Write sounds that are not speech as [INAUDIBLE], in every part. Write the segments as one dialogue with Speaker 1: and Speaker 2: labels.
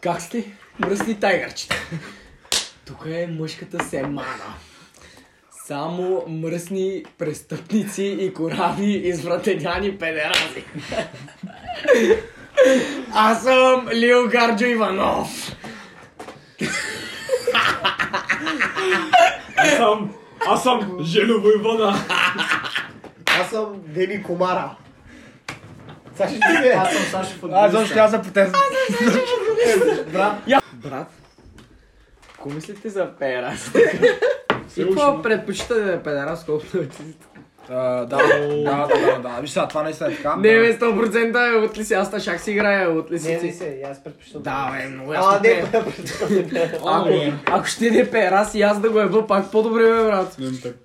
Speaker 1: Как сте? Мръсни тайгърчета. Тук е мъжката семана. Само мръсни престъпници и кораби, извратеняни педерази. Аз съм Лил Гарджо Иванов.
Speaker 2: Аз съм... Аз съм Желю Войвода.
Speaker 3: Аз съм Дени Комара. Сега ще ти бе.
Speaker 4: Аз съм Сашо
Speaker 5: А, защо ще
Speaker 4: футболиста.
Speaker 5: аз за потест.
Speaker 1: Брат, какво мислите за педераз?
Speaker 2: Все
Speaker 4: И какво предпочитате да е педерас, колкото да ти
Speaker 5: Да, да, да, да, да. Виж сега, това наистина е така.
Speaker 4: Не, бе, 100% е от ли си, аз та шак си играя от ли
Speaker 3: Не, не
Speaker 4: си.
Speaker 3: се, аз предпочитам.
Speaker 4: Да, бе, много
Speaker 3: А,
Speaker 4: ясно.
Speaker 3: не,
Speaker 4: бе.
Speaker 1: Ако...
Speaker 4: Ако ще не педерас и аз да го еба, пак по-добре, бе, брат.
Speaker 2: Не, так.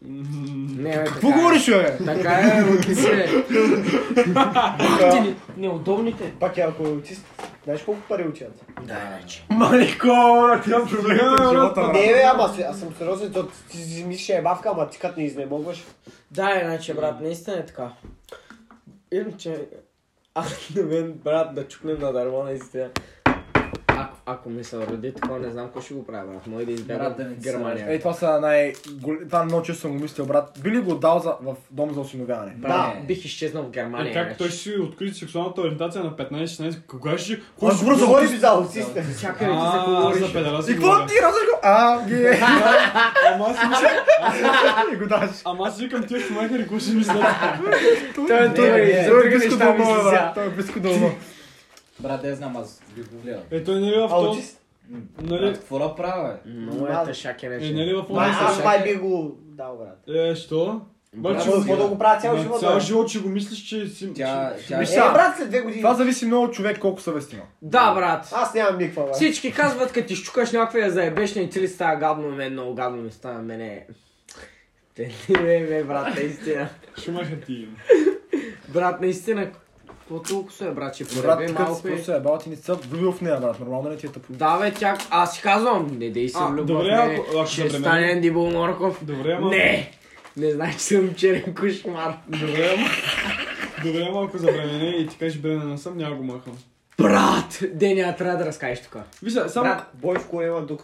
Speaker 4: Не, бе,
Speaker 5: Какво
Speaker 1: е.
Speaker 5: говориш, бе?
Speaker 4: Така е, от ли си, бе.
Speaker 3: пак-
Speaker 4: Неудобните.
Speaker 3: Пак е алкохолицист. Знаеш колко пари учат?
Speaker 5: Малико, ти имам проблем в живота, брат.
Speaker 3: Не, бе, ама се- аз съм сериозен, защото ти си мислиш, че е бавка, ама ти като не изнемогваш.
Speaker 1: Да, иначе, брат, наистина е така. Иначе, а на мен, брат, да чукнем на дърво, наистина. Ако, ако ми се роди такова, не знам какво ще го правя, брат. Мой да избера
Speaker 4: Брат, да не ти се
Speaker 1: Германия.
Speaker 5: Ей, Е, това са най... гол- Това е много често съм го мислил, брат. Би ли го дал за... в дом за осиновяване?
Speaker 1: Брат,
Speaker 4: Да.
Speaker 1: бих изчезнал в Германия.
Speaker 2: Е, как
Speaker 1: иначе.
Speaker 2: той ще си откри сексуалната ориентация на 15-16? Кога ще... Кой
Speaker 5: Аз
Speaker 2: ще...
Speaker 5: го
Speaker 3: Говори
Speaker 5: разговори.
Speaker 3: си за аутиста.
Speaker 1: Чакай, бе, ти за какво
Speaker 2: А, аз за
Speaker 1: говориш?
Speaker 2: педерас
Speaker 5: И
Speaker 2: си
Speaker 5: какво
Speaker 2: говоря.
Speaker 5: ти разеш го? А, ги е.
Speaker 2: Ама аз си мисля...
Speaker 5: И го даш.
Speaker 2: Ама аз си викам тия шмайхери, какво ще мислят?
Speaker 5: Той е
Speaker 4: той е-
Speaker 5: Той е
Speaker 4: други
Speaker 5: близко
Speaker 4: неща
Speaker 5: до дома,
Speaker 4: мисли сега.
Speaker 5: брат. Той е близко до дома.
Speaker 6: Брат, не знам, аз би го гледал.
Speaker 2: Е, той нали в този...
Speaker 3: Аутист?
Speaker 6: Брат,
Speaker 2: Нали...
Speaker 6: какво да правя, бе?
Speaker 1: Много е тъшак, е
Speaker 2: Е,
Speaker 1: нещо.
Speaker 2: нали в
Speaker 3: Ма, Аз
Speaker 2: този...
Speaker 3: май би го дал, брат.
Speaker 2: Е, що? Брат, ще
Speaker 3: Ама
Speaker 2: го...
Speaker 3: какво да го правя цял
Speaker 2: Ма,
Speaker 3: живот?
Speaker 2: Цял
Speaker 3: бе?
Speaker 2: живот ще го мислиш, че си...
Speaker 6: Тя, тя...
Speaker 5: Виж
Speaker 3: Е,
Speaker 5: сега.
Speaker 3: брат, след две години.
Speaker 5: Това зависи много от човек колко съвест има.
Speaker 1: Да, брат.
Speaker 3: Аз нямам никаква, брат.
Speaker 1: Всички казват, като ти щукаш някаква я заебеш, не ти ли става гадно, мен много гадно ми става, мене. Те не ме, ме, брат, наистина.
Speaker 2: че- Шумаха ти.
Speaker 1: Брат, наистина, какво толкова се е, брат, че
Speaker 5: Брат,
Speaker 1: поребе
Speaker 5: тук
Speaker 1: малко
Speaker 5: просто
Speaker 1: е.
Speaker 5: се е бал, ти не са влюбил в нея, брат. Нормално не ти е тъпо.
Speaker 1: Да, бе, тя... Аз си казвам, не дей се
Speaker 2: А,
Speaker 1: влюбва
Speaker 2: добре,
Speaker 1: в мене.
Speaker 2: ако- ако
Speaker 1: ще
Speaker 2: за време-
Speaker 1: стане Анди Болморков.
Speaker 2: Добре, ама...
Speaker 1: Не! Не знаеш, че съм черен кошмар.
Speaker 2: Добре, ама... Добре, ама ако забремене и ти кажеш бременна съм, няма го махам.
Speaker 1: Брат! Деня, трябва да разкажеш тук.
Speaker 2: Виж, сега, само...
Speaker 1: Брат,
Speaker 3: Бойко има тук.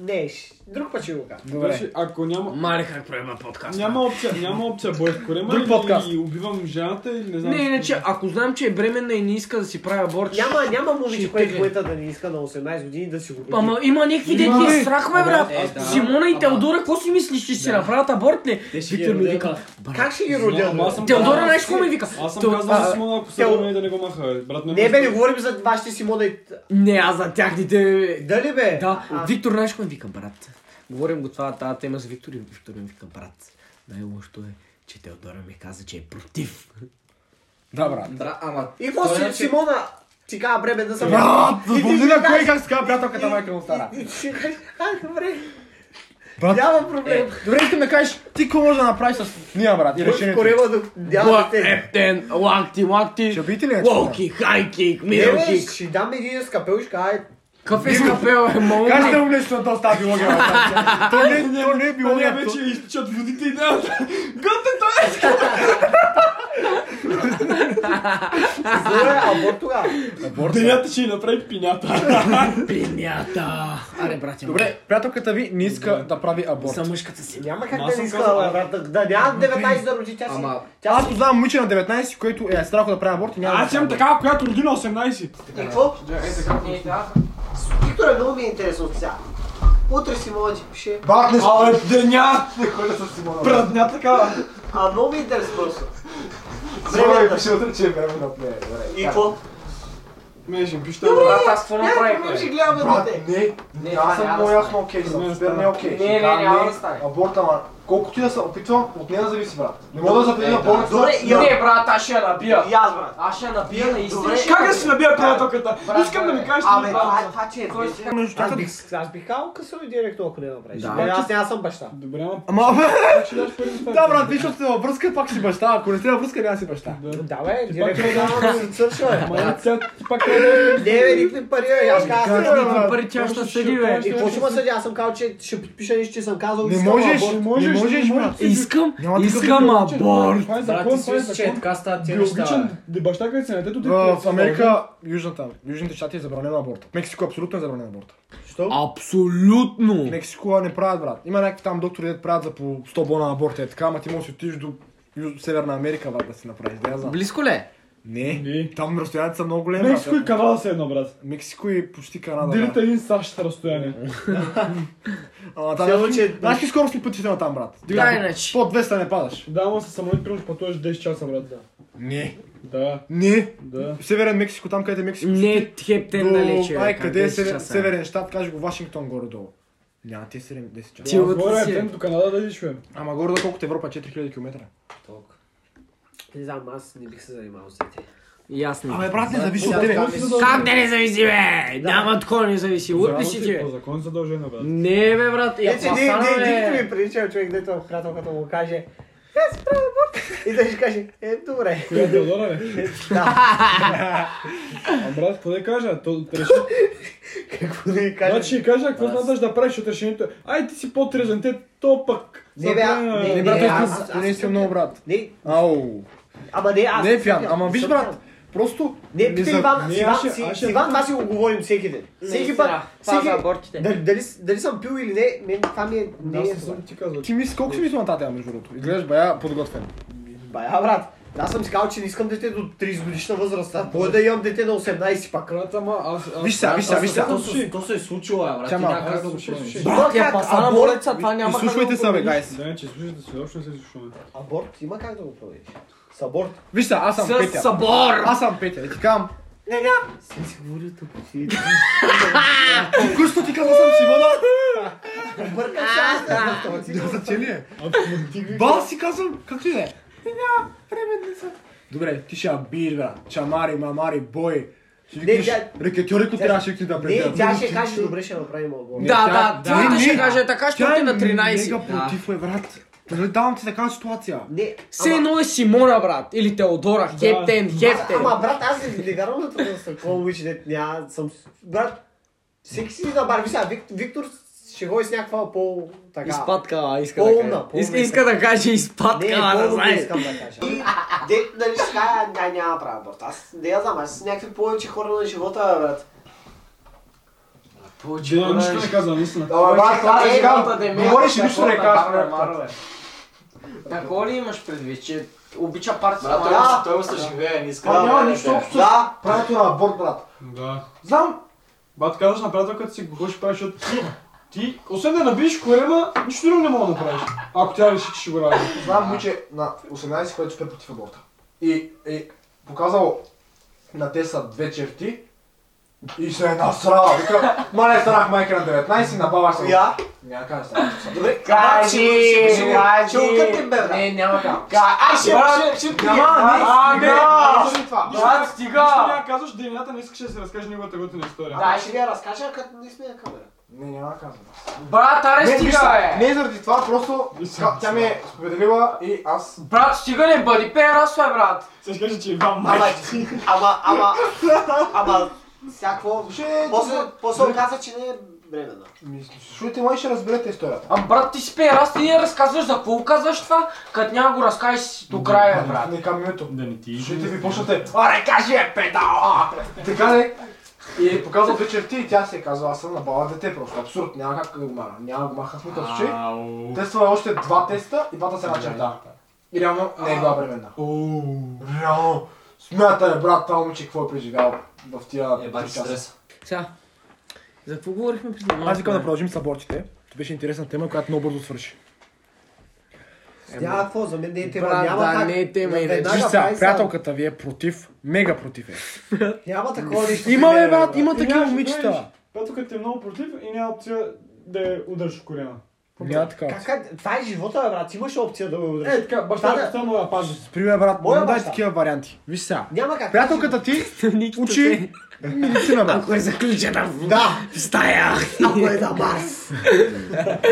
Speaker 3: Не, ш- друг път ще го кажа.
Speaker 5: Добре.
Speaker 2: Значи, ако няма...
Speaker 1: Мале как проема подкаст.
Speaker 2: Няма опция, няма опция бой в корема
Speaker 5: Друг
Speaker 2: или
Speaker 5: подкаст.
Speaker 2: и убивам жената или не знам.
Speaker 1: Не, иначе, ако знам, че е бременна и не иска да си прави аборт,
Speaker 3: Няма, няма
Speaker 1: Ще
Speaker 3: момиче, което
Speaker 1: тегле.
Speaker 3: в момента да не иска на 18 години да си го роди.
Speaker 1: Ама има някакви дети
Speaker 5: Има, бе.
Speaker 1: страхове, брат.
Speaker 6: Е, да.
Speaker 1: Симона и
Speaker 6: Ама-
Speaker 1: Теодора, какво си мислиш, че ще си направят аборт ли?
Speaker 6: Те ще ги
Speaker 1: Виктор ми
Speaker 6: родят,
Speaker 1: вика, брат,
Speaker 3: Как ще ги
Speaker 2: Ама
Speaker 3: родя?
Speaker 2: аз съм
Speaker 1: Теодора
Speaker 2: казал-
Speaker 1: знаеш какво ми вика?
Speaker 2: Аз съм
Speaker 1: Тел-
Speaker 2: казал
Speaker 1: а,
Speaker 2: на Симона, ако се
Speaker 3: Тео-
Speaker 2: умее да не го маха. бе. Брат,
Speaker 3: Не бе, не
Speaker 2: го...
Speaker 3: говорим за вашите Симона и...
Speaker 1: Не, аз за тяхните...
Speaker 3: Дали бе?
Speaker 1: Да,
Speaker 3: А,
Speaker 1: Виктор знаеш какво ми вика, брат. Говорим го това, тази тема за Виктор и Виктор ми вика, брат. Най-лошото е, че Теодора ми каза, че е против.
Speaker 5: Да, брат.
Speaker 6: Бра, ама...
Speaker 3: И какво
Speaker 6: той е-
Speaker 3: си,
Speaker 5: е
Speaker 6: иначе-
Speaker 3: Симона? Ти кажа бремен да съм...
Speaker 5: Брат,
Speaker 3: И ти
Speaker 5: запомни
Speaker 3: си
Speaker 5: на кой
Speaker 3: кажеш-
Speaker 5: как се казва приятелката майка му стара.
Speaker 3: И ти си кажеш, а, добре.
Speaker 5: Брат, е,
Speaker 3: Няма проблем.
Speaker 5: добре, искам да кажеш, ти какво можеш да направиш с ния, брат, и
Speaker 3: Е,
Speaker 5: решението. е,
Speaker 3: Корема до... Няма
Speaker 1: Лак,
Speaker 3: те.
Speaker 1: ептен, лакти, лакти.
Speaker 5: Ще биете ли нещо?
Speaker 1: Локи, хайкик,
Speaker 3: Не Е, бе,
Speaker 1: мирокик.
Speaker 3: ще дам един скапел и ще кажа,
Speaker 1: Какъв е скапел, е
Speaker 5: Кажи да
Speaker 1: молни.
Speaker 5: му нещо на този тази биология, брат. То не, то не е
Speaker 2: Те
Speaker 5: биология.
Speaker 2: вече
Speaker 5: то-
Speaker 2: изпичат водите и нямат.
Speaker 3: добре, аборт тогава.
Speaker 5: Аборт, брат.
Speaker 2: Денята ще й направи пинята.
Speaker 1: Пинята. Аре, братя.
Speaker 5: Добре, приятелката ви не иска да прави аборт.
Speaker 1: За мъжката си.
Speaker 3: Няма
Speaker 2: Ама аз
Speaker 3: как да не
Speaker 2: съм
Speaker 3: иска
Speaker 2: казал,
Speaker 3: да
Speaker 2: а,
Speaker 3: брат, да- да няма 19 да роди тя си.
Speaker 6: Ама-
Speaker 3: Тя
Speaker 5: Аз
Speaker 3: си...
Speaker 5: познавам момиче на 19, който е страхо да прави аборт и няма. да
Speaker 2: Аз имам
Speaker 5: прави
Speaker 2: такава, която роди на 18.
Speaker 3: И какво? Виктор е много ми е интересно от сега. Утре Симона ти пише,
Speaker 5: аборт. Брат, не с-
Speaker 2: Абе, деня! Прадня такава.
Speaker 3: а много ми е интересно просто. Време да...
Speaker 5: утре, че е време да плее.
Speaker 3: И какво?
Speaker 2: Ме ще ми пише.
Speaker 4: Брат, аз какво направих, бе?
Speaker 3: ще гледаме дете.
Speaker 5: не,
Speaker 4: Не, това няма да
Speaker 5: ясно окей,
Speaker 2: Не, не
Speaker 5: супер
Speaker 2: става.
Speaker 5: не окей.
Speaker 4: Не, не,
Speaker 5: Да,
Speaker 4: няма да стане.
Speaker 5: Аборт, ама колкото и да се опитвам, от нея зависи, брат. Не мога да
Speaker 6: Е,
Speaker 5: запределя
Speaker 6: да.
Speaker 5: аборт.
Speaker 3: Добре,
Speaker 5: за-
Speaker 3: я-
Speaker 4: Не, брат, аз ще я набия.
Speaker 3: И аз, брат.
Speaker 4: Аз ще я набия наистина.
Speaker 3: Добре.
Speaker 4: ще я
Speaker 2: Как да си набия приятелката?
Speaker 4: Брат,
Speaker 2: Искам да ми
Speaker 4: бе.
Speaker 2: кажеш,
Speaker 3: Абе,
Speaker 2: брат.
Speaker 3: това е това, че е
Speaker 4: Кой
Speaker 3: весело.
Speaker 5: Между
Speaker 3: Аз
Speaker 5: тук-
Speaker 3: бих, аз бих казал късо и директно, ако не направиш.
Speaker 1: Да.
Speaker 3: Не, аз няма съм баща.
Speaker 2: Добре, ама
Speaker 5: Ама,
Speaker 2: пак ще даш пари за това.
Speaker 5: да, брат, виж, защото се във връзка, пак си баща. Ако не сте във връзка, няма си баща.
Speaker 3: Да, бе,
Speaker 2: пак
Speaker 3: директно няма да се цършва, бе. tipo,
Speaker 2: Ама, тя ти пак е
Speaker 3: Не, бе, никакви пари, бе. Аз
Speaker 5: Как
Speaker 3: казвам,
Speaker 5: никакви
Speaker 3: бе,
Speaker 1: Пари тя ще съди, бе.
Speaker 3: И какво ще ма съдя? Аз съм казал, че ще подпиша нищо, че съм казал,
Speaker 5: Не
Speaker 3: искам
Speaker 5: можеш,
Speaker 3: аборт.
Speaker 5: не можеш, не можеш, брат.
Speaker 1: Искам,
Speaker 5: Няма такъв
Speaker 1: искам
Speaker 5: закон,
Speaker 1: аборт.
Speaker 2: Това е
Speaker 6: Брат, ти
Speaker 2: закон,
Speaker 6: си
Speaker 2: това е
Speaker 6: мислиш, че е
Speaker 2: закон.
Speaker 6: така стават тия неща, бе.
Speaker 2: Биологичен да, баща, който се на детето ти...
Speaker 5: В Америка, южната, южните щати е забранен аборт. В Мексико абсолютно е забранен аборт.
Speaker 3: Що?
Speaker 1: Абсолютно.
Speaker 5: В Мексико не правят, брат. Има някакви там доктори, дето правят за по 100 бона аборт. Е така, ама ти можеш да отидеш до Ю- Северна Америка, брат, да си направиш. Да я знам.
Speaker 1: Близко ли е?
Speaker 5: Не,
Speaker 2: Не.
Speaker 5: там разстоянията са много големи. брат.
Speaker 2: Мексико и Канада са едно, брат.
Speaker 5: Мексико и почти Канада.
Speaker 2: Делите
Speaker 5: брат.
Speaker 2: един САЩ разстояние.
Speaker 3: Село,
Speaker 5: Ама там
Speaker 3: че-
Speaker 5: знаеш ли скоростни пътища на там, брат?
Speaker 1: Да, иначе.
Speaker 5: Под 200 не падаш.
Speaker 2: Да, ама със самолет примерно ще пътуваш 10 часа, брат. Да.
Speaker 5: Не.
Speaker 2: Да,
Speaker 5: Не.
Speaker 2: да.
Speaker 5: В Северен Мексико, там където е Мексико.
Speaker 1: Не
Speaker 5: Сити,
Speaker 1: е хептен
Speaker 5: до-
Speaker 1: далече.
Speaker 5: Ай, къде е север-
Speaker 1: северен?
Speaker 5: Северен щат, каже го Вашингтон горе-долу. Няма ти 7-10 часа.
Speaker 1: Ти- Тилото
Speaker 2: Горе е
Speaker 1: си е.
Speaker 2: темп до Канада да идиш, бе.
Speaker 5: Ама горе-долу колкото Европа, е 4000 км.
Speaker 6: Толкова.
Speaker 3: Не знам, аз не бих се занимавал с дете.
Speaker 1: Ясно.
Speaker 5: Абе, брат, не зависи от
Speaker 3: сега
Speaker 5: тебе.
Speaker 3: там
Speaker 2: Какво си
Speaker 3: е-
Speaker 2: задължен?
Speaker 1: Ами Как да не зависи, бе? Няма такова не зависи. Лъпи
Speaker 2: Здраво
Speaker 1: си
Speaker 2: си,
Speaker 1: ти, бе.
Speaker 2: По закон задължена, брат.
Speaker 1: Не, бе, брат. Я
Speaker 3: Ето, ние,
Speaker 1: пасана,
Speaker 3: ние, никто
Speaker 1: бе.
Speaker 3: ми прилича човек, дето приятелката му каже Аз правя аборт. И да ще каже, е, добре.
Speaker 2: Коя е Теодора, бе?
Speaker 3: Да,
Speaker 2: А брат, какво да кажа? То, реши...
Speaker 3: какво да ви кажа.
Speaker 2: Значи, кажа, какво
Speaker 6: Аз-
Speaker 2: смяташ да правиш от решението? Ай, ти си по-трезен, те то пък.
Speaker 3: Не, бе, а-
Speaker 2: направи на-
Speaker 5: Не,
Speaker 3: Не,
Speaker 5: брат,
Speaker 3: не,
Speaker 5: аз-
Speaker 3: аз-
Speaker 5: аз-
Speaker 3: аз-
Speaker 5: не си много, брат.
Speaker 3: Не,
Speaker 5: Ау.
Speaker 3: ама не, аз.
Speaker 5: Не е пиян.
Speaker 3: съм
Speaker 5: Ама виж,
Speaker 3: съм
Speaker 5: брат.
Speaker 3: пиян.
Speaker 5: Просто...
Speaker 3: Не, питай
Speaker 5: за-
Speaker 3: Иван,
Speaker 2: не,
Speaker 3: с Иван,
Speaker 2: аз ще-
Speaker 3: си-
Speaker 2: аз
Speaker 3: с
Speaker 2: ще-
Speaker 3: Иван това си го говорим всеки ден. Всеки път, всеки...
Speaker 7: абортите.
Speaker 3: Дали, дали, дали съм пил или не, мен това ми е... Не
Speaker 2: Аз
Speaker 3: е
Speaker 2: не
Speaker 3: това.
Speaker 2: съм ти казал.
Speaker 5: Ти мисли, колко си мислил на тази, между другото? Изглеждаш бая подготвен.
Speaker 3: Бая, брат. Аз съм си казал, че не искам дете до 30 годишна възраст. А Кой да имам дете на 18 пак?
Speaker 2: Крата, ама аз... аз-
Speaker 5: Виж сега, виж сега, виж сега.
Speaker 6: То се- То се е случило, е, брат. Ти
Speaker 5: Чама,
Speaker 6: няма как
Speaker 2: аз
Speaker 6: да го
Speaker 2: слушай,
Speaker 6: промениш.
Speaker 2: слушай.
Speaker 3: Брат,
Speaker 1: Тя
Speaker 3: как
Speaker 1: пасана
Speaker 3: аборт-
Speaker 1: болеца, това няма как да
Speaker 5: Изслушвайте
Speaker 1: го
Speaker 5: се, бе,
Speaker 1: промениш.
Speaker 5: гайс.
Speaker 2: Да, че слушаш да си общо не се слушаме.
Speaker 3: Аборт има как да го провериш. С аборт.
Speaker 5: Виж сега, аз съм
Speaker 1: С
Speaker 5: Петя.
Speaker 1: събор!
Speaker 5: Аз съм Петя. И ти кам.
Speaker 3: Не, не. Съм си говорил тук.
Speaker 5: Къщо ти казвам съм Симона.
Speaker 3: Бъркам се аз не знам това.
Speaker 5: Да, за че ли е?
Speaker 2: Автоматик.
Speaker 5: Бал си казвам, както и да е. Няма, временни са. Добре, ти ще я биеш, брат. Чамари, мамари, бой. Ще
Speaker 3: Не,
Speaker 5: викнеш,
Speaker 3: тя-
Speaker 5: рекетьори, които
Speaker 3: тя-
Speaker 5: трябваше ти да
Speaker 3: Не,
Speaker 5: предадат.
Speaker 3: тя ще каже, добре ще направим аборт.
Speaker 5: Не,
Speaker 1: Да,
Speaker 5: тя-
Speaker 1: да,
Speaker 5: не,
Speaker 1: тя
Speaker 5: не.
Speaker 1: ще каже така, ще
Speaker 5: Тя
Speaker 1: отиде
Speaker 5: е
Speaker 1: на 13.
Speaker 5: Мега против е, брат. Дали давам ти такава ситуация?
Speaker 3: Не,
Speaker 1: Все
Speaker 3: ама-
Speaker 1: едно е Симона, брат. Или Теодора. Хептен, хептен.
Speaker 3: Ама брат, аз не, не вярвам на това с такова момиче, дет няма, съм... с- Брат, всеки си на бар, вися, Вик, Виктор ще ходи с някаква по... Така...
Speaker 7: Изпадка, иска да
Speaker 3: Полна,
Speaker 7: кажа.
Speaker 3: полна
Speaker 1: Иска, иска да каже
Speaker 3: Не,
Speaker 1: изпадка, ама да
Speaker 3: по-добре
Speaker 1: знаеш.
Speaker 3: искам да кажа. И, де, нали ще кажа, да, няма права, брат. Аз не я знам, аз с някакви повече хора на живота, бе, брат.
Speaker 6: Повече
Speaker 2: Да,
Speaker 6: хора
Speaker 2: нищо
Speaker 6: не
Speaker 2: не казвам, наистина.
Speaker 3: Ама, брат, това е...
Speaker 5: Говориш и нищо не казваш, брат.
Speaker 7: Такова ли имаш предвид, че обича партията?
Speaker 6: Брат, той,
Speaker 3: Да.
Speaker 6: той му се живее, не иска
Speaker 5: Това няма
Speaker 6: бъде
Speaker 5: нищо
Speaker 6: дете.
Speaker 5: общо.
Speaker 3: Да,
Speaker 5: Правото на аборт, брат.
Speaker 2: Да.
Speaker 5: Знам.
Speaker 2: Бат, казваш на приятелката си, какво ще правиш, защото ти, ти, освен да набиеш корема, нищо друго не мога да направиш. Ако тя реши, че ще го прави.
Speaker 5: Знам, момиче на 18, което супер против аборта. И е показал на те са две черти. И се е насрала. Вика, мале страх майка на 19, набаваш се.
Speaker 3: я.
Speaker 5: Няма как да стане.
Speaker 3: Добре, брат, ще го- ще го- ще го- ще го кътим, бе, брат.
Speaker 6: Не, няма как.
Speaker 3: Ка- Ай, ще ще- ще пия.
Speaker 5: А, не, не, това.
Speaker 2: Брат, стига! Нищо няма казваш, да имената не искаш да се разкаже неговата готина история.
Speaker 3: Да, ще ви я разкажа, като не сме на камера.
Speaker 5: Не, няма да казвам.
Speaker 1: Брат, аре
Speaker 5: Не, виж
Speaker 1: стига,
Speaker 5: се,
Speaker 1: бе!
Speaker 5: не заради това, просто ка- тя ме е споделила и аз...
Speaker 1: Брат, стига не бъди перасла, брат.
Speaker 2: Ще ще каже, че е Иван
Speaker 3: Ама,
Speaker 2: майка.
Speaker 3: ама, ама, ама, всяко...
Speaker 5: Слушай,
Speaker 3: После, после оказа, че не е бремена.
Speaker 5: Слушайте, май ще разберете историята.
Speaker 1: Ам брат, ти си перас, ти не разказваш за какво казваш това, като няма го разкажеш до края, Е, брат.
Speaker 5: Не към името.
Speaker 2: Да не ти
Speaker 5: Слушайте ви, почнете. Аре, кажи е, педала! Така не. И е показал две черти и тя се е казала, аз съм набала дете просто. Абсурд, няма как да го мара. Няма го маха в никакъв случай. Тества е още два теста и двата са една черта. И реално не е била бременна. Реално. Смятай, брат, това момиче какво е преживял в тия...
Speaker 6: Е, бачи
Speaker 5: три часа.
Speaker 6: стрес.
Speaker 7: Сега, за какво говорихме преди малко?
Speaker 5: Аз викам да
Speaker 7: бе?
Speaker 5: продължим с абортите. Това беше интересна тема, която много бързо свърши.
Speaker 3: Няма какво, за мен не е тема.
Speaker 7: Брат,
Speaker 3: няма
Speaker 7: да,
Speaker 3: как.
Speaker 7: не е тема,
Speaker 3: Веднага
Speaker 7: иначе.
Speaker 5: Виж сега,
Speaker 3: прави сам.
Speaker 5: приятелката ви е против, мега против е.
Speaker 3: [LAUGHS] Няма такова нещо.
Speaker 5: Има бе,
Speaker 3: примерно,
Speaker 5: брат, има
Speaker 2: И
Speaker 5: такива
Speaker 2: нямаше
Speaker 5: момичета.
Speaker 2: дойдеш. Когато като ти е много против и няма опция да я удариш в корема.
Speaker 5: Няма така.
Speaker 3: Как, как- това е живота, бе, брат. Имаш опция да го удреш.
Speaker 2: Е, така, баща
Speaker 3: Да,
Speaker 2: ти
Speaker 3: да.
Speaker 2: стана да пази.
Speaker 5: Пример, брат,
Speaker 3: Моя
Speaker 5: не дай
Speaker 3: баща.
Speaker 5: такива варианти. Виж сега.
Speaker 3: Няма как.
Speaker 5: Приятелката ти [LAUGHS] учи медицина, брат.
Speaker 7: Ако е заключена в
Speaker 3: Да,
Speaker 7: в стая.
Speaker 3: ако е на
Speaker 5: [LAUGHS]
Speaker 3: Марс.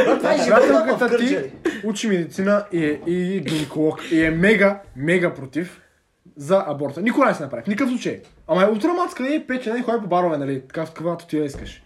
Speaker 3: Брат, това е живота в
Speaker 5: Приятелката ти
Speaker 3: Кърджали.
Speaker 5: учи медицина и е и гинеколог и е мега, мега против. за аборта. Никога не се направи. В никакъв случай. Ама е утро мацка къде е печена и ходи по барове, нали? Така, каквато ти я искаш.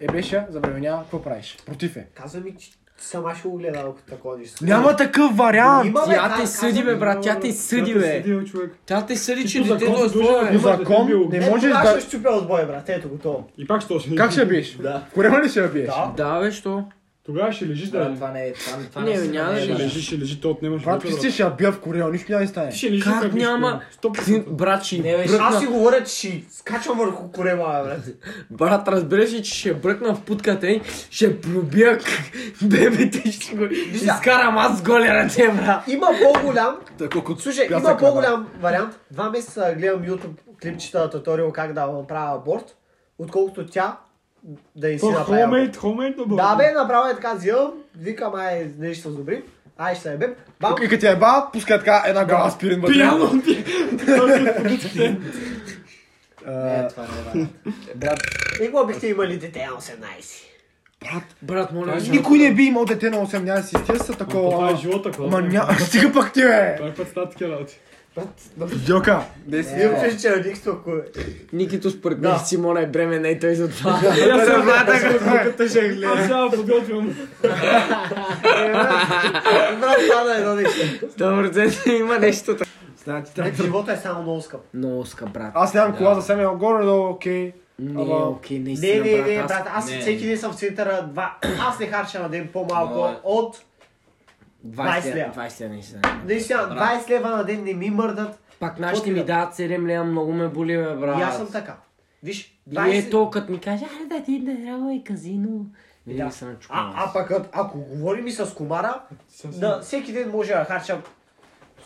Speaker 5: Е, беше, забременява, какво правиш? Против е.
Speaker 3: Каза ми, че сама ще го гледа, ако така ходиш.
Speaker 5: Няма такъв вариант!
Speaker 3: Има, бе,
Speaker 1: Тя те
Speaker 3: аз
Speaker 1: съди,
Speaker 3: казвам,
Speaker 1: бе, брат, тя те съди, бе.
Speaker 2: Съди, човек.
Speaker 1: Тя те съди, че
Speaker 2: Чисто
Speaker 1: детето е
Speaker 2: закон,
Speaker 1: зло,
Speaker 2: дължен
Speaker 1: бе.
Speaker 5: По
Speaker 2: е.
Speaker 5: закон не
Speaker 3: Не
Speaker 5: можеш
Speaker 3: можеш Аз
Speaker 5: да...
Speaker 3: ще щупя от бой, брат. Ето, готово.
Speaker 2: И пак ще още.
Speaker 5: Как ще я биеш?
Speaker 3: Да.
Speaker 5: В Корема ли ще я биеш?
Speaker 3: Да.
Speaker 1: Да, бе, що?
Speaker 2: Тогава ще лежиш да.
Speaker 6: Това не е, това не това
Speaker 1: Не,
Speaker 6: се-
Speaker 1: няма
Speaker 6: не
Speaker 1: да
Speaker 6: е
Speaker 1: лежи.
Speaker 2: Ще
Speaker 6: лъжа.
Speaker 2: лежиш, ще лежи, то отнемаш.
Speaker 5: Брат,
Speaker 2: лева,
Speaker 5: ти ще я бия в Корема, нищо няма да стане.
Speaker 2: Ще лежи
Speaker 1: Как
Speaker 2: нищо,
Speaker 1: няма?
Speaker 2: бе. Стоп.
Speaker 1: Ти, брат, ще
Speaker 6: Не, бе,
Speaker 1: бръкна.
Speaker 3: Аз си говоря, че ще скачам върху корема, бе, брат.
Speaker 1: Брат, разбираш ли, че ще бръкна в путката и ще пробия к- бебето и ще го изкарам аз с голя ръце, брат.
Speaker 3: Има по-голям.
Speaker 5: Колкото
Speaker 3: Слушай, има по-голям вариант. Два месеца гледам YouTube клипчета на туториал как да направя аборт, отколкото тя да и си
Speaker 2: То
Speaker 3: направи.
Speaker 2: хомейт, хомейт да бъде.
Speaker 3: Да, бе, направя е така, взимам, викам, ай, нещо се добри, ай, ще се ебем. Бам,
Speaker 5: И като я еба, пуска така една глава аспирин вътре.
Speaker 2: Пияно ти.
Speaker 5: А,
Speaker 6: това не е вариант.
Speaker 1: Брат,
Speaker 3: и какво бихте имали дете на 18?
Speaker 1: брат, моля. ви.
Speaker 5: Е, Никой не би имал дете на 18, те са
Speaker 2: Това е
Speaker 5: такова.
Speaker 2: живота, какво?
Speaker 5: Ма няма, [LAUGHS] стига пък ти бе!
Speaker 2: Пак път става такива работи.
Speaker 5: Йока, не си.
Speaker 3: Вие пишете, че е никство, ако-
Speaker 1: Никито според мен Симона е бременна и той затова.
Speaker 2: Аз сега-
Speaker 5: Като ще
Speaker 2: аз сега подготвям.
Speaker 3: Е, брат, брат, стана едно нещо.
Speaker 1: Добре, дете, има нещо така.
Speaker 3: Е, Живота е само много скъп.
Speaker 1: Много ска, брат.
Speaker 5: Аз нямам кола за семе, горе долу, окей.
Speaker 1: Не,
Speaker 5: Ама-
Speaker 1: окей,
Speaker 3: Не,
Speaker 1: наистина,
Speaker 3: не, не,
Speaker 1: брат. аз-
Speaker 3: брат, аз
Speaker 6: не.
Speaker 3: всеки ден съм в центъра, два... аз не харча на ден
Speaker 6: Моля.
Speaker 3: по-малко от...
Speaker 1: 20 лева.
Speaker 3: лева.
Speaker 1: 20 лева, наистина.
Speaker 3: Наистина, 20 лева на ден не ми мърдат
Speaker 1: Пак
Speaker 3: Какво
Speaker 1: нашите
Speaker 3: ти
Speaker 1: ми
Speaker 3: да-
Speaker 1: дават 7 лева, много ме боли, бе, брат.
Speaker 3: и аз съм така. Виж,
Speaker 1: И
Speaker 3: 20...
Speaker 1: ето, като ми каже, аре да ти да трябва и казино. Винаги
Speaker 3: Да.
Speaker 1: се начукам.
Speaker 3: А, а пък, а- ако говорим и с комара,
Speaker 2: Да.
Speaker 3: да, всеки ден може да харча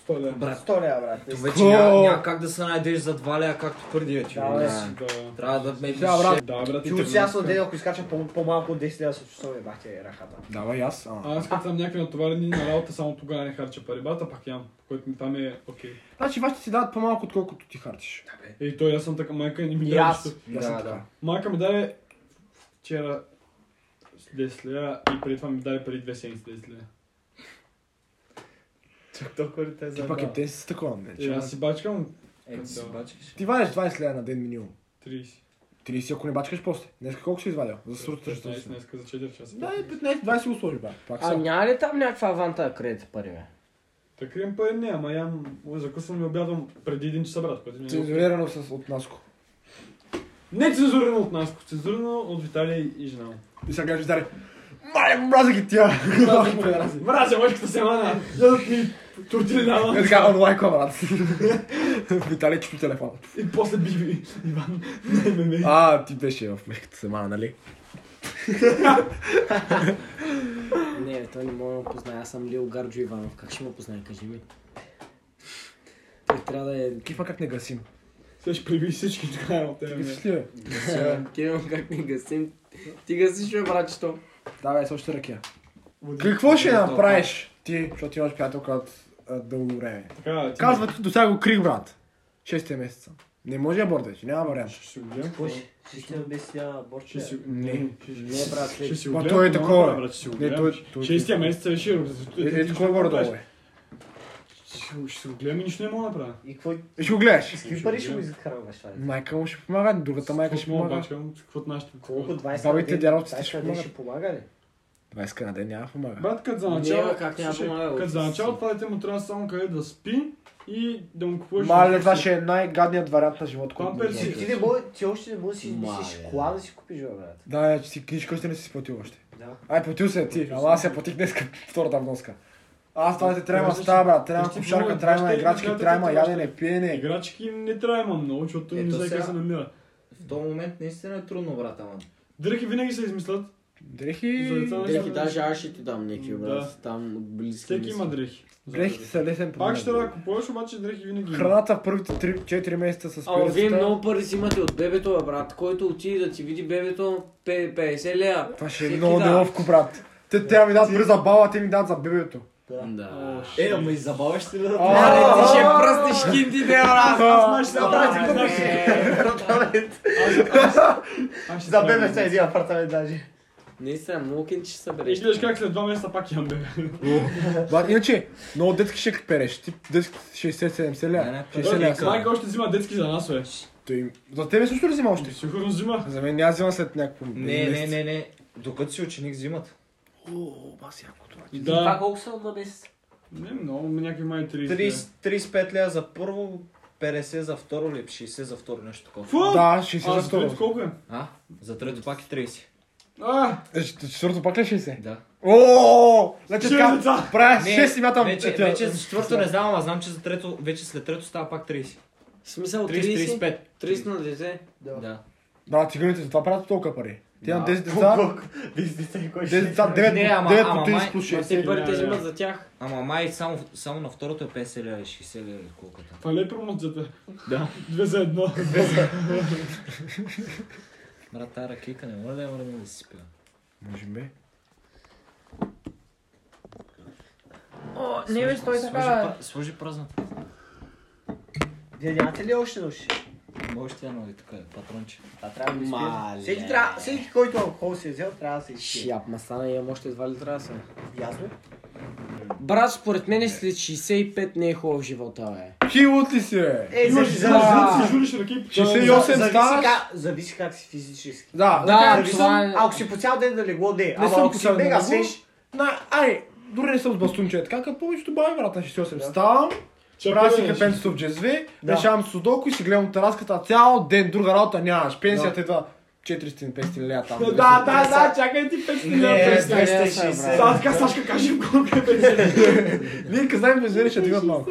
Speaker 2: 100 лева.
Speaker 3: 100 лева, брат.
Speaker 6: Вече няма няма как да се найдеш за два лея, както преди вече.
Speaker 3: Да, бе.
Speaker 2: Да.
Speaker 6: Трябва да ме
Speaker 5: Да, брат.
Speaker 2: Да, брат.
Speaker 3: Ти от сега на ден, ако изкача по- по-малко от 10 лева, се чувствам бахте е рахата.
Speaker 5: Давай аз. ама.
Speaker 2: А, Аз като съм някакви натоварени на работа, само тогава не харча парибата, пак ям, което ми там е окей.
Speaker 5: Значи вашите ти дават по-малко, отколкото ти харчиш.
Speaker 2: Ей, той, аз съм така, майка не ми
Speaker 1: И
Speaker 2: даде
Speaker 1: аз.
Speaker 2: нищо.
Speaker 5: Аз съм така.
Speaker 2: Майка ми даде вчера с 10 лева и преди това ми даде преди две седмици 10 лева.
Speaker 6: Чак толкова те
Speaker 5: Ти пак е те с такова, не.
Speaker 2: Е,
Speaker 5: че-
Speaker 2: аз си бачкам
Speaker 6: Е, ти си бачкаш.
Speaker 5: Ти вадиш 20 лева на ден минимум.
Speaker 2: 30.
Speaker 5: 30, ако не бачкаш после. Днес колко си извадил? За суртата ще
Speaker 2: 15
Speaker 5: си.
Speaker 2: днеска за 4 часа.
Speaker 5: Да, е 15-20 го сложи, брат. Пак
Speaker 1: А
Speaker 5: са.
Speaker 1: няма ли там някаква аванта да кредите пари, бе?
Speaker 2: Та крием пари не, ама ям, ой, закусвам и обядвам преди 1 часа, брат, което ми е... много-
Speaker 5: Цензурирано с от Наско.
Speaker 2: Не цензурирано от нас, цензурирано от Виталий и жена. му.
Speaker 5: И сега кажеш, Дари, мале, мраза ги тя.
Speaker 2: Мразя, мъжката семана! Ядат ми тортилина!
Speaker 5: Е така, онлайка, брат. [LAUGHS] Виталий чупи телефона.
Speaker 2: И после би ви, Иван, не ме ме.
Speaker 5: А, ти беше в меката семана, нали?
Speaker 1: Не, бе, той не може да ме познае. Аз съм Лил Гарджо Иванов. Как ще ме познае, кажи ми? Той трябва да е...
Speaker 5: Кифа как не гасим.
Speaker 2: Сега ще приби всички така от тебе. ме.
Speaker 5: Кифиш ли, бе?
Speaker 1: Кирил, как не гасим? Ти гасиш, бе, братчето.
Speaker 5: Давай, с още ръка. Какво ще направиш ти, защото имаш приятелка от а, дълго време?
Speaker 2: Така, ти
Speaker 5: Казва ти, до сега го крих, брат. 6 месеца. Не може аборт вече, няма вариант.
Speaker 2: Ще си го гледам.
Speaker 3: е? Ще ще обясня
Speaker 2: Ще
Speaker 3: борче.
Speaker 2: си го...
Speaker 5: Не.
Speaker 1: Не, брат,
Speaker 2: Ще си го
Speaker 5: Ма
Speaker 2: гледам.
Speaker 5: той е
Speaker 2: но
Speaker 5: такова,
Speaker 2: направо,
Speaker 5: бе.
Speaker 2: брат, ще си го
Speaker 5: Не,
Speaker 2: гледам.
Speaker 5: той- той-
Speaker 2: Шестия месец беше
Speaker 5: Е, е, такова горе-долу е.
Speaker 2: Ще си го гледам и нищо не мога да правя.
Speaker 3: И какво?
Speaker 5: И Е, ще го гледаш.
Speaker 3: Какви пари ще му изхранваш, бе?
Speaker 5: Майка му ще помага, другата майка ще помага.
Speaker 2: Каквото нашите...
Speaker 3: Колко 20
Speaker 5: Бабите,
Speaker 3: на ден-
Speaker 5: дядовците
Speaker 3: 20
Speaker 5: ще
Speaker 3: на ден
Speaker 5: помагат.
Speaker 3: ще помага ли?
Speaker 5: 20 на ден няма помага.
Speaker 2: Брат, като за
Speaker 1: Не,
Speaker 2: начало...
Speaker 1: бе, как няма
Speaker 2: слушай,
Speaker 1: помага,
Speaker 2: Като за
Speaker 1: отиди
Speaker 2: начало
Speaker 1: си.
Speaker 2: това дете му трябва само къде да спи и да му купуваш...
Speaker 5: Мале, това ще е най-гадният вариант на живота, който
Speaker 2: Памперси.
Speaker 5: може да
Speaker 3: Ти
Speaker 5: е.
Speaker 3: не може, ти още не можеш да си измислиш
Speaker 1: Мале.
Speaker 3: кола да си купиш, бе, брат.
Speaker 5: Да, е, че си книжка още не си платил още.
Speaker 3: Да.
Speaker 5: Ай, платил се ти, ама аз я платих днес като [LAUGHS] втората вноска. Аз това ти трябва става, брат. Трябва
Speaker 2: значи Ти
Speaker 5: купшарка,
Speaker 2: много
Speaker 5: трябва
Speaker 2: баща и
Speaker 5: играчки,
Speaker 2: децата,
Speaker 5: трябва
Speaker 2: децата.
Speaker 5: ядене, пиене.
Speaker 2: Е, Играчки не трябва да имам много, защото
Speaker 6: Ето
Speaker 2: не знае
Speaker 6: сега.
Speaker 2: къде се намира.
Speaker 6: В този момент наистина е трудно, брат, ама.
Speaker 2: Дрехи винаги се измислят. За
Speaker 5: Дрехи...
Speaker 2: деца не
Speaker 1: Деки,
Speaker 2: са-
Speaker 1: даже аз ще ти дам някакви, брат.
Speaker 2: Да.
Speaker 1: Там от близки.
Speaker 2: Всеки
Speaker 1: ми са.
Speaker 2: има дрехи. За
Speaker 5: Дрехите
Speaker 2: дрехи.
Speaker 5: са лесен проблем.
Speaker 2: Пак ще трябва да купуваш, обаче дрехи винаги има.
Speaker 5: Храната в първите 3-4 месеца с
Speaker 1: Ама вие
Speaker 5: пирецата.
Speaker 1: много пари си имате от бебето, бе, брат. Който отиде да ти види бебето, пе- 50 лея.
Speaker 5: Това ще е
Speaker 1: Всеки
Speaker 5: много
Speaker 1: да.
Speaker 5: неловко, брат. Те трябва да ми дадат пари за бала, те ми дадат за бебето.
Speaker 1: Да.
Speaker 6: Е, ама и забавяш ли да...
Speaker 1: Аре, ти ще
Speaker 5: А,
Speaker 1: пръстиш кинти, брат.
Speaker 2: Аз знаеш, сега
Speaker 3: Брат,
Speaker 2: правя
Speaker 3: ти купиш
Speaker 2: знак.
Speaker 3: апартамент.
Speaker 2: Аз ще
Speaker 3: За
Speaker 2: трябва-
Speaker 3: бебе са един апартамент даже.
Speaker 1: Наистина, мукин ще се
Speaker 2: И
Speaker 1: береш.
Speaker 2: ще видиш как след два месеца пак имам бебе.
Speaker 5: Брат, иначе, много детски ще переш. Ти детски 60-70
Speaker 6: Не, не,
Speaker 5: ля. 60
Speaker 2: Той-
Speaker 5: ля.
Speaker 2: Майка
Speaker 5: са.
Speaker 2: още взима детски за нас, бе.
Speaker 5: Той- За тебе също ли взима още?
Speaker 2: Сигурно взима.
Speaker 5: За мен аз взимам след някакво.
Speaker 6: Не, не, не, не. Докато си ученик взимат.
Speaker 5: О, бас, яко това.
Speaker 4: Това
Speaker 2: Да.
Speaker 4: колко са на месец?
Speaker 2: Не много, ма някакви май 30.
Speaker 6: 30 35 ля за първо, 50 за второ или 60 за второ, нещо такова.
Speaker 2: Фу!
Speaker 5: Да,
Speaker 2: А
Speaker 5: 60 за
Speaker 2: за трето
Speaker 5: второ.
Speaker 2: колко е?
Speaker 6: А? За трето пак е 30.
Speaker 2: А,
Speaker 5: Е, Четвърто пак ли е 60?
Speaker 6: Да.
Speaker 5: О, значи
Speaker 2: Шест
Speaker 5: така,
Speaker 2: деца.
Speaker 5: правя 6 и мятам.
Speaker 6: вече,
Speaker 5: тя-
Speaker 6: вече за четвърто не знам, а знам, че за трето, вече след трето става пак 30.
Speaker 1: В смисъл 30, 30,
Speaker 6: 30-35.
Speaker 1: 30 на дете.
Speaker 6: Да.
Speaker 5: Да, циганите, това правят толкова пари. Ти имам 10 деца, 10 деца, 9
Speaker 6: Не, ама- ама
Speaker 5: по 30
Speaker 6: май-
Speaker 5: плюс
Speaker 1: Ма
Speaker 5: 6.
Speaker 1: те парите
Speaker 2: да, да.
Speaker 1: взимат за тях.
Speaker 6: Ама май само, само на второто е 50 ля и 60 ля или колко там.
Speaker 2: това ли е промоцията?
Speaker 6: Да.
Speaker 2: Две за едно.
Speaker 6: Брат, тази ракийка не може да я мръдна да си спива.
Speaker 5: Може би.
Speaker 4: О, не бе, той
Speaker 6: Сложи,
Speaker 4: така. е.
Speaker 6: пра- сложи празната.
Speaker 3: Вие нямате ли още на уши?
Speaker 6: Може ти я ноги тук, е, патронче.
Speaker 3: Това трябва да ви изпиете.
Speaker 1: Мале.
Speaker 3: Всеки, трябва- всеки, който алкохол си е взел, трябва да се изпие.
Speaker 1: Шляп, ма стана имам още едва ли трябва да съм.
Speaker 3: Ясно?
Speaker 1: Брат, според мен след 65 не е хубав живота, бе.
Speaker 5: Хилот ли си, бе?
Speaker 3: Е,
Speaker 2: Имаш
Speaker 3: зависи-
Speaker 2: за да си жулиш ръки.
Speaker 5: 68
Speaker 3: зависи
Speaker 5: стаж.
Speaker 3: как- Зависи как си физически.
Speaker 5: Да,
Speaker 1: Да,
Speaker 5: да,
Speaker 3: Зависи-
Speaker 1: това е-
Speaker 3: Ако си по цял ден да легло, не.
Speaker 5: съм
Speaker 3: Ама ако
Speaker 5: по
Speaker 3: си
Speaker 5: цял ден
Speaker 3: мега
Speaker 5: да легло.
Speaker 3: свеж,
Speaker 5: на, ай, дори не съм с бастунче, е така, като повечето бави, брат, на 68. Ставам, правя си капенцето в джезви,
Speaker 3: Да.
Speaker 5: решавам судоко и си гледам тераската цял ден, друга работа нямаш. Пенсията е едва 400-500 лея там.
Speaker 2: Да, да, да, чакай ти 500 лева.
Speaker 1: Представя,
Speaker 2: Сега така Сашка каже колко е 50
Speaker 5: Ние като знаем, пенсионери ще дигнат малко.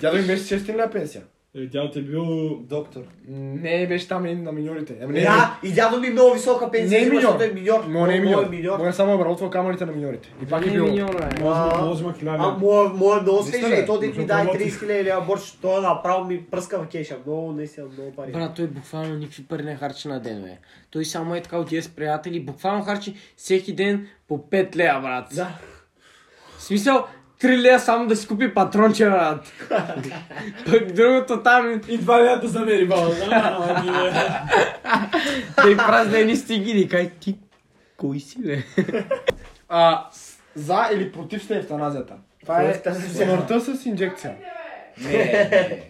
Speaker 5: Тя да ми беше 600 лея пенсия.
Speaker 2: Е, Тя ти е бил...
Speaker 6: Доктор.
Speaker 5: Не, беше там един на миньорите. Ами не,
Speaker 3: да, и дядо ми много висока
Speaker 5: Не е
Speaker 3: пенсия, взима,
Speaker 5: миньор.
Speaker 3: защото е миньор.
Speaker 5: Моя не е миньор.
Speaker 3: Моя
Speaker 5: Моя е само обработва камъните на миньорите. И пак е
Speaker 1: Не е
Speaker 5: било.
Speaker 1: миньор, бе.
Speaker 2: Може да взима
Speaker 3: А
Speaker 2: е хиляда.
Speaker 3: моя, моя много
Speaker 5: Ами, Наистина
Speaker 3: свеж
Speaker 5: ли?
Speaker 3: е, то дет ми дай
Speaker 2: Много ти.
Speaker 3: 30 хиляди лева борщ, то направо ми пръска в кеша. Много, наистина, много пари.
Speaker 1: Брат, той буквално никакви пари не харчи на ден, бе. Той само е така отиде с приятели, буквално харчи всеки ден по 5 лея, брат.
Speaker 3: Да.
Speaker 1: В смисъл, 3 лея само да си купи патронче, [LAUGHS] брат. Пък другото там
Speaker 2: И два лева да замери бала. [LAUGHS] А, ами, е.
Speaker 1: да и празна едни стигини. Кай ти, кой си, бе?
Speaker 5: А, с- за или против сте евтаназията? Това е
Speaker 3: Евтаназия.
Speaker 5: смъртта с инжекция.
Speaker 6: Не, не.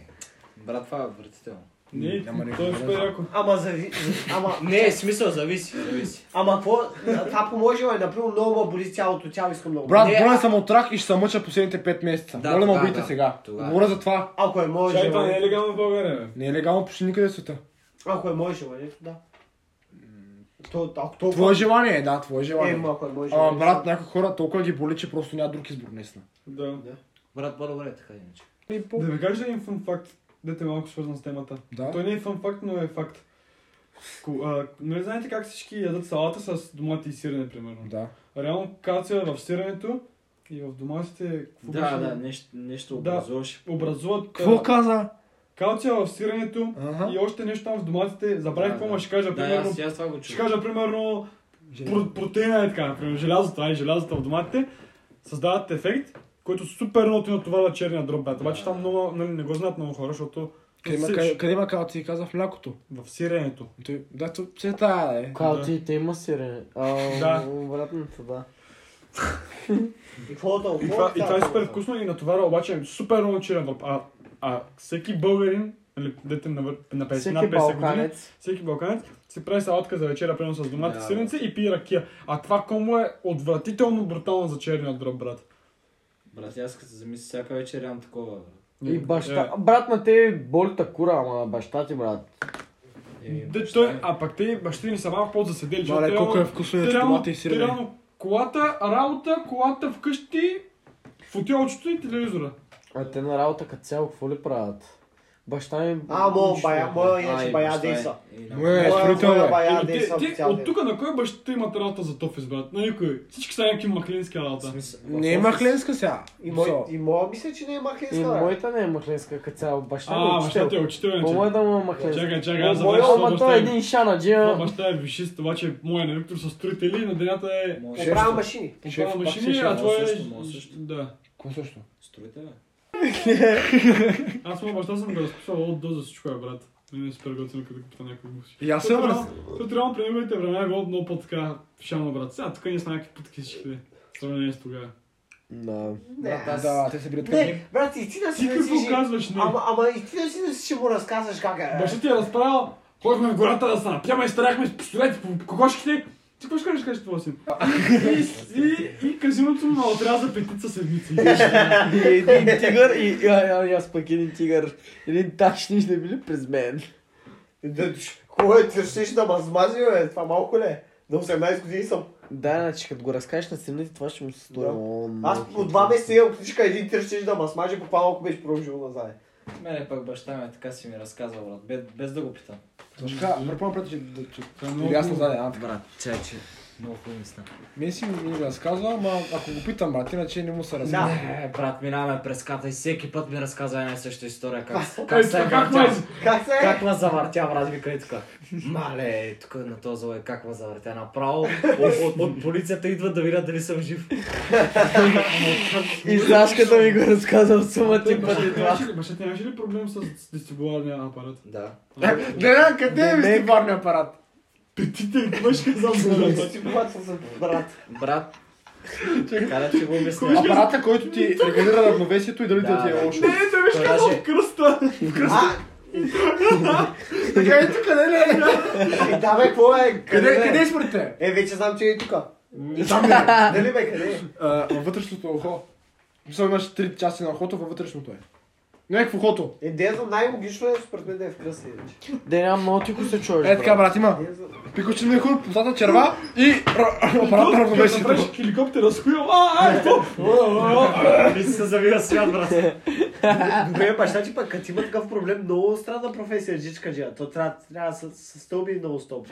Speaker 6: Брат, това е отвратително.
Speaker 2: Не,
Speaker 5: Няма никакво
Speaker 2: той е супер
Speaker 5: връзка.
Speaker 2: яко.
Speaker 3: Ама зави... Ама...
Speaker 6: Не, смисъл, зависи, зависи.
Speaker 3: Ама какво? Това поможи, ме, например, много ме боли цялото тяло, искам много.
Speaker 5: Брат,
Speaker 6: Не,
Speaker 5: болен
Speaker 6: а-
Speaker 5: съм от рак и ще се мъча последните 5 месеца.
Speaker 6: Да,
Speaker 5: Моля ме
Speaker 6: тогава,
Speaker 5: убийте
Speaker 6: да.
Speaker 5: сега.
Speaker 6: Тогава.
Speaker 5: Говоря за това.
Speaker 3: Ако е мое
Speaker 2: Чай, това не е
Speaker 3: желание.
Speaker 2: легално в България, бе.
Speaker 5: Не е легално почти никъде в света.
Speaker 3: Ако е мое желанието, да. То, ако толкова...
Speaker 5: Твое желание е, да, твое
Speaker 3: Е,
Speaker 5: желание.
Speaker 3: ма, ако е мое желание.
Speaker 5: Ама брат, някои хора толкова ги боли, че просто няма друг избор наистина.
Speaker 2: Да.
Speaker 6: Брат, по-добре е така иначе.
Speaker 5: И по-
Speaker 2: Да ви кажа един фан факт, дете малко свързан с темата.
Speaker 5: Да.
Speaker 2: Той не е фан факт, но е факт. Ко- а, Нали знаете как всички ядат салата с домати и сирене, примерно?
Speaker 5: Да.
Speaker 2: Реално калция в сиренето и в доматите... какво
Speaker 6: Да,
Speaker 2: беше?
Speaker 6: да, нещо, нещо
Speaker 2: Да.
Speaker 6: образуваш.
Speaker 2: Образуват
Speaker 5: Какво
Speaker 2: а,
Speaker 5: каза?
Speaker 2: калция в сиренето
Speaker 5: Ага.
Speaker 2: и още нещо там в доматите. Забравих
Speaker 6: Да,
Speaker 2: какво,
Speaker 6: да.
Speaker 2: ма ще кажа,
Speaker 6: Да,
Speaker 2: примерно...
Speaker 6: аз, аз това го
Speaker 2: Ще
Speaker 6: чух.
Speaker 2: кажа, примерно, про- протеина е така, например, желязото, ай, желязото в доматите, създават ефект, който супер много ти натоварва черния дроб, брат. Обаче там много, нали, не го знаят много хора, защото
Speaker 5: Къде има-
Speaker 2: Сич-
Speaker 5: къде- Къде има калци? Каза в млякото.
Speaker 2: в сиренето.
Speaker 5: Той- Да, то- все тая е.
Speaker 1: Калци, те има сирене. А,
Speaker 3: Е,
Speaker 2: Да.
Speaker 1: Обратното, да.
Speaker 3: И какво толкова?
Speaker 2: И това, и това е супер вкусно и натоварва обаче супер много черен дроб. А, а всеки българин, нали, дете на, вър- на 50,
Speaker 1: Всеки
Speaker 2: на 50 години,
Speaker 1: балканец.
Speaker 2: всеки балканец си прави салатка за вечеря, примерно с домати
Speaker 6: Да,
Speaker 2: yeah. сиренце и пие ракия. А това комбо е отвратително брутално за черния дроб, брат.
Speaker 6: Брат, аз като се замисля, всяка вечер ям такова. брат.
Speaker 1: И баща.
Speaker 2: Е.
Speaker 1: Брат на те боли та кура, ама на баща ти, брат.
Speaker 6: Еми,
Speaker 2: Да, че той, а пък те бащите ни са малко по-заседели, защото
Speaker 5: Мале,
Speaker 2: те
Speaker 5: колко е
Speaker 2: реално-
Speaker 5: вкусно
Speaker 2: те
Speaker 5: е
Speaker 2: реално,
Speaker 5: домата и
Speaker 2: те
Speaker 5: сирене.
Speaker 2: реално колата, работа, колата вкъщи, фотелчето и телевизора.
Speaker 1: А те на работа като цяло какво ли правят? Баща ми...
Speaker 3: А, моя
Speaker 1: нищо.
Speaker 3: бая, моя иначе
Speaker 6: Ай,
Speaker 3: бая
Speaker 6: баща е.
Speaker 3: дейса.
Speaker 6: Ей, да.
Speaker 5: Мое. Е,
Speaker 3: Моя,
Speaker 5: строител,
Speaker 3: моя
Speaker 5: бе.
Speaker 3: бая
Speaker 2: Еми, те-
Speaker 3: дейса
Speaker 2: те, от тук на кой бащите имат работа за тофис, брат? На никой. Всички са някакви махлински
Speaker 6: В
Speaker 2: работа.
Speaker 6: смисъл, в
Speaker 5: Не е
Speaker 6: офис.
Speaker 5: махленска сега.
Speaker 3: И мой,
Speaker 5: Со.
Speaker 3: и моя мисля, че не е махлинска.
Speaker 1: И
Speaker 3: бе.
Speaker 1: моята не е махленска като цяло. Баща ми е
Speaker 2: А, баща
Speaker 1: учител.
Speaker 2: ти е учител,
Speaker 1: По-моя
Speaker 2: иначе.
Speaker 1: да му е махленска.
Speaker 2: Чакай, чакай, аз
Speaker 1: Моя,
Speaker 2: забравих,
Speaker 1: ама
Speaker 2: защото
Speaker 1: той е
Speaker 2: баща е...
Speaker 1: един шанаджия.
Speaker 2: моя Баща е вишист, обаче моя на Виктор са строители, на денята е...
Speaker 6: Може.
Speaker 3: Е, правя машини.
Speaker 5: Шеф,
Speaker 2: Шеф,
Speaker 5: пак
Speaker 2: машини,
Speaker 5: си шеф,
Speaker 2: а твоя е...
Speaker 6: също, моя също.
Speaker 2: Да.
Speaker 5: Какво също?
Speaker 6: Строите, бе.
Speaker 2: Аз моя баща съм го разписал от доза всичко, е, брат. Не, е супер готино, като купта някой гуси.
Speaker 5: И аз
Speaker 2: Защото
Speaker 5: съм
Speaker 2: реално- Защото реално при неговите времена е било много по-така шано, брат. Сега тук ние сме някакви путки всички. в Сравнение с тогава.
Speaker 1: Да.
Speaker 3: Не, аз...
Speaker 5: Да, те се бият към
Speaker 3: Не, брат, и ти да си
Speaker 2: Ти
Speaker 3: да си...
Speaker 2: какво
Speaker 3: жи-
Speaker 2: казваш, не?
Speaker 3: Ама, ама и ти да си да си ще му разказваш как е.
Speaker 2: Баща ти е разправил, ходихме в гората да се напяме и старяхме с пистолети по кокошките. Ти какво ще кажеш, кажеш това си? И, и, и казиното му отряза петица седмици. Е,
Speaker 1: И един тигър и, и, а- а- аз пък един тигър. Един ташни ще били през мен.
Speaker 3: Да, кое ти ще ще да ме смази, бе? Това малко ли е? На 18 години съм.
Speaker 1: Да, значи като го разкажеш на стените, това ще му се стори.
Speaker 3: Да.
Speaker 1: много, много
Speaker 3: Аз от два месеца имам птичка, един ти ще да ме смажи, по малко беше продължил назад.
Speaker 8: Мене пък баща ми е така си ми разказва, брат, без, без да го питам.
Speaker 5: Така, предполагам, прето, че... да- че-
Speaker 2: Това е много
Speaker 5: Или аз не знам, а, така.
Speaker 1: Брат, чаче.
Speaker 8: Много хубави неща.
Speaker 5: Мен си ми го разказва, ама ако го питам, брат, иначе не му се разказва.
Speaker 3: Да.
Speaker 8: Не, Е, брат, минаваме през ката и всеки път ми разказва една и съща история. Как,
Speaker 2: Ей,
Speaker 8: как се
Speaker 2: това
Speaker 8: е
Speaker 2: как
Speaker 8: въртял.
Speaker 2: май?
Speaker 3: Как се е?
Speaker 8: Как ме завъртя, брат, вика и така. Мале, тук на този злой, как ме завъртя. Направо от, от, от полицията идва да видя дали съм жив.
Speaker 1: И Сашката ми го разказа от сума ти пъти това.
Speaker 2: Баща ти нямаше ли проблем с дестибуларния апарат?
Speaker 8: Да.
Speaker 5: Гледа, къде е вестибарния апарат?
Speaker 2: Петите, какво ще казал за
Speaker 3: Ти
Speaker 2: апарат?
Speaker 3: си когато съм брат.
Speaker 1: Брат,
Speaker 8: Така да ще го обясня.
Speaker 5: Апарата, който ти регулира равновесието и дали да
Speaker 8: Да,
Speaker 5: ти е
Speaker 8: да.
Speaker 5: лошо.
Speaker 2: Не, той беше
Speaker 8: Той
Speaker 2: казал
Speaker 8: даже-
Speaker 2: в кръста.
Speaker 3: А,
Speaker 5: Така е тук, не, не, не.
Speaker 3: и да бе, какво е?
Speaker 5: Къде,
Speaker 3: бе?
Speaker 5: къде е смъртта? е?
Speaker 3: Е, вече знам, че е тук.
Speaker 5: Не знам ли?
Speaker 3: Дали бе, къде е?
Speaker 5: А, във вътрешното ухо. Мисля, имаш 3 части на ухото, във вътрешното е. Не е в ухото.
Speaker 3: Е, дезо най-логично е според мен да е в кръста иначе.
Speaker 1: да няма много тихо се чуеш,
Speaker 5: Е така, брат, има.
Speaker 3: Дезо.
Speaker 5: Пикочен мехур, позата черва и ра- апарат на равновесието.
Speaker 2: Направиш хеликоптер, разхуял. А, ай, какво?
Speaker 3: Ами
Speaker 8: И се завива свят,
Speaker 1: [LAUGHS]
Speaker 8: брат.
Speaker 3: Добре, баща ти пък, като има такъв проблем, много странна професия, жичка жия. То трябва, трябва да се се стълби много стоп.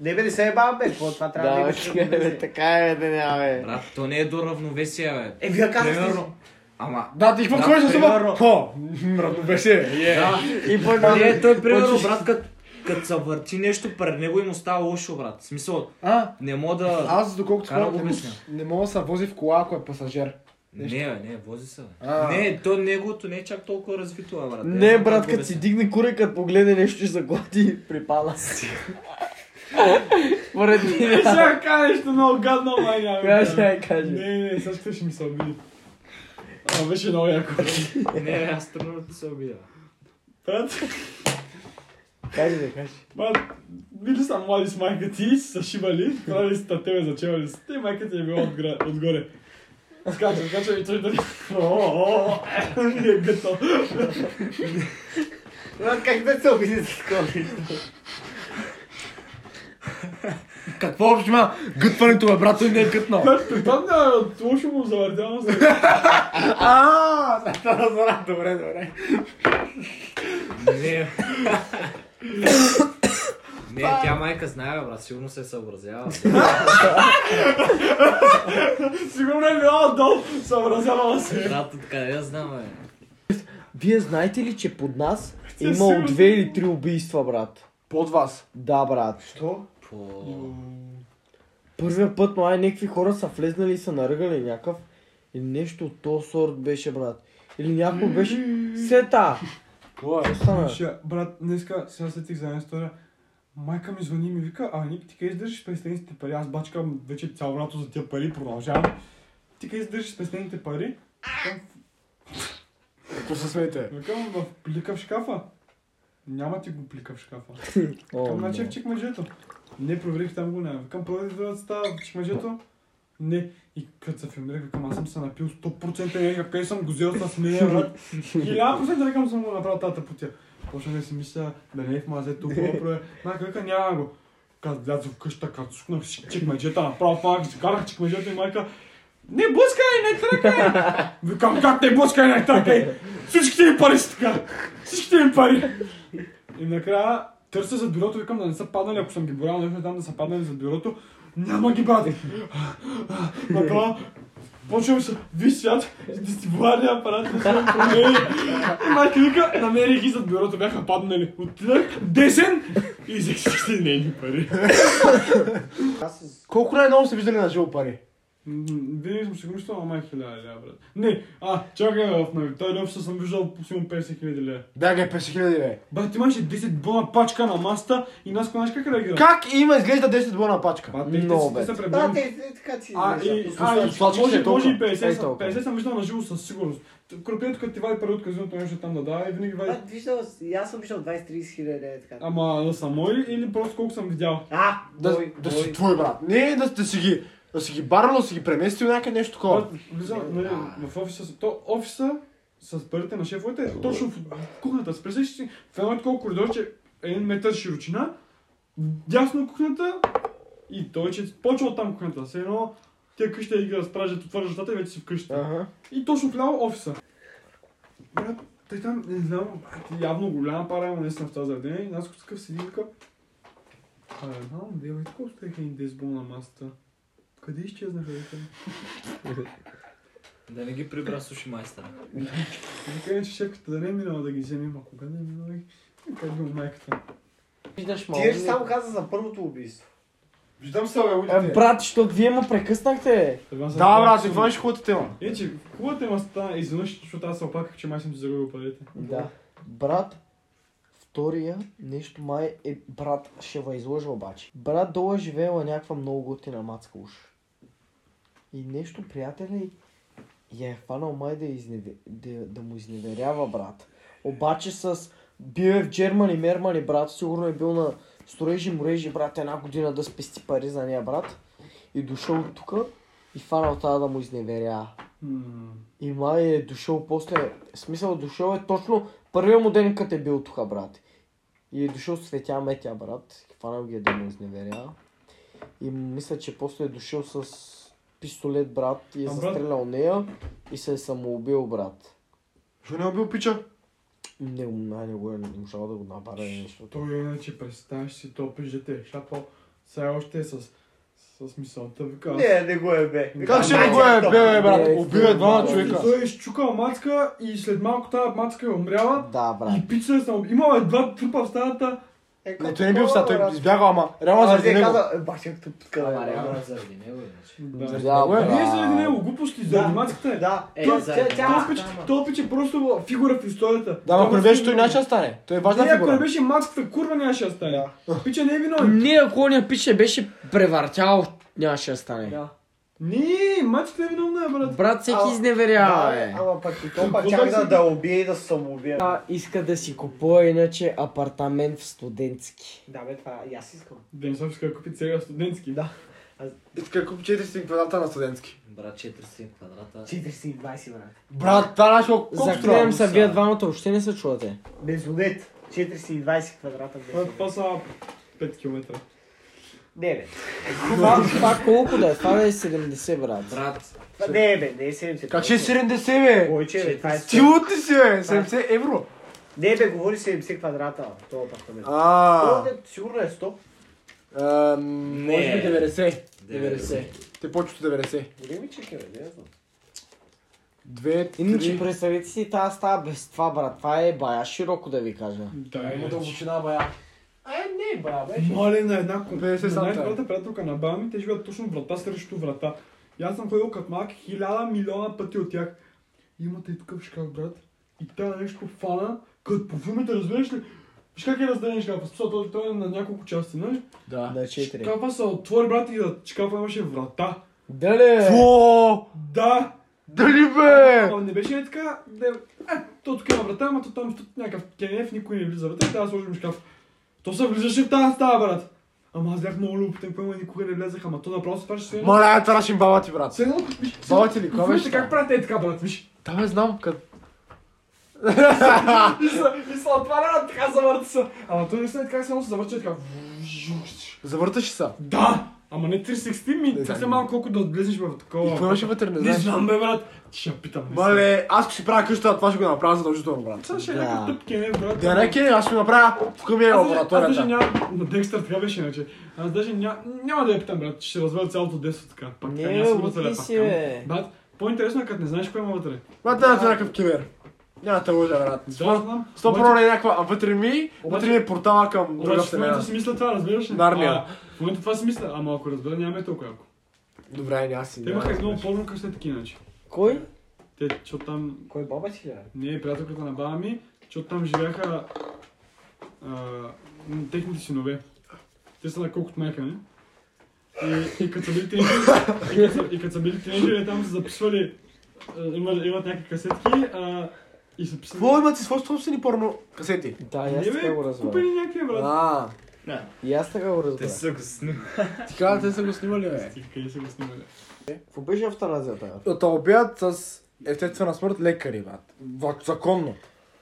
Speaker 3: Не бе, не се ебавам, бе, какво това трябва да
Speaker 1: Да, бе,
Speaker 3: имаш
Speaker 1: бе,
Speaker 3: равновесие.
Speaker 1: така е, бе, да няма, бе.
Speaker 8: Брат, то не е до равновесие, бе.
Speaker 3: Е, вие казвате,
Speaker 8: Примерно. Ама,
Speaker 5: Да, ти какво е
Speaker 8: Да,
Speaker 5: ходиш на сума?
Speaker 8: примерно.
Speaker 5: Хо, м, равновесие.
Speaker 2: Е.
Speaker 8: да,
Speaker 1: И по
Speaker 8: Не, той примерно, брат, като като се върти нещо пред него и му става лошо, брат. В смисъл,
Speaker 5: А,
Speaker 8: не мога да...
Speaker 5: аз доколкото
Speaker 8: Кара
Speaker 5: спомням,
Speaker 8: го
Speaker 5: не мога-
Speaker 8: мисля.
Speaker 5: не мога да се вози в кола, ако е пасажер. нещо.
Speaker 8: Не, бе, не, вози се, бе.
Speaker 5: А.
Speaker 8: Не, то неговото не е чак толкова развито, бе, брат.
Speaker 1: Не, брат,
Speaker 8: като
Speaker 1: като си дигне куре, като погледне нещо, ще заглати и припала си. Поред
Speaker 2: Е,
Speaker 1: мен.
Speaker 2: Ще кажа нещо много гадно, май няма.
Speaker 1: Кога ще я каже?
Speaker 2: Не, не, сега ще- ще ми се обиди. А, беше много яко.
Speaker 8: Не, бе, аз тръгнал да се обидя.
Speaker 2: Брат,
Speaker 1: Каже да каже.
Speaker 2: брат, били са млади с майка ти, и са шибали, правили са тебе, зачевали са. Те майка ти е била отгра- отгоре. Скача, скача и той да... О, о, о, ми е гъто.
Speaker 3: брат, как да се обиди за такова нещо?
Speaker 5: Какво общо има гътването, бе, брат, той не е гътно.
Speaker 2: Брат, припадна от е лошо му завъртявам се.
Speaker 5: А, да, да, разбрах, добре, добре.
Speaker 8: Не. [COUGHS] Не, тя майка знае, бе, брат, сигурно се е съобразява.
Speaker 6: [COUGHS]
Speaker 2: Сигурно е била отдолу, съобразявала се.
Speaker 8: Брат, откъде я знам, бе.
Speaker 1: Вие знаете ли, че под нас е
Speaker 2: Със
Speaker 1: имало
Speaker 2: сигурност.
Speaker 1: две или три убийства, брат?
Speaker 5: Под вас.
Speaker 1: Да, брат.
Speaker 3: Що?
Speaker 8: По...
Speaker 1: Първия път, май, някакви хора са влезнали и са наръгали някакъв. Или нещо от този сорт беше, брат. Или някой беше... Сета! Какво стана?
Speaker 2: Слушай, брат, днеска сега сетих за една история. Майка ми звъни и ми вика, а Ник, ти къде издържиш пестените пари? Аз бачкам вече цяло лято за тия пари, продължавам. Ти къде издържиш пестените пари?
Speaker 5: Какво се смеете?
Speaker 2: Викам в плика в шкафа. Няма ти го плика в шкафа.
Speaker 1: О,
Speaker 2: Към
Speaker 1: не.
Speaker 2: наче в чекмеджето. Не проверих там го няма. Викам първо да става в чекмеджето. Не. И като се филмирах, викам, аз съм се напил 100% е, къде съм го взел с нея, е, брат. Хиляда процента викам, съм го направил тази путя. Почнах да си мисля, да не е в мазе, тук го правя. Майка вика, няма го. Като влязох в къща, като сукнах си чекмеджета, направо фанах, закарах чекмеджето и майка, не блъскай, не тръкай! Викам, как не блъскай, не тръкай! Всичките ми пари са така! Всичките ми пари! И накрая търся за бюрото, викам да не са паднали, ако съм ги борял нещо там да са паднали за бюрото. Няма ги брате! Направо почвам се, виж свят, с дестибуларния апарат не съм променил. И майка вика, намерих ги зад бюрото, бяха паднали. Отидах, десен и взех всичките нейни е пари.
Speaker 3: Аз с-
Speaker 5: Колко най-много са виждали на живо пари?
Speaker 2: М, Винаги съм сигурен, че това май е 1000 лева, брат. Не, а, чакай бе, в нави. Той общо съм виждал по сигурно 50 000 лева.
Speaker 5: Да, га е 50 000 бе.
Speaker 2: Брат, ти имаше 10 бона пачка на маста и нас знаеш как реагира.
Speaker 5: Как има изглежда 10 бона пачка?
Speaker 2: Брат, те
Speaker 5: Много
Speaker 2: ще
Speaker 5: бе.
Speaker 2: се
Speaker 3: Да,
Speaker 2: преборим.
Speaker 3: те, те е, така си
Speaker 2: А,
Speaker 3: изглежда.
Speaker 2: и, а, и,
Speaker 5: сладките
Speaker 2: може,
Speaker 5: е толкова.
Speaker 2: може и 50,
Speaker 5: Е,
Speaker 2: съм-
Speaker 5: толкова.
Speaker 2: 50 съм виждал на живо със сигурност. Крокето, като ти вади пари от казиното, нещо там да дава и винаги вади.
Speaker 3: Брат, виждал, и аз съм виждал 20-30 хиляди, е така.
Speaker 2: Ама само или, или просто колко съм видял?
Speaker 3: А,
Speaker 5: Да,
Speaker 3: мой,
Speaker 5: да
Speaker 3: мой.
Speaker 5: си твой брат. Не, да, да си ги да си ги барнал, да си ги преместил някъде нещо такова.
Speaker 2: Брат, Влизам, нали, в офиса, с- то офиса с парите на шефовете е точно в кухнята. С представиш си, в едно такова коридор, че един метър широчина, дясно кухнята и той, че почва от там кухнята. Все едно тия къща игра стражат, отварят вратата и вече си вкъщи.
Speaker 5: Ага.
Speaker 2: И точно вляво офиса. Брат, той там, не знам, брат, явно голяма пара има наистина в това заведение. И аз като такъв седи и вика, а, мам, дева, и така оставиха един десбол на масата. Къде изчезнаха? Вика,
Speaker 8: Да не ги прибра суши майстъра.
Speaker 2: вика е, че шефката да не е минала да ги вземе, ама кога да е минала? Как дума майката?
Speaker 1: Виждаш
Speaker 3: Ти вече само каза за първото убийство.
Speaker 9: Виждам се, бе,
Speaker 1: Е,
Speaker 9: лудите.
Speaker 1: брат, защото вие ме прекъснахте.
Speaker 2: Ева, съм
Speaker 5: Да, брат,
Speaker 2: съм-
Speaker 5: това беше хубавата тема.
Speaker 2: Е, че хубава тема стана е изведнъж, защото аз се оплаках, че май съм си загубил парите.
Speaker 1: Да. Брат, втория нещо май е брат, ще ва изложа обаче. Брат долу е живеела някаква много готина мацка уж. И нещо приятели я е хванал май да, я изневе... да, да му изневерява брат. Обаче с бил е в Джермани, Мермани брат, сигурно е бил на строежи мрежи брат една година да спести пари за нея брат. И дошъл тук и хванал тази да му изневерява.
Speaker 2: М,
Speaker 1: И май е дошъл после, в смисъл дошъл е точно първия му ден, като е бил тук, брат. И е дошъл светя метя, брат. Хванал ги е да му изневеря. И мисля, че после е дошъл с пистолет, брат, и е
Speaker 2: А, брат?
Speaker 1: застрелял нея и се е самоубил, брат.
Speaker 5: Що не е бил пича?
Speaker 1: Не, не, не го е, не можал да го набара или нещо.
Speaker 2: Той е, иначе представяш си топиш дете, е шапал, сега още е с, с мисълта, вика. аз-
Speaker 3: Не, не го е бе.
Speaker 5: Как ще не го е бил, бе, брат?
Speaker 1: Не, е,
Speaker 5: Убил е двама
Speaker 1: е,
Speaker 5: човека.
Speaker 2: Той е изчукал мацка и след малко тази мацка е умряла.
Speaker 1: Да, брат.
Speaker 2: И пича съм. Имала едва трупа в стаята.
Speaker 5: Не, той не е бил в стая, той избягал, ама реално заради него.
Speaker 3: Каза, бах, както
Speaker 8: Ама
Speaker 3: пуска.
Speaker 8: реално е заради него иначе.
Speaker 2: Да.
Speaker 1: Да,
Speaker 5: Е,
Speaker 2: Не е
Speaker 1: брат.
Speaker 2: заради него, глупости, заради мацката е.
Speaker 3: Да,
Speaker 8: Е,
Speaker 2: Той-
Speaker 8: заради
Speaker 3: тя-
Speaker 8: него.
Speaker 3: тя-
Speaker 2: Топич, топич е просто фигура в историята.
Speaker 5: Да, ама
Speaker 2: Той
Speaker 5: ако не
Speaker 2: мацка
Speaker 5: беше, той
Speaker 2: е
Speaker 5: нямаше да стане. Той е важна
Speaker 2: Не, ако не
Speaker 5: фигура.
Speaker 2: беше мацката, курва нямаше да стане. Пича не е виновен.
Speaker 1: Ние, ако ни пише, беше превъртял, нямаше да стане.
Speaker 2: Да. Не, мацката е виновна, брат.
Speaker 1: Брат, всеки
Speaker 3: А,
Speaker 1: изневерява,
Speaker 3: Да,
Speaker 1: бе.
Speaker 3: ама пък и то пак
Speaker 2: Какво
Speaker 3: чак
Speaker 2: да
Speaker 3: да,
Speaker 2: си-
Speaker 3: да убие и да се самоубие.
Speaker 1: Тя иска да си купува иначе апартамент в студентски.
Speaker 3: Да, бе, това и аз искам.
Speaker 2: Денисов иска да купи целия студентски. Да.
Speaker 5: Иска да купи 400 квадрата на студентски.
Speaker 8: Брат 400 квадрата.
Speaker 3: 420, брат.
Speaker 5: Брат, това нашо колко
Speaker 1: Заклевам се,
Speaker 8: са?
Speaker 1: вие двамата въобще не се чувате.
Speaker 3: Безонет. 420 квадрата.
Speaker 2: Това, е
Speaker 3: безонет.
Speaker 2: това са 5 км.
Speaker 3: Не, бе.
Speaker 1: Това, това колко да е? Това да е 70, брат.
Speaker 8: Брат,
Speaker 3: Това- Не, бе, не е 70.
Speaker 5: Как ще е 70, бе?
Speaker 3: Повече, бе, това е...
Speaker 5: Ти лут ли си, бе? 70 евро.
Speaker 3: Не, бе, говори 70 квадрата, това апартамент.
Speaker 5: А,
Speaker 3: Това, бе, Сигурно е 100.
Speaker 5: ам,
Speaker 8: Не.
Speaker 5: може би 90.
Speaker 8: 90.
Speaker 5: Те почват 90.
Speaker 3: Големи чеки, бе, не знам.
Speaker 5: Две,
Speaker 1: Иначе
Speaker 5: три.
Speaker 1: представете си тази става без това, брат. Това е бая широко да ви кажа.
Speaker 2: Да,
Speaker 9: Има дълбочина, бая.
Speaker 3: Е, не, бра, бе.
Speaker 2: Моля на една компания.
Speaker 5: 50
Speaker 2: Знаеш,
Speaker 5: цента.
Speaker 2: моята приятелка на баба ми, те живеят точно врата срещу врата. И аз съм ходил като малък хиляда милиона пъти от тях. Имате и такъв шкаф, брат. И тя нещо фана, като по филмите, разбираш ли? Виж как е разделен шкафа, смисъл, той, той е на няколко части, нали?
Speaker 5: Да.
Speaker 1: На 4.
Speaker 2: Шкафа се отвори, брат, и да шкафа имаше врата. е?
Speaker 1: Дали?
Speaker 5: Фу!
Speaker 2: Да!
Speaker 5: Дали, бе?
Speaker 2: Ама не беше ли така, да е, е, то тук има врата, ама то там тук някакъв кенеф, никой не влиза вътре, трябва да сложим шкаф. То се влизаше в тази стая, брат. Ама аз бях много любопитен, какво има, никога не влезах, ама то направо се праше едно.
Speaker 5: Моля, е това нашим баба ти, брат.
Speaker 2: Все едно, виж,
Speaker 5: Баба ти ли, кога
Speaker 2: вижте
Speaker 5: беше?
Speaker 2: как правите е така, брат, виж.
Speaker 5: Да, бе, знам. Къд...
Speaker 2: И се- И се отваря, така завърта се. Ама той не се е така, само се завърча така.
Speaker 5: Завърташе се. И
Speaker 2: Да! Ама не 360 ми,
Speaker 5: Не
Speaker 2: това
Speaker 5: знам.
Speaker 2: се малко колко да влезеш в
Speaker 5: какво
Speaker 2: такова.
Speaker 5: имаше вътре, не
Speaker 2: Не
Speaker 5: знаеш.
Speaker 2: знам, бе, брат. Ще я питам. не знам.
Speaker 5: Мале, аз ако си правя къща, това ще го направя задължително, брат.
Speaker 2: Това ще е
Speaker 1: Да.
Speaker 2: някакъв тъп кенеф, брат.
Speaker 5: Да, не, Кенин, аз ще го направя в към е
Speaker 2: Аз даже- Аз даже
Speaker 5: лабораторията.
Speaker 2: нямам... На Декстър така беше иначе. Аз даже ня... няма да я питам, брат. Ще разваля цялото детство така. Пак
Speaker 1: Не,
Speaker 2: така, няма да съм
Speaker 1: бе,
Speaker 2: вътре,
Speaker 1: лутни
Speaker 2: пак
Speaker 1: си,
Speaker 2: там.
Speaker 1: бе.
Speaker 2: Брат, по-интересно е като не знаеш кое има вътре.
Speaker 5: Брат, няма да е някакъв кибер. Няма да те лъжа, брат.
Speaker 2: Да, знам.
Speaker 5: Сто
Speaker 2: обаче-
Speaker 5: про е някаква, а вътре ми, вътре ми е портала към друга
Speaker 2: Обаче в момента
Speaker 5: вселена.
Speaker 2: си мисля това, разбираш ли?
Speaker 5: Нарния.
Speaker 2: А, В момента това си мисля, ама ако разбера, нямаме толкова яко.
Speaker 1: Добре, аз си.
Speaker 2: Те имаха едно по-добро кръстетки иначе.
Speaker 1: Кой?
Speaker 2: Те, защото там
Speaker 3: Кой баба ти е?
Speaker 2: Не, е приятелката на баба ми, защото там живяха а, м, техните синове. Те са на колкото майка ми. И, и като са били тинейджери, и като са- и като са били тинейджери, там са записвали, а, имат, имат някакви касетки, а, и са писали...
Speaker 9: Какво имат си свои собствени порно касети?
Speaker 1: Да, и аз
Speaker 2: Не
Speaker 1: така
Speaker 2: бе,
Speaker 1: го разбрах.
Speaker 2: купени някакви, брат.
Speaker 1: А,
Speaker 8: Да.
Speaker 1: и аз така го разбрах.
Speaker 8: са го снимали.
Speaker 5: Ти каза, те са го снимали, бе.
Speaker 2: И къде са го снимали?
Speaker 1: Какво беше автаназията?
Speaker 5: Да убият с естествена смърт лекари, брат. В- Законно.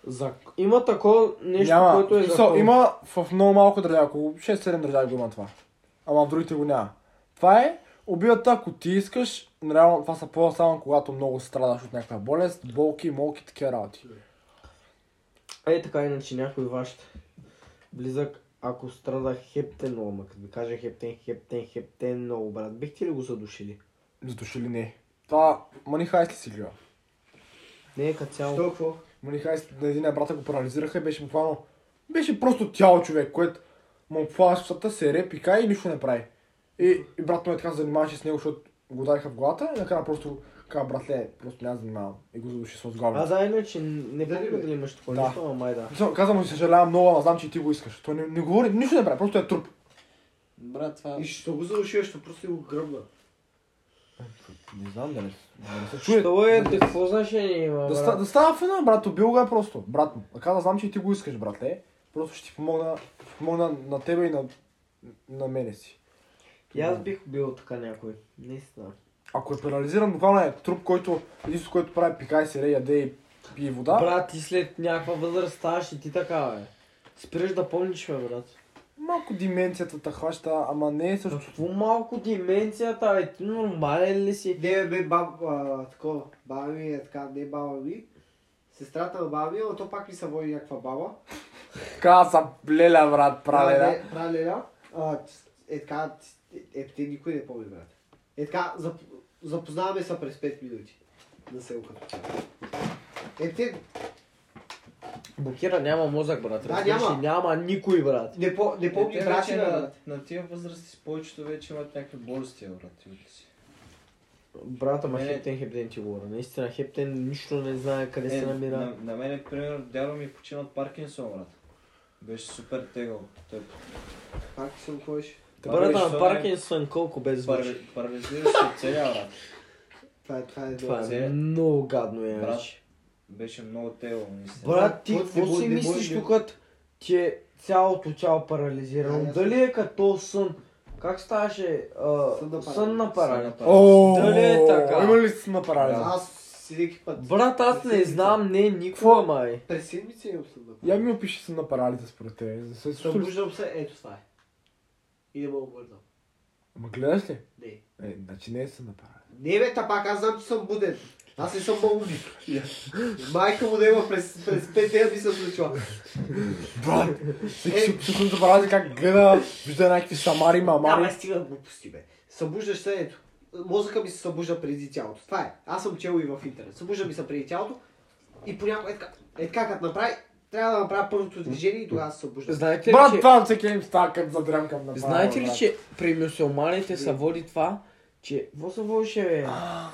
Speaker 1: За... Има такова нещо,
Speaker 5: няма.
Speaker 1: което е
Speaker 5: В
Speaker 1: за
Speaker 5: смисъл,
Speaker 1: това.
Speaker 5: Има в много малко държави, около 6-7 държави го има това. Ама в другите го няма. Това е убият, ако ти искаш, реално това са по само когато много страдаш от някаква болест, болки, молки, такива работи.
Speaker 1: Е така иначе някой ваш близък, ако страда е хептен много, ма като ви кажа хептен, хептен, хептен много, брат, бихте ли го задушили?
Speaker 5: Задуши ли не? Това Мани Хайст ли си гледа?
Speaker 1: Не е като цяло.
Speaker 3: Що, какво?
Speaker 5: Мани Хайст на един брата го парализираха и беше буквално... Беше просто тяло човек, което му хвала сусата, се реп и кай и нищо не прави. И, и брат му е така се занимаваше с него, защото го удариха в главата и накрая просто каза, братле, просто няма да занимавам. И го задуши с главата.
Speaker 1: А да, иначе не помня дали имаш такова
Speaker 5: Да.
Speaker 1: нещо, ама май да.
Speaker 5: Мисъл, Казвам му, съжалявам много, ама знам, че и ти го искаш. Той не, не говори, нищо не прави, просто е труп.
Speaker 6: Брат, това...
Speaker 3: И ще го задуши, ще просто го гръбна.
Speaker 5: Не знам, да не, да не се чуе.
Speaker 1: Що е, да, какво значение има,
Speaker 5: Да, ста,
Speaker 1: брат?
Speaker 5: да става фена, брат, убил го е просто. Брат му. Каза, знам, че и ти го искаш, братле. Просто ще ти помогна, ще помогна на тебе и на, на мене си.
Speaker 1: И аз бих бил така някой. Наистина.
Speaker 5: Ако е парализиран, буквално е труп, който единството, което прави пикай се, ре, яде и пие вода.
Speaker 1: Брат, ти след някаква възраст ставаш и ти така, бе. Спираш да помниш, бе, брат.
Speaker 5: Малко дименцията те хваща, ама не е също.
Speaker 1: Какво малко дименцията, бе, ти нормален ли си?
Speaker 3: Не, бе, баба, такова, баба ми е така, не баба ми. Сестрата на баба ми, но то пак ми се води някаква баба.
Speaker 5: Каза, леля, брат, пралеля.
Speaker 3: Пралеля. Пралеля. А, Е така, е, е, те никой не помни, брат. Е така, зап, запознаваме се през 5 минути на селка. Е, те
Speaker 1: Блокира, няма мозък, брат.
Speaker 3: Да,
Speaker 1: разбираш ли?
Speaker 3: няма.
Speaker 1: няма никой, брат.
Speaker 3: не, по, не
Speaker 6: Те
Speaker 3: помни
Speaker 6: вече
Speaker 3: брачина,
Speaker 6: Е, на,
Speaker 3: брат.
Speaker 6: на тия възрасти повечето вече имат някакви болести, бе, брат. и си.
Speaker 1: Брата ма
Speaker 6: Не, не.
Speaker 1: Хептен Хептен ти говоря. Наистина Хептен нищо не знае къде
Speaker 6: Е,
Speaker 1: се
Speaker 6: на,
Speaker 1: намира.
Speaker 6: на мен, пример, дядо ми почина от Паркинсон, брат. Беше супер тегъл. Той
Speaker 3: Как се уходиш?
Speaker 1: Брата на
Speaker 6: Паркинсон е-
Speaker 1: Паркинсън колко без звучи.
Speaker 6: парали- парализира се от целия, брат.
Speaker 3: Това е, това е
Speaker 1: Това
Speaker 3: добре.
Speaker 1: е
Speaker 6: Парали-
Speaker 1: много гадно е.
Speaker 6: Брат,
Speaker 1: вече.
Speaker 6: беше много тегъл, наистина.
Speaker 1: Брат, ти
Speaker 3: Какво ти
Speaker 1: какво
Speaker 3: боли,
Speaker 1: си
Speaker 3: не
Speaker 1: мислиш
Speaker 3: боли, не
Speaker 1: тук, ти е цялото тяло парализирано?
Speaker 3: Да, ясно.
Speaker 1: Дали е като сън? Как ставаше? а,
Speaker 3: Сън на паралич.
Speaker 1: Сън на паралич.
Speaker 5: О,
Speaker 1: Дали е така?
Speaker 5: Има ли си на парализа?
Speaker 3: Аз всеки път.
Speaker 1: Брат, аз не знам, не, е никога, май.
Speaker 3: През седмица имам съм да
Speaker 5: Я ми опиши съм на парализа според те. За се слушаш.
Speaker 3: Събуждам се, ето това е. И не мога да бързам.
Speaker 5: Ма гледаш ли?
Speaker 3: Не.
Speaker 5: Е, значи не е съм на парализа.
Speaker 3: Не бе, та пак аз знам, че съм буден. Аз не съм много ни. Майка му да има през, през 5 дена ми се случва.
Speaker 5: Брат, всеки ще съм за парализа как гледа, вижда някакви самари,
Speaker 3: Ама
Speaker 5: мамари.
Speaker 3: стига глупости, бе. Събуждаш се, ето. Мозъка ми се събужда преди тялото. Това е. Аз съм чел и в интернет. Събужда ми се преди тялото и понякога е така. Е така, като направи, трябва да направя първото движение и тогава се събужда.
Speaker 1: Знаете ли,
Speaker 5: Брат,
Speaker 1: че...
Speaker 5: това всеки им става като задрям към направо.
Speaker 1: Знаете ли,
Speaker 5: брат.
Speaker 1: че при мюсюлманите се води това, че... Какво се водише, бе?
Speaker 5: А,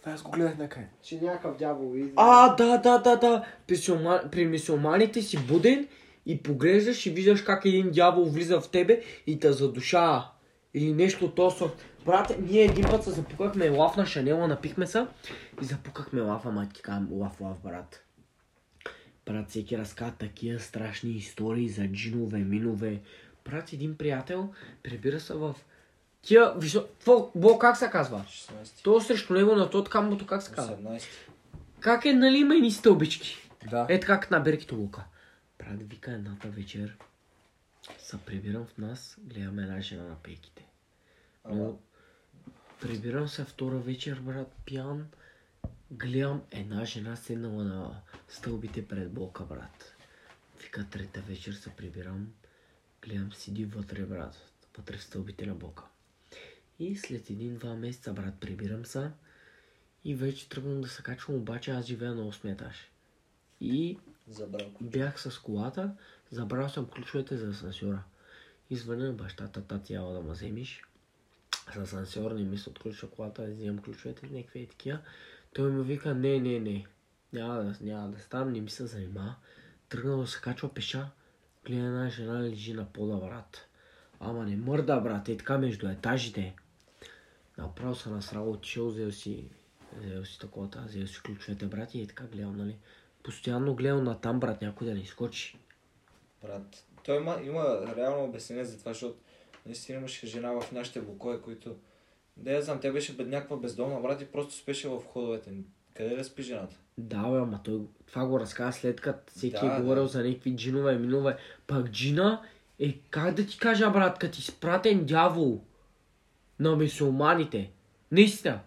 Speaker 5: това аз го гледах някъде.
Speaker 3: Че някакъв дявол идва.
Speaker 1: А, да, да, да, да. При, сюлма... при мисюлманите си буден и поглеждаш и виждаш как един дявол влиза в тебе и те задушава. Или нещо от този сорт. Брат, ние един път се запукахме лав на Шанела, напихме се и запукахме лав, ама ти казвам лав, лав, брат. Брат, всеки разказва такива страшни истории за джинове, минове. Брат, един приятел прибира се в... Тия, виж, Тво- Бо, как се казва?
Speaker 6: 16,
Speaker 1: То срещу него на тот камбото, как се казва?
Speaker 6: 18.
Speaker 1: Как е, нали има едни стълбички?
Speaker 5: Да.
Speaker 1: Е така, като на берките лука. Брат, вика едната вечер. Се прибирам в нас, гледаме една жена на пейките. Но прибирам се втора вечер, брат, пиян. Гледам една жена седнала на стълбите пред блока, брат. Вика трета вечер се прибирам. Гледам сиди вътре, брат. Вътре в стълбите на блока. И след един-два месеца, брат, прибирам се. И вече тръгвам да се качвам, обаче аз живея на 8 етаж. И
Speaker 6: Забрал.
Speaker 1: бях с колата, забрал съм ключовете за асансьора. И звъня на бащата, тати, ела да ме вземеш. с сансьорни ми се отключва колата, аз взимам ключовете, някакви е такива. Той ми вика, не, не, не, няма да, няма да ставам, не ми се занимава. Тръгнал да се качва пеша, гледа една жена лежи на пода, брат. Ама не мърда, брат, е така между етажите. Направо се насрал, отишъл, взел си, взел си такова, взел си ключовете, брат, и е така гледал, нали. Постоянно гледал на там, брат, някой да не изкочи.
Speaker 10: Брат, той има, има реално обяснение за това, защото наистина имаше жена в нашите блокове, които... Да я знам, тя беше бед- някаква бездомна, брат, и просто спеше в ходовете. Къде да спи жената?
Speaker 1: Да, бе, ама той това го разказа след като всеки
Speaker 10: Да,
Speaker 1: е
Speaker 10: да.
Speaker 1: говорил за някакви джинове, минове. Пак джина е, как да ти кажа, брат, като изпратен дявол на мисулманите. Наистина.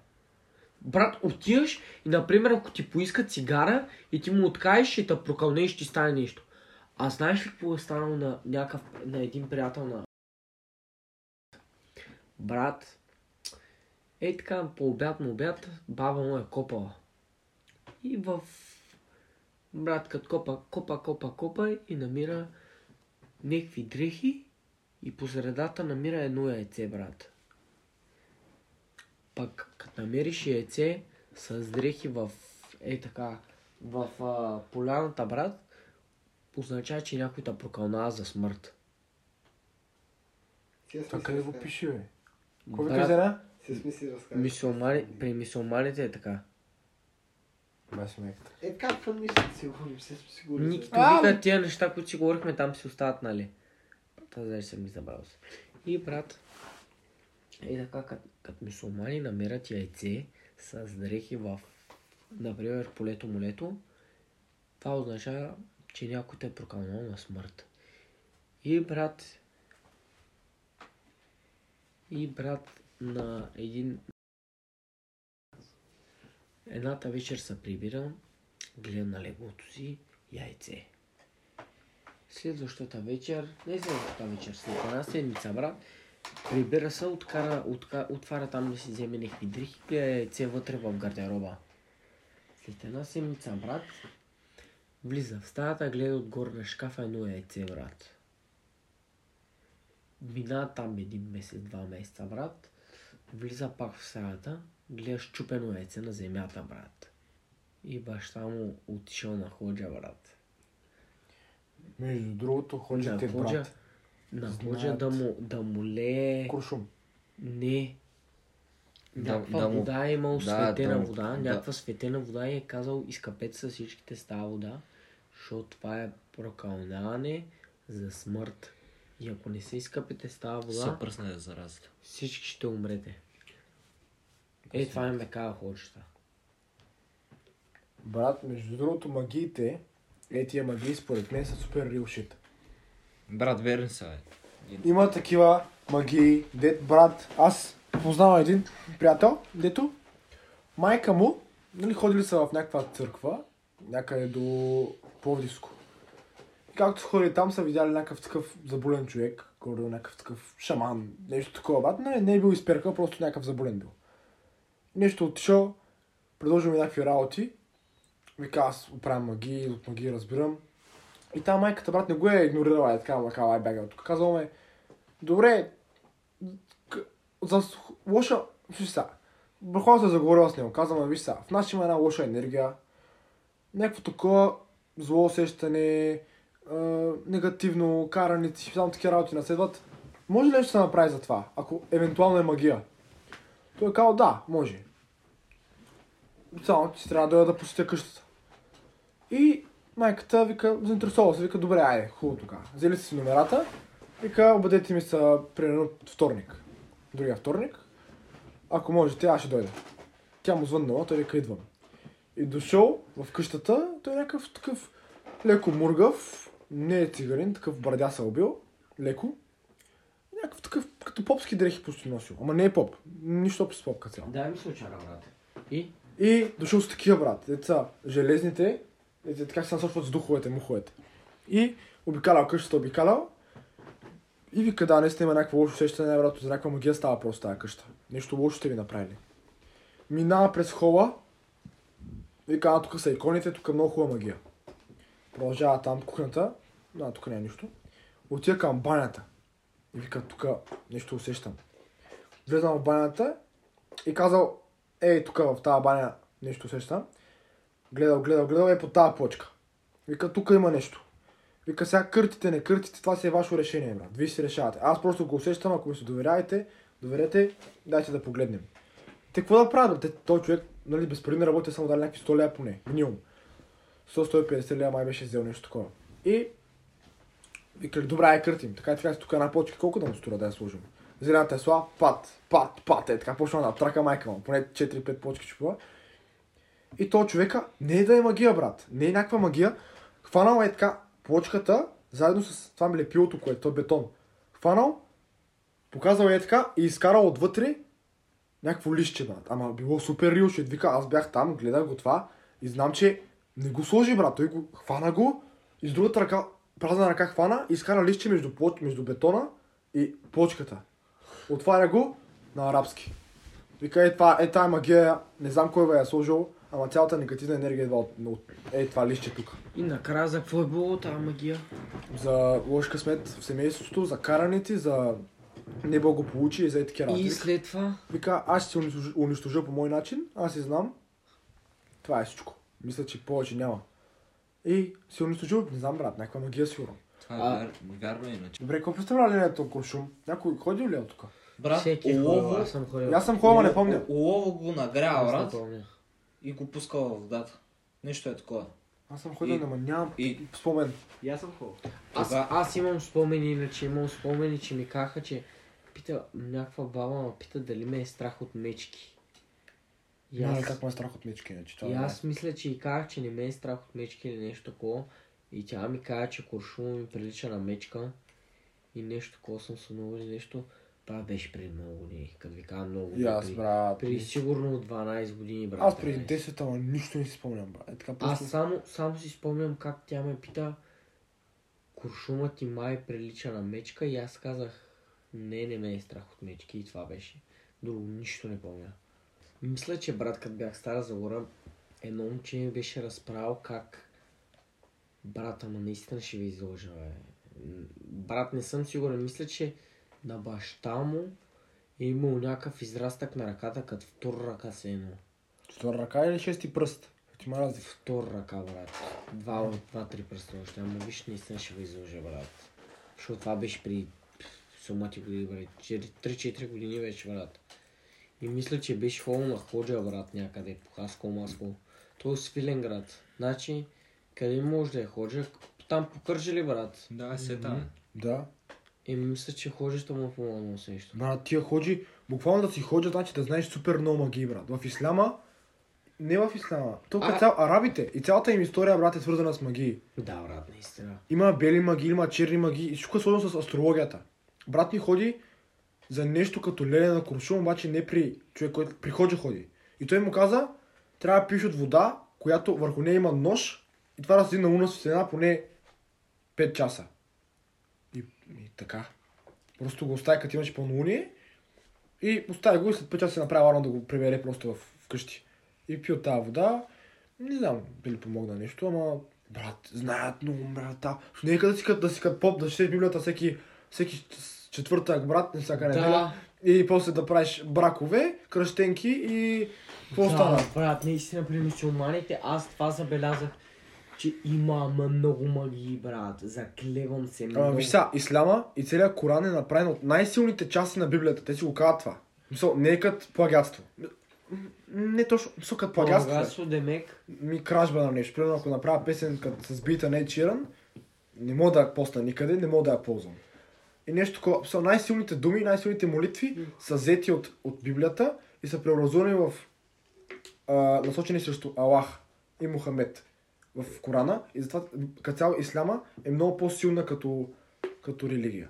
Speaker 1: Брат, отиваш и, например, ако ти поиска цигара и ти му откажеш и те прокълнеш, ще стане нещо. А знаеш ли какво е станало на, някакъв, на един приятел на... Брат, е така, по обяд на обяд, баба му е копала. И в... Брат, като копа, копа, копа, копа и намира някакви дрехи и по средата намира едно яйце, брат. Пък, като намериш яйце с дрехи в... Е така, в а, поляната, брат, означава, че някой те прокълнава за смърт.
Speaker 3: Сега сме
Speaker 5: Това
Speaker 3: си
Speaker 5: къде го
Speaker 3: разказали.
Speaker 5: пише, бе? Кой ви
Speaker 1: Брат,
Speaker 5: каза една?
Speaker 3: Сега сме си разказали.
Speaker 1: мисюлмани- при мисулманите е така.
Speaker 5: Без меката.
Speaker 3: Е, как към нищо си говорим, сега сме си говорили.
Speaker 1: Никито вика тия неща, които си говорихме, там си остават, нали? Тази вече съм ги забравил. се. И брат, е така, като кът мусулмани намират яйце с дрехи в, например, полето молето, това означава, че някой те е прокалнал на смърт. И брат, и брат на един Едната вечер се прибирам, гледам на леглото си яйце. Следващата вечер, не следващата вечер, след една седмица, брат, прибира се, откара, отка, отваря там да си вземе някакви дрехи, гледа яйце вътре в гардероба. След една седмица, брат, влиза в стаята, гледа отгоре на шкафа едно яйце, брат. Мина там един месец, два месеца, брат. Влиза пак в стаята, гледа щупено яйце на земята, брат. И баща му отишъл на ходжа, брат.
Speaker 5: Между другото, ходжите,
Speaker 1: на ходжа,
Speaker 5: брат.
Speaker 1: на
Speaker 5: Знаят.
Speaker 1: ходжа да му, да му лее,
Speaker 5: Куршум.
Speaker 1: не,
Speaker 10: Да-
Speaker 1: някаква
Speaker 10: да му-
Speaker 1: вода е имал
Speaker 10: да,
Speaker 1: светена
Speaker 10: да му-
Speaker 1: вода,
Speaker 10: да.
Speaker 1: някаква светена вода и е казал изкъпете с всичките с тази вода, защото това е прокалняване за смърт. И ако не се изкъпите с тази вода,
Speaker 8: пръсна е заразата.
Speaker 1: всички ще умрете. Е, това им е казал ходжата.
Speaker 5: Брат, между другото, магиите, е тия магии, според мен са супер real shit.
Speaker 10: Брат, верен са, е.
Speaker 5: Има такива магии, дед брат. Аз познавам един приятел, дето майка му, нали, ходили са в някаква църква, някъде до Пловдивско. И Както са ходили там, са видяли някакъв такъв заболен човек, горе някакъв такъв шаман, нещо такова, брат. Не, не е бил изперкал, просто някакъв заболен бил. Нещо отишъл, предложил ми някакви работи. Вика, аз правя магии, от магии разбирам. И та майката, брат, не го е игнорирала, е така, макала, ай бягай от тук. Казваме, Добре. к- За с- лоша... Виж са. Хората се заговорила с него. Казвам, виж са, в нас има една лоша енергия. Някакво такова зло усещане, а, негативно, караници, само такива работи наследват. Може ли нещо да се направи за това, ако евентуално е магия? Той е казал, да, може. Само че трябва да, да посетя къщата. И майката вика, заинтересува се, вика, добре, айде, хубаво тогава. Взели си номерата, Вика, обадете ми са, примерно, вторник. Другия вторник. Ако можете, аз ще дойда. Тя му звъннала, той вика, идвам. И дошъл в къщата, той е някакъв такъв леко мургав, не е цигарин, такъв брадя се убил, леко. Някакъв такъв, като попски дрехи просто носил. Ама не е поп. Нищо общо с попка цяло.
Speaker 1: Да, ми се очара, брат. И?
Speaker 5: И дошъл с такива, брат. Деца, железните, деца, така се насочват с духовете, муховете. И обикалял къщата, обикалял. И вика, да, наистина има някакво лошо усещане, най-вероятно за някаква магия става просто тази къща. Нещо лошо ще ви направили. Минава през хола. Вика, а тук са иконите, тук е много хубава магия. Продължава там кухнята. А, тук не е нищо. Отива към банята. И вика, тук нещо усещам. влезнал в банята и казал, ей, тук в тази баня нещо усещам. Гледал, гледал, гледал, е по тази плочка. Вика, тук има нещо. Вика, сега къртите, не къртите, това си е ваше решение, брат. Вие си решавате. Аз просто го усещам, ако ми се доверяете, доверете, дайте да погледнем. Те какво да правят? бе? Те, той човек, нали, безпредно работи, само дали някакви 100 лея поне. Минимум. 100-150 лея май беше взел нещо такова. И Викали, добре, е къртим. Така и така, тук една почка, колко да му струва да я сложим? Зелена Тесла, пат, пат, пат, е така, почна да трака майка му, поне 4-5 почки ще пива. И то човека, не е да е магия, брат, не е някаква магия, хванал е така плочката, заедно с това лепилото, което е то е бетон. Хванал, показал е така и изкарал отвътре някакво лище, брат. Ама било супер рил, ще вика, аз бях там, гледах го това и знам, че не го сложи, брат. Той го хвана го и с другата ръка, празна ръка хвана и изкара лище между, плоч, между бетона и плочката. Отваря го на арабски. Вика, е, това, е тая магия, не знам кой бе я е сложил, ама цялата негативна енергия идва от, от е това лище тук.
Speaker 1: И накрая за какво е било тази магия?
Speaker 5: За лош късмет в семейството, за караните, за неблагополучие и за ети работи.
Speaker 1: И
Speaker 5: Вика,
Speaker 1: след това?
Speaker 5: Вика, аз ще се унищожа, унищожа по мой начин, аз си знам. Това е всичко. Мисля, че повече няма. И се е унищожил, не знам брат, някаква магия сигурно.
Speaker 6: Това е вярно иначе.
Speaker 5: Добре, какво представлява ли е толкова куршум? Някой ходил ли е тук?
Speaker 6: Брат, Всеки е ходил, олово- аз съм ходил.
Speaker 5: Аз съм ходил, ама не помня.
Speaker 6: Олово го нагрял,
Speaker 5: Аз не
Speaker 6: брат,
Speaker 5: помня.
Speaker 6: и го пускал в водата. Нещо е такова.
Speaker 5: Аз съм ходил,
Speaker 6: И-
Speaker 5: ама нямам
Speaker 6: и...
Speaker 5: спомен.
Speaker 2: И аз съм хубав.
Speaker 1: Аз,
Speaker 6: Кога?
Speaker 1: аз имам спомени, иначе имам спомени, че ми казаха, че пита някаква баба, ме пита дали ме е страх от мечки. И
Speaker 5: Няма
Speaker 1: аз,
Speaker 5: как ме е страх от мечки, иначе
Speaker 1: и
Speaker 5: това е.
Speaker 1: аз мисля, че и казах, че не ме е страх от мечки или нещо такова. И тя ми каза, че куршума ми прилича на мечка. И нещо такова съм сънувал или нещо. Това беше преди много години, като ви кажа много
Speaker 5: И аз,
Speaker 1: преди-
Speaker 5: брат.
Speaker 1: Преди сигурно 12 години, брат.
Speaker 5: Аз преди
Speaker 1: 15.
Speaker 5: 10, ама нищо не си спомням, брат. Е, така
Speaker 1: Аз
Speaker 5: просто...
Speaker 1: само, само си спомням как тя ме пита Куршумът ти май прилича на мечка и аз казах не, не ме е страх от мечки и това беше. Друго нищо не помня. Мисля, че брат, като бях в Стара Загора, едно момче ми беше разправил как брат, ама наистина ще ви изложа, бе. М, Брат, не съм сигурен. Мисля, че на баща му е имал някакъв израстък на ръката, като втора ръка се едно.
Speaker 5: Втора ръка или шести пръст? Ти ма разлика.
Speaker 1: Втора ръка, брат. Два, два, три пръста още. Ама виж, наистина ще ви изложа, брат. Защото това беше при сумати години, брат. 3-4 години вече, брат. И мисля, че беше хол на Ходжа, брат, някъде. По Хаско, Маско. Той е свилен град. Значи, къде може да е Ходжа? Там покържи ли, брат?
Speaker 6: Да, се
Speaker 5: там. Да.
Speaker 1: Еми, мисля, че Ходжата му е помогнал с нещо.
Speaker 5: Брат, тия ходжи, буквално да си ходжа, значи да знаеш супер много магии, брат. В исляма, не в исляма, тук
Speaker 1: А-
Speaker 5: цял арабите и цялата им история, брат, е свързана с магии.
Speaker 1: Да, брат, наистина.
Speaker 5: Има бели магии, има черни магии и всичко е свързано с астрологията. Брат ми ходи за нещо като леле на куршум, обаче не при човек, който при ходжа ходи. И той му каза, трябва да пиеш от вода, която върху нея има нож и това да седи на уна с една поне 5 часа. И, и така. Просто го оставя като имаш пълнолуние и оставя го и след 5 часа се направи варно да го прибере просто в, вкъщи. И пи от тази вода. Не знам дали помогна нещо, ама брат, знаят много брата. Нека е да си като да си като поп, да четеш библията всеки, всеки с- четвъртък, брат, не всяка
Speaker 1: Да.
Speaker 5: неделя. И после да правиш бракове, кръщенки и какво
Speaker 1: Да,
Speaker 5: остана?
Speaker 1: брат, наистина при мусулманите аз това забелязах, че има ама много магии, брат. Заклевам се е много.
Speaker 5: Ама виж сега, исляма и целият Коран е направен от най-силните части на Библията. Те си го казват това. Мисъл, не е като плагиатство. М- м- Не точно, мисъл като плагиатство. е.
Speaker 1: Плагатство, демек.
Speaker 5: Ми кражба на нещо. Примерно ако направя песен като с бита не е чиран, не мога да я посна никъде, не мога да я ползвам. И нещо такова. Мисъл, най-силните думи, най-силните молитви са взети от, от Библията и са преобразувани в а, насочени срещу Аллах и Мухамед в Корана и затова като цяло исляма е много по-силна като, като религия.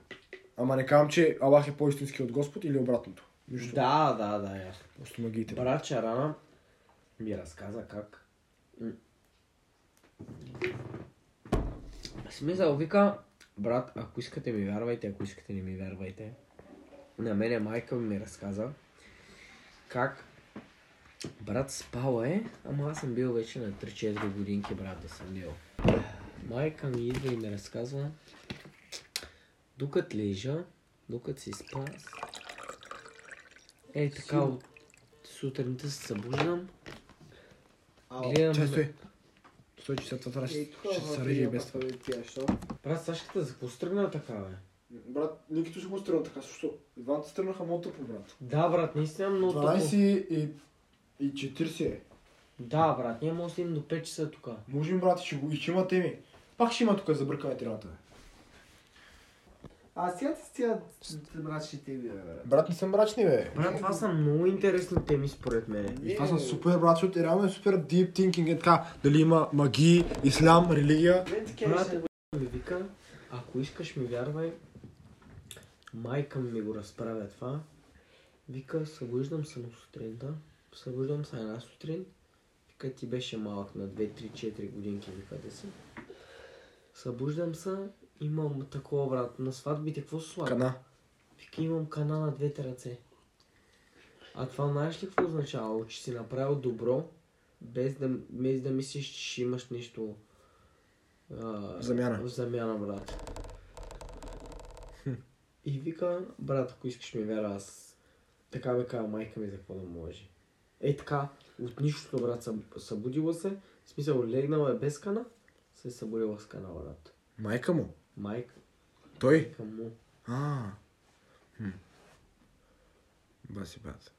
Speaker 5: Ама не казвам, че Аллах е по-истински от Господ или обратното. Нищо.
Speaker 1: Да, да, да, ясно.
Speaker 5: Просто магиите.
Speaker 1: Брат Чарана ми разказа как. М. В Смисъл, вика, брат, ако искате ми вярвайте, ако искате не ми вярвайте. На мене майка ми разказа как брат спала е, ама аз съм бил вече на 3-4 годинки, брат, да съм бил. Майка ми идва и ми разказва, докато лежа, докато си спа,
Speaker 11: Е, така, от сутринта се събуждам.
Speaker 3: Ау.
Speaker 11: Гледам...
Speaker 5: Чай, стой. Стой, че сега това трябва ще
Speaker 3: Ей, е, тук
Speaker 5: ще се
Speaker 3: вътре
Speaker 5: реже и
Speaker 3: има
Speaker 5: без това.
Speaker 3: тия, що?
Speaker 1: Брат, Сашката, за какво стръгна така, бе?
Speaker 5: Брат, Никито ще го стрелна така, защото двамата стрелнаха много тъпо, брат.
Speaker 1: Да, брат, наистина много тъпо.
Speaker 5: 12 и, и 40 е.
Speaker 1: Да, брат, ние може да стоим до 5 часа тук.
Speaker 5: Можем, брат, ще го и ще има теми. Пак ще има тук за бъркане темата. бе.
Speaker 3: А сега с тия мрачните ви, бе, брат.
Speaker 5: Брат, не съм мрачни, бе.
Speaker 1: Брат, това са много интересни теми според мен.
Speaker 5: И това са супер, брат, защото е реално е супер deep thinking е така. Дали има магии, ислям, религия.
Speaker 1: Брат, ми вика, ако искаш ми вярвай, майка ми го разправя това. Вика, събуждам се на сутринта, събуждам се една сутрин, вика ти беше малък на 2-3-4 годинки, вика да си. Събуждам се, имам такова брат, на сватбите какво се слага?
Speaker 5: Кана.
Speaker 1: Вика, имам кана на двете ръце. А това знаеш ли какво означава? Че си направил добро, без да, без да мислиш, че ще имаш нещо а,
Speaker 5: В замяна.
Speaker 1: В замяна, брат. И вика, брат, ако искаш ми вера, аз така ме казва майка ми за какво да може. Е така, от нищото, брат, съб- събудила се, в смисъл, легнала е без кана, се е събудила с кана, брат.
Speaker 5: Майка му.
Speaker 1: Майка,
Speaker 5: Той.
Speaker 1: майка му.
Speaker 5: А. Хм. Баси, брат.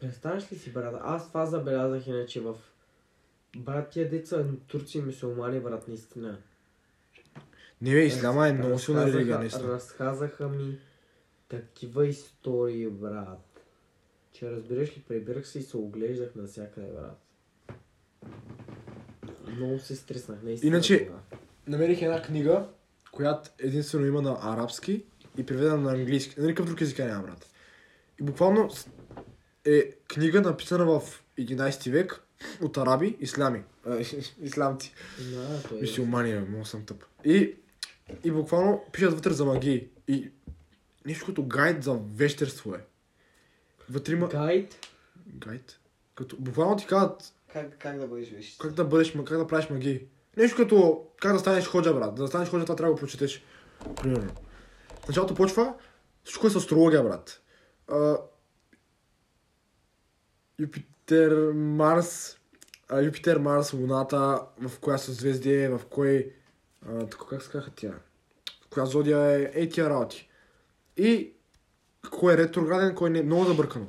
Speaker 1: Представяш ли си, брат? Аз това забелязах иначе в... Брат, тия деца турци и мусулмани, брат, наистина.
Speaker 5: Не, бе, исляма е много силна
Speaker 1: Разказаха-
Speaker 5: религия, наистина.
Speaker 1: Разказаха ми такива истории, брат. Че разбираш ли, прибирах се и се оглеждах навсякъде, брат. Много се стреснах, наистина.
Speaker 5: Иначе,
Speaker 1: тогава.
Speaker 5: намерих една книга, която единствено има на арабски и преведена на английски. На никакъв друг език я няма, брат. И буквално с- е книга написана в 11 век от араби, ислами. А, [LAUGHS] Исламци.
Speaker 1: Да, той е.
Speaker 5: Мисюлмания, много съм тъп. И, и буквално пишат вътре за магии. И нещо като гайд за вещерство е. Вътре има...
Speaker 1: Гайд?
Speaker 5: Гайд. Като, буквално ти казват
Speaker 3: Как, как да бъдеш виж?
Speaker 5: как да бъдеш, ма- как да правиш магии. Нещо като как да станеш ходжа, брат. За да станеш ходжа, това трябва да го прочетеш. Примерно. В началото почва всичко е с астрология, брат. А, Юпитер, Марс, а, Юпитер, Марс, Луната, в коя са звезди е, в кой... А, така как се казаха тя? В коя зодия е, е тия работи. И кой е ретрограден, кой не е много забъркано.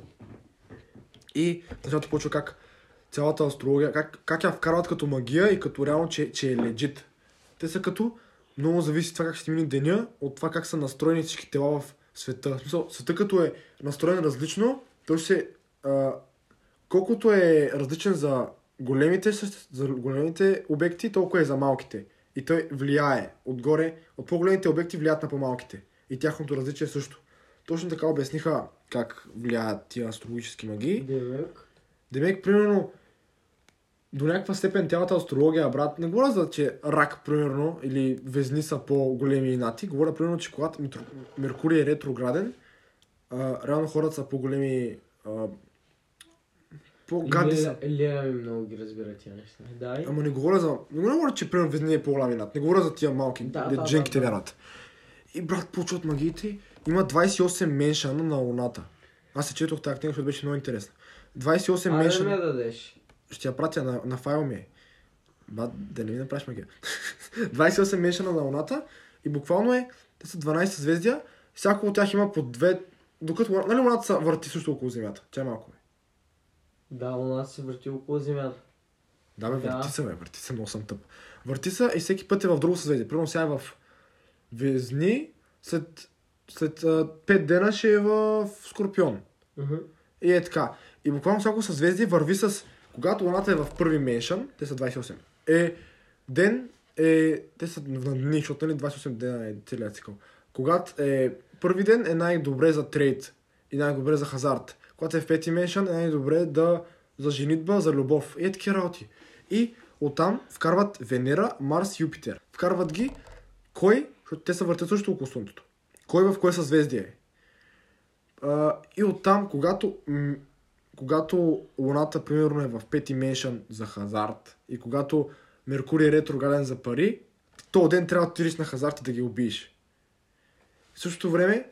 Speaker 5: И в началото почва как цялата астрология, как, как я вкарват като магия и като реално, че, че е легит. Те са като много зависи това как ще ти мине деня, от това как са настроени всички тела в света. В смисъл, света като е настроен различно, той ще се, а, колкото е различен за големите, съще- за големите обекти, толкова е за малките. И той влияе отгоре, от по-големите обекти влияят на по-малките. И тяхното различие е също. Точно така обясниха как влияят тия астрологически магии.
Speaker 1: Демек.
Speaker 5: Демек, примерно, до някаква степен цялата астрология, брат, не говоря за, че рак, примерно, или везни са по-големи инати. Говоря, примерно, че когато Митро- Меркурий е ретрограден, а, реално хората са по-големи... А, по-гадни са.
Speaker 1: Леля- Леля ми много ги разбира тия неща. Дай.
Speaker 5: Ама не говоря за... Не говоря, че примерно везни е по-голям инат. Не говоря за тия малки,
Speaker 1: Да,
Speaker 5: да,
Speaker 1: да,
Speaker 5: дженките
Speaker 1: да, да.
Speaker 5: вярват. И брат, получват магиите. Има 28 меншана на Луната. Аз се четох тази книга, защото беше много интересна. 28
Speaker 1: а, да
Speaker 5: меншана...
Speaker 1: ми я дадеш.
Speaker 5: Ще я пратя на, на файл ми. е. Ба, да не ми направиш магия. [LAUGHS] 28 мешана на Луната и буквално е, те са 12 звездия, всяко от тях има по две... Докато Луна- нали Луната се върти също около Земята? Тя е малко е.
Speaker 1: Да, Луната се върти около земята.
Speaker 5: Да, бе,
Speaker 1: Да.
Speaker 5: върти се, бе, върти се, много съм тъп. Върти се и всеки път е в друго съзвездие. Примерно сега е в Везни, след, след 5 дена ще е в Скорпион.
Speaker 1: Мгм.
Speaker 5: И е така. И буквално всяко съзвездие върви с... Когато Луната е в първи меншън, те са 28, е ден е... Те са на дни, защото нали 28 дена е целият цикъл. Когато е първи ден е най-добре за трейд и най-добре за хазарт. Когато е в пети меншън е най-добре да... за женитба, за любов. И е такива работи. И оттам вкарват Венера, Марс, Юпитер. Вкарват ги кой, защото те се въртят също около Слънцето. Кой в кое съзвездие е? А, и оттам, когато, м, когато Луната, примерно, е в пети меншън за хазарт и когато Меркурий е ретрограден за пари, то ден трябва да отидеш на хазарт и да ги убиеш. В същото време,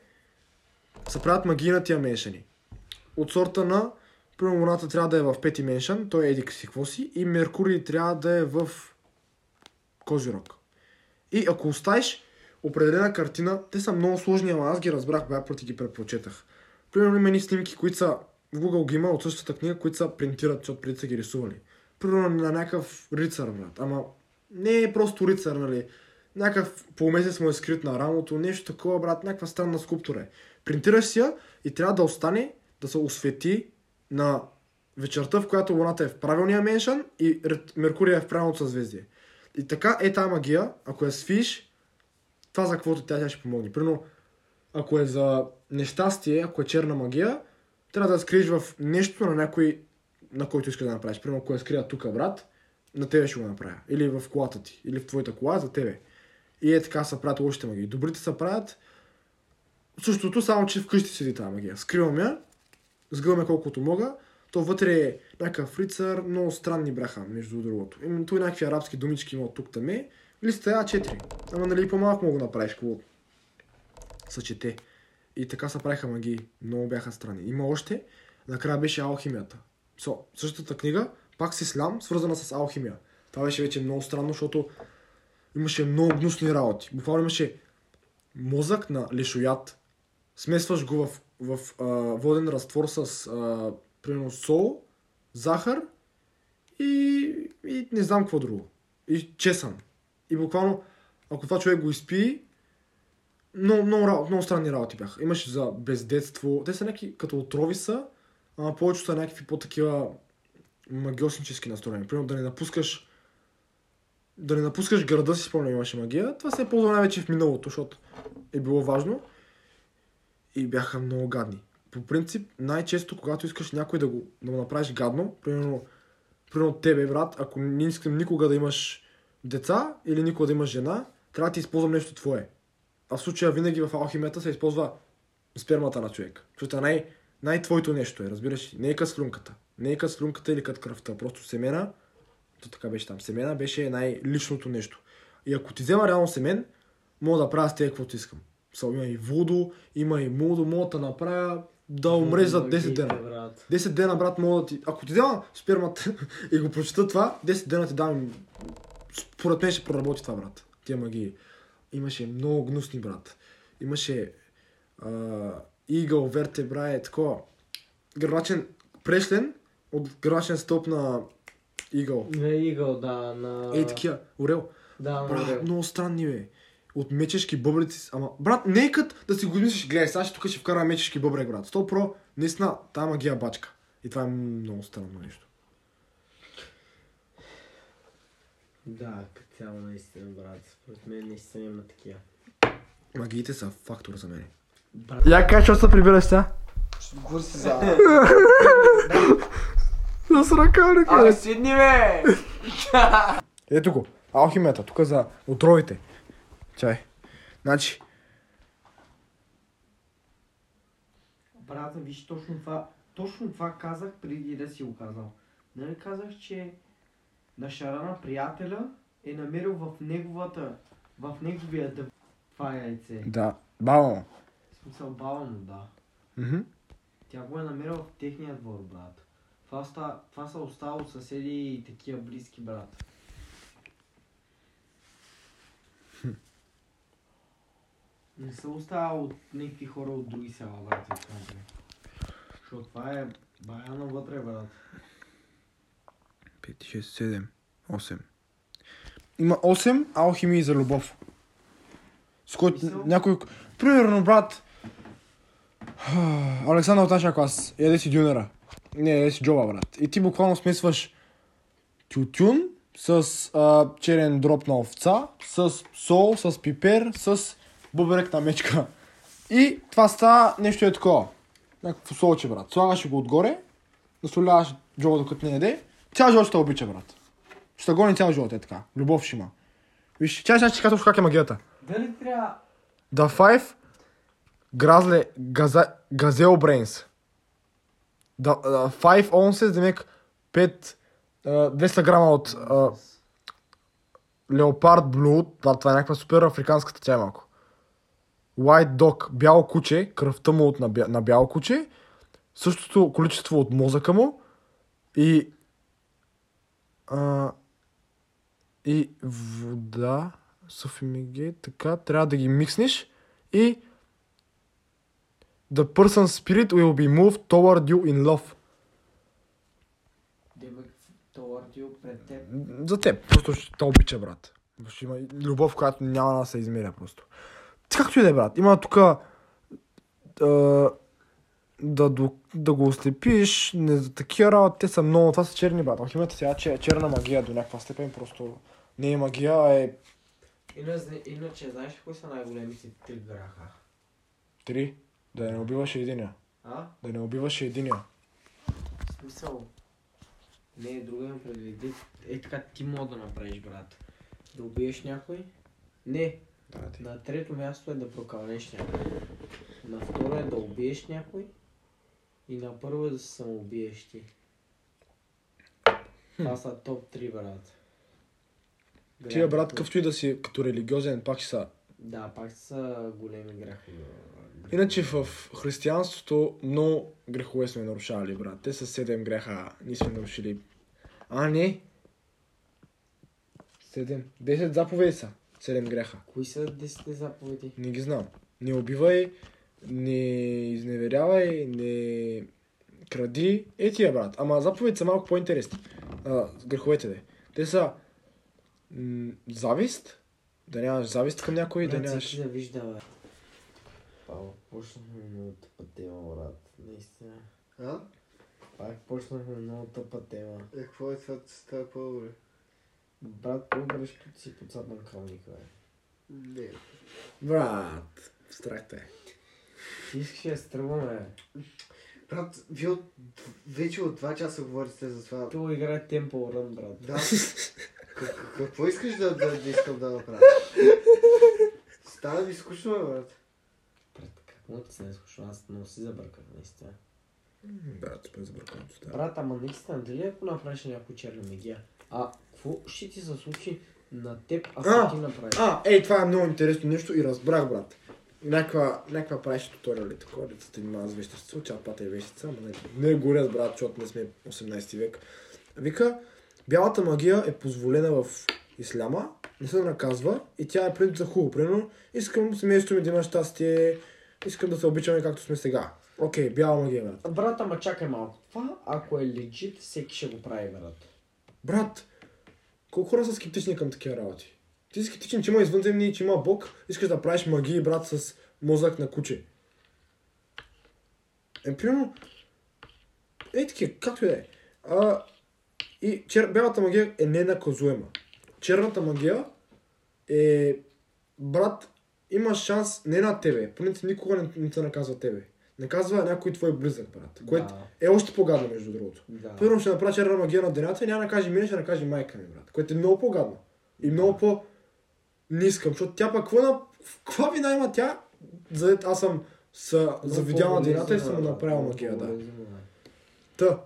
Speaker 5: се правят магийна тия меншени. От сорта на, примерно Луната трябва да е в пети меншен, той е еди си какво си, и Меркурий трябва да е в Козирог. И ако оставиш определена картина, те са много сложни, ама аз ги разбрах, бе, проти ги препрочетах. Примерно има едни снимки, които са в Google ги има от същата книга, които са принтират, защото преди са ги рисували. Примерно на някакъв рицар, брат. Ама не е просто рицар, нали? Някакъв полумесец му е скрит на рамото, нещо такова, брат, някаква странна скулптура е. Принтираш си я и трябва да остане, да се освети на вечерта, в която Луната е в правилния меншън и Ред- Меркурий е в правилното съзвездие. И така е тази магия, ако я свиш, това за каквото тя, тя ще помогне. Примерно, ако е за нещастие, ако е черна магия, трябва да я скриеш в нещо на някой, на който искаш да направиш. Примерно, ако я скрия тук, брат, на тебе ще го направя. Или в колата ти, или в твоята кола, за тебе. И е така се правят лошите магии. Добрите се правят същото, само че вкъщи седи тази магия. Скривам я, сгъвам я колкото мога, то вътре е някакъв рицар, много странни бяха, между другото. Именно той някакви арабски думички има от тук таме. Листа е А4. Ама нали и по-малко мога да направиш, какво съчете. И така се правиха магии. Много бяха страни. Има още. Накрая беше алхимията. Со, същата книга, пак с ислям, свързана с алхимия. Това беше вече много странно, защото имаше много гнусни работи. Буквално имаше мозък на лешоят. Смесваш го в, в а, воден разтвор с а, примерно сол, захар и, и не знам какво друго. И чесън. И буквално, ако това човек го изпи, много, много, ра- много странни работи бяха. Имаше за бездетство. Те са някакви като отрови са, а повечето са някакви по-такива магиоснически настроения. Примерно да не напускаш да не напускаш града си, спомням, имаше магия. Това се е ползвало най-вече в миналото, защото е било важно. И бяха много гадни. По принцип, най-често, когато искаш някой да го, да го направиш гадно, примерно, примерно тебе, брат, ако не искам никога да имаш деца или никога да имаш жена, трябва да ти използвам нещо твое. А в случая винаги в алхимията се използва спермата на човек. Защото най- най-твоето нещо е, разбираш ли? Не е като слюнката. Не е като слюнката или като кръвта. Просто семена, то така беше там. Семена беше най-личното нещо. И ако ти взема реално семен, мога да правя с тези каквото искам. Са, има и водо, има и мудо, мога да направя да умреш за 10 дена. 10 дена, брат, мога да ти... Ако ти взема спермата [LAUGHS] и го прочета това, 10 дена ти дам... Според мен ще проработи това, брат. Тия магии. Имаше много гнусни, брат. Имаше... а, Игъл, вертебра е такова. Гърначен прешлен от гърначен стълб на Игъл.
Speaker 11: На игъл, да, на...
Speaker 5: Ей, такива. Орел.
Speaker 11: Да, на
Speaker 5: Брат,
Speaker 11: орел.
Speaker 5: много странни, бе. От мечешки бъбрици. с- Ама, брат, не е кът да си го измислиш, гледай, сега ще тук ще вкара мечешки бъбрек, брат. Сто про, наистина, тая магия бачка. И това е много странно нещо.
Speaker 1: Да, като цяло наистина, брат. Според мен наистина има такива.
Speaker 5: Магиите са фактор за мен.
Speaker 1: Я
Speaker 5: кажа, че се прибираш сега?
Speaker 12: Говори си за...
Speaker 5: Да с ръка,
Speaker 4: Абе, седни, бе!
Speaker 5: [LAUGHS] Ето го. Алхимията, тук за отровите. Чай. Значи,
Speaker 3: Брата, виж точно това, точно това казах преди да си го казал. Нали казах, че на шарана приятеля е намерил в неговата, в неговия дъв... това яйце.
Speaker 5: да, баба.
Speaker 3: В смисъл баба му, да.
Speaker 5: Мгм.
Speaker 3: Тя го е намерила в техния двор, брат. Това, ста, това са оставало съседи и такива близки, брат. Не са остава от някакви хора от други села, брат, ви казвам. Защото това е бая навътре, брат.
Speaker 5: 5, 6, 7, 8. Има 8 алхимии за любов. С който някой... Примерно, брат... [SIGHS] Александър от нашия клас. Яде си дюнера. Не, яде си джоба, брат. И ти буквално смесваш тютюн с а, черен дроб на овца, с сол, с пипер, с буберек на мечка. И това става нещо е такова. Някакво солче, брат. Слагаш го отгоре, насоляваш джоба докато не яде, цял живот ще те обича, брат. Ще те гони цял живот, е така. Любов ще има. Виж, чай, сега ще ти кажа точно как е магията.
Speaker 3: Дали трябва...
Speaker 5: The Five, Гразле, газа, Газел Brains. Да, да, е Five Ounces, демек 5, а, 200 uh, грама от uh, а, Леопард Блуд. Това, това е някаква супер африканската тя е малко. White Dog, бяло куче, кръвта му от на, бя, на бяло куче, същото количество от мозъка му и а, и вода, суфимиге, така, трябва да ги микснеш и The person spirit will be moved toward you in love.
Speaker 4: Товардио пред теб.
Speaker 5: За теб. Просто ще те обича, брат. Ще има любов, която няма да се измеря просто. Както и да е, брат. Има тук да, до- да, го ослепиш, не за такива работи, те са много, това са черни, брат. Алхимията сега че, е черна магия до някаква степен, просто не е магия, а е
Speaker 1: Иначе, иначе знаеш ли кои са най-големите три греха?
Speaker 5: три. Да не убиваш единия.
Speaker 1: А?
Speaker 5: Да не убиваш единия.
Speaker 1: В смисъл? Не, е друга ме предвиди. Е така ти мога да направиш, брат. Да убиеш някой? Не. На трето място е да прокалнеш някой. На второ е да убиеш някой. И на първо е да се самоубиеш ти. Това са топ 3, брат.
Speaker 5: Тия, брат,
Speaker 1: Грехове.
Speaker 5: какъвто и да си като религиозен, пак ще са
Speaker 1: Да, пак са големи грехове.
Speaker 5: Иначе в християнството много грехове сме нарушавали, брат. Те са седем греха. Ние сме нарушили. А, не. Седем. Десет заповеди са. Седем греха.
Speaker 1: Кои са десетте заповеди?
Speaker 5: Не ги знам. Не убивай, не изневерявай, не кради. Е тия, брат. Ама заповедите са малко по-интересни. А, греховете де. Те са м- завист. Да нямаш завист към някой, да
Speaker 1: Брат,
Speaker 5: нямаш...
Speaker 1: всеки да вижда, бе. Павел, почнахме много тъпа тема, брат. Наистина.
Speaker 3: А?
Speaker 1: Пак почнахме много тъпа тема.
Speaker 3: Е, какво е това, става по-добре?
Speaker 1: Брат, по-добре, защото си подсадна калника, бе.
Speaker 3: Не.
Speaker 5: Брат, страх те.
Speaker 1: Ти искаш ли да стръгваме, бе.
Speaker 3: Брат, вие от... вече от 2 часа говорите за това.
Speaker 1: Той играе темпо рън, брат.
Speaker 3: Да. Как- Какво искаш да, да, да искам да направя? Стана ми скучно, бе, брат.
Speaker 1: Какво ти се не слушам? Аз много си забърках, наистина.
Speaker 5: Да, ти бе забърканото, да.
Speaker 1: Брат, ама наистина, дали ако направиш някой черна магия? А, какво ще ти се случи на теб, ако ти направиш?
Speaker 5: А, ей, това е много интересно нещо и разбрах, брат. Някаква, някаква правиш туториал и такова, децата ни маза вещица, учат пата и вещица, ама не, не горят, брат, защото не сме 18 век. Вика, бялата магия е позволена в исляма, не се наказва и тя е принцип за хубаво. Примерно, искам семейството ми да има щастие, искам да се обичаме както сме сега. Окей, бяла магия, брат.
Speaker 1: Брат, ама чакай малко. Това, ако е легит, всеки ще го прави, брат.
Speaker 5: Брат, колко хора са скептични към такива работи? Ти си скептичен, че има извънземни, че има Бог, искаш да правиш магии, брат, с мозък на куче. Е, примерно, е такива, както и да е. А, и чер... бялата магия е ненаказуема. Черната магия е, брат, има шанс не на тебе, поне ти никога не, не те наказва тебе. Наказва някой твой близък, брат, което е още по-гадно, между другото.
Speaker 1: Да.
Speaker 5: Първо ще направя черна магия на денята и няма да каже мене, ще накаже майка ми, брат. Което е много по-гадно. И много по... Не искам, защото тя пък какво на... Каква вина има тя? За аз съм са, завидял на денята и съм му направил магия, да. Та,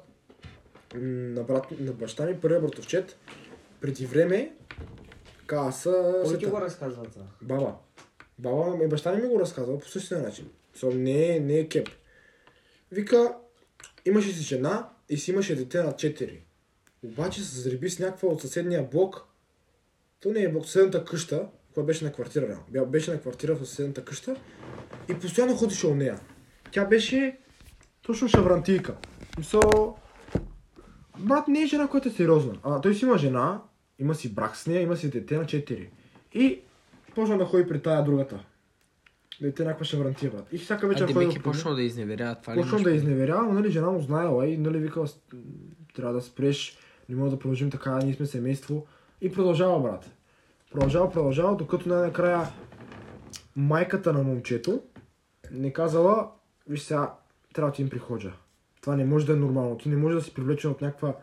Speaker 5: м, на, брат, на баща ми, първия братовчет, преди време, каза са...
Speaker 1: Кой ти
Speaker 5: сета.
Speaker 1: го разказва това?
Speaker 5: Баба. Баба ми, баща ми ми го разказва по същия начин. So, не, е- не е кеп. Вика, имаше си жена и си имаше дете на 4. Обаче се зареби с някаква от съседния блок. То не е блок, съседната къща, която беше на квартира. реално. Бя- Беше на квартира в съседната къща и постоянно ходеше у нея. Тя беше точно шаврантийка. Мисъл, брат не е жена, която е сериозна. А той си има жена, има си брак с нея, има си дете на 4. И почна да ходи при тая другата. Дете някаква шаврантия, брат. И всяка вечер
Speaker 11: а
Speaker 5: ходила
Speaker 11: Демеки
Speaker 5: при нея.
Speaker 11: почна да изневерява това ли?
Speaker 5: Почвам да изневерявам, нали, жена му знаела и нали, вика, «С- м, трябва да спреш, не мога да продължим така, ние сме семейство. И продължава, брат. Продължава, продължава, докато най-накрая майката на момчето не казала, виж сега, трябва да ти им приходжа. Това не може да е нормално. Ти не може да си привлечен от някаква,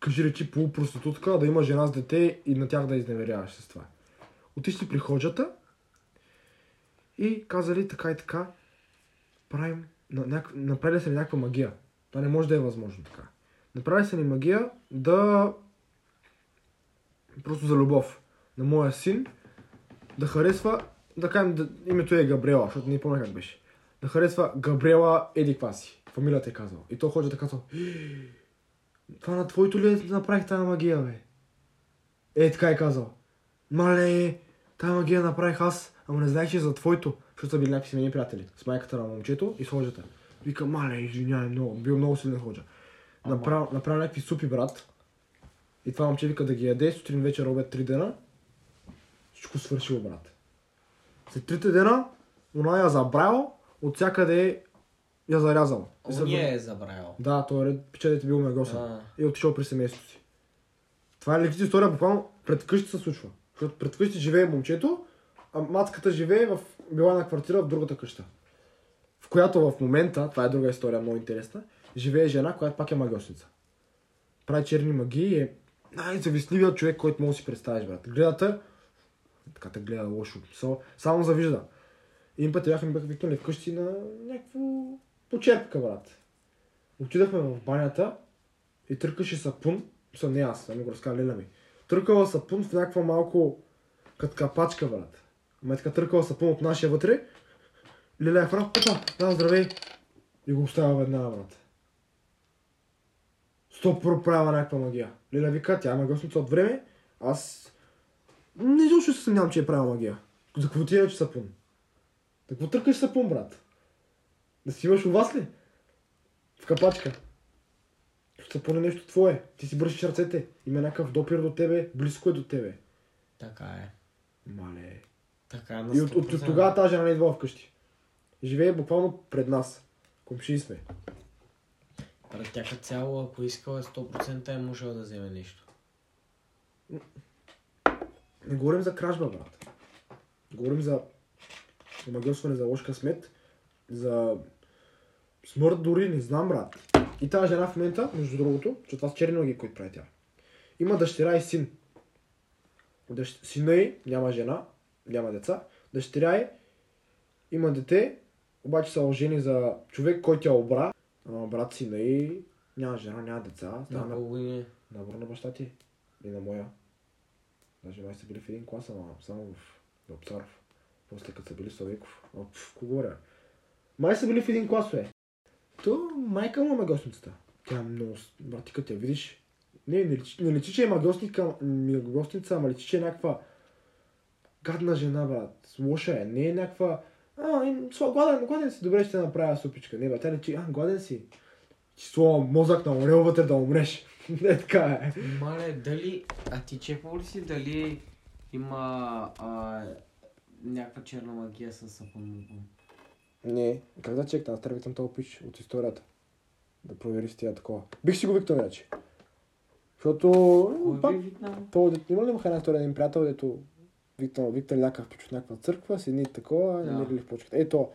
Speaker 5: кажи речи, полупроститутка, да има жена с дете и на тях да изневеряваш с това. Отишли при ходжата и казали така и така, правим, на, няк... направили са ни някаква магия. Това не може да е възможно така. Направили са ни магия да... Просто за любов на моя син да харесва да кажем, да, името е Габриела, защото не помня как беше. Да харесва Габриела Еди Кваси. Фамилията е казала. И то ходи да казва. Това на твоето ли е направих тази магия, бе? Е, така е казал. Мале, тази магия направих аз, ама не знаех, че е за твоето. Защото са били някакви семейни приятели. С майката на момчето и с ходжата. Вика, мале, извинявай много, бил много силен ходжа. Направил, направил някакви супи, брат. И това момче вика да ги яде, сутрин вечер обед 3 дена. Всичко свършило, брат. След трите дена, она я забрал, от всякъде я зарязал. И се
Speaker 11: Ония
Speaker 5: върна-
Speaker 11: е забравил.
Speaker 5: да, той ред печелите бил мегосан.
Speaker 11: А.
Speaker 5: И е отишъл при семейството си. Това е лична история, буквално пред къщи се случва. Защото пред къщи живее момчето, а мацката живее в била на квартира в другата къща. В която в момента, това е друга история, много интересна, живее жена, която пак е магиосница. Прави черни магии и е най-завистливият човек, който може да си представиш, брат. Гледата, така те гледа лошо, со- само завижда. И един път я бяхме бяха викнали вкъщи на някакво почерпка, брат. Отидахме в банята и търкаше сапун. Съм не аз, ами го разказа Леля ми. Търкала сапун в някаква малко като капачка, брат. Ама е така търкала сапун от нашия вътре. Леля е фрак, папа, да, здравей. И го оставя веднага, брат. Стоп, проправя някаква магия. Леля вика, тя е магиосница от време. Аз не изобщо се съмнявам, че е правила магия. За какво ти е че сапун? За какво търкаш сапун, брат? Да си имаш у вас ли? В капачка. Ще поне нещо твое. Ти си бършиш ръцете. Има някакъв допир до тебе, близко е до тебе.
Speaker 11: Така е.
Speaker 5: Мале.
Speaker 11: Така е. на
Speaker 5: И от, от,
Speaker 11: 100%.
Speaker 5: от тогава тази жена не идва вкъщи. Живее буквално пред нас. Комши сме.
Speaker 11: Пред тя като цяло, ако искала 100% е можела да вземе нещо.
Speaker 5: Не говорим за кражба, брат. Говорим за омагьосване, за ложка смет, за смърт дори, не знам, брат. И тази жена в момента, между другото, че това са черни ноги, които прави тя. Има дъщеря и син. Дъщ... Сина й няма жена, няма деца. Дъщеря й има дете, обаче са ожени за човек, който я обра. Ама брат сина й няма жена, няма деца. Става на
Speaker 11: години.
Speaker 5: на бро на баща ти и на моя. Даже май са били в един клас, ама само в Лапцаров. После като са били Савеков. А, пф, кого говоря? Май са били в един клас, бе. То майка му е магиосницата. Тя е много... с- Брат, ти като я видиш... Не, не личи, не личи че е магиосника, магиосница, е ама личи, че е някаква... Гадна жена, брат. Лоша е. Не е някаква... А, е, сла- гладен, гладен си, добре ще направя супичка. Не, брат, тя личи, а, гладен си. Ти слома мозък на орел вътре да умреш. [LAUGHS] Не така е.
Speaker 4: Мале, дали... А ти чепал ли си дали има а, някаква черна магия с сапун?
Speaker 5: Не, как да чекна? Аз трябва да викам този пич от историята. Да провери си тя такова. Бих си го викнал иначе. Защото... м,
Speaker 4: е
Speaker 5: Пак, то, дет- има ли имаха една история на един приятел, дето викнал, викнал някакъв пич от някаква църква, седни такова,
Speaker 4: Да.
Speaker 5: да. намерили в почката. Ето,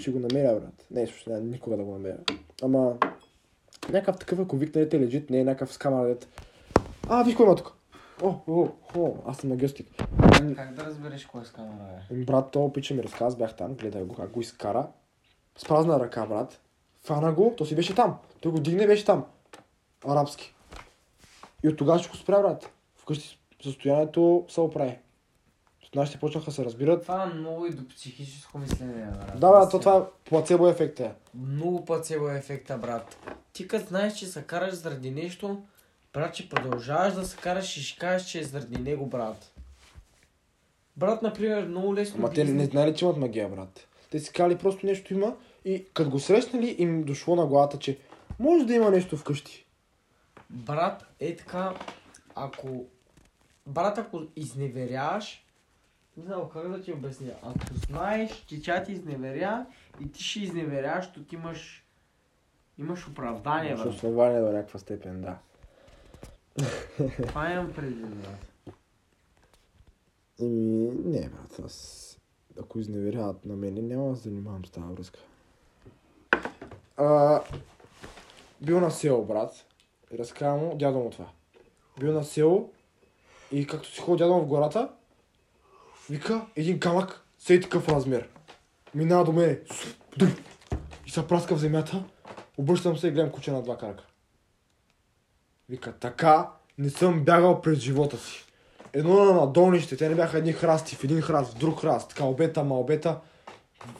Speaker 5: ще го намеря, брат. Не, също няма никога да го намеря. Ама, някакъв такъв, ако викнете лежит, не е някакъв скамар, дет. А, виж кой има тук. О, о, о, аз съм магиостик.
Speaker 4: Как да разбереш кой е с камера, бе?
Speaker 5: Ами, Брат, то пича ми разказа, бях там, гледах го как го изкара. С празна ръка, брат. Фана го, то си беше там. Той го дигне, беше там. Арабски. И от тогава ще го спря, брат. Вкъщи състоянието се оправи. С Нашите почнаха да се разбират.
Speaker 4: Това е много и до психическо мислене, брат.
Speaker 5: Да, брат, то това е плацебо ефект е.
Speaker 4: Много пацево е ефекта, брат.
Speaker 11: Ти като знаеш, че се караш заради нещо, брат, че продължаваш да се караш и ще кажеш, че е заради него, брат. Брат, например, много лесно...
Speaker 5: Ама
Speaker 11: ги
Speaker 5: те не
Speaker 11: изни-
Speaker 5: знали, че имат магия, брат. Те си кали просто нещо има и като го срещнали им дошло на главата, че може да има нещо вкъщи.
Speaker 11: Брат, е така, ако... Брат, ако изневеряваш, не знам как да ти обясня, ако знаеш, че тя ти изневеря и ти ще изневеряваш, то ти имаш... Имаш оправдание,
Speaker 5: С
Speaker 11: брат.
Speaker 5: основание до някаква степен, да.
Speaker 11: Това имам предвид, брат.
Speaker 5: Еми, Ами, не, брат, аз... Ако изневеряват на мене, няма да се занимавам с тази връзка. А, бил на село, брат. И разказвам му дядо му това. Бил на село и както си ходил дядо му в гората, вика един камък, сей такъв размер. Минава до мене. Суп, дуп. И се праска в земята. Обръщам се и гледам куче на два крака. Вика, така не съм бягал през живота си. едно на надолнище, те не бяха едни храсти, в един храст, в друг храст, така обета, ма обета.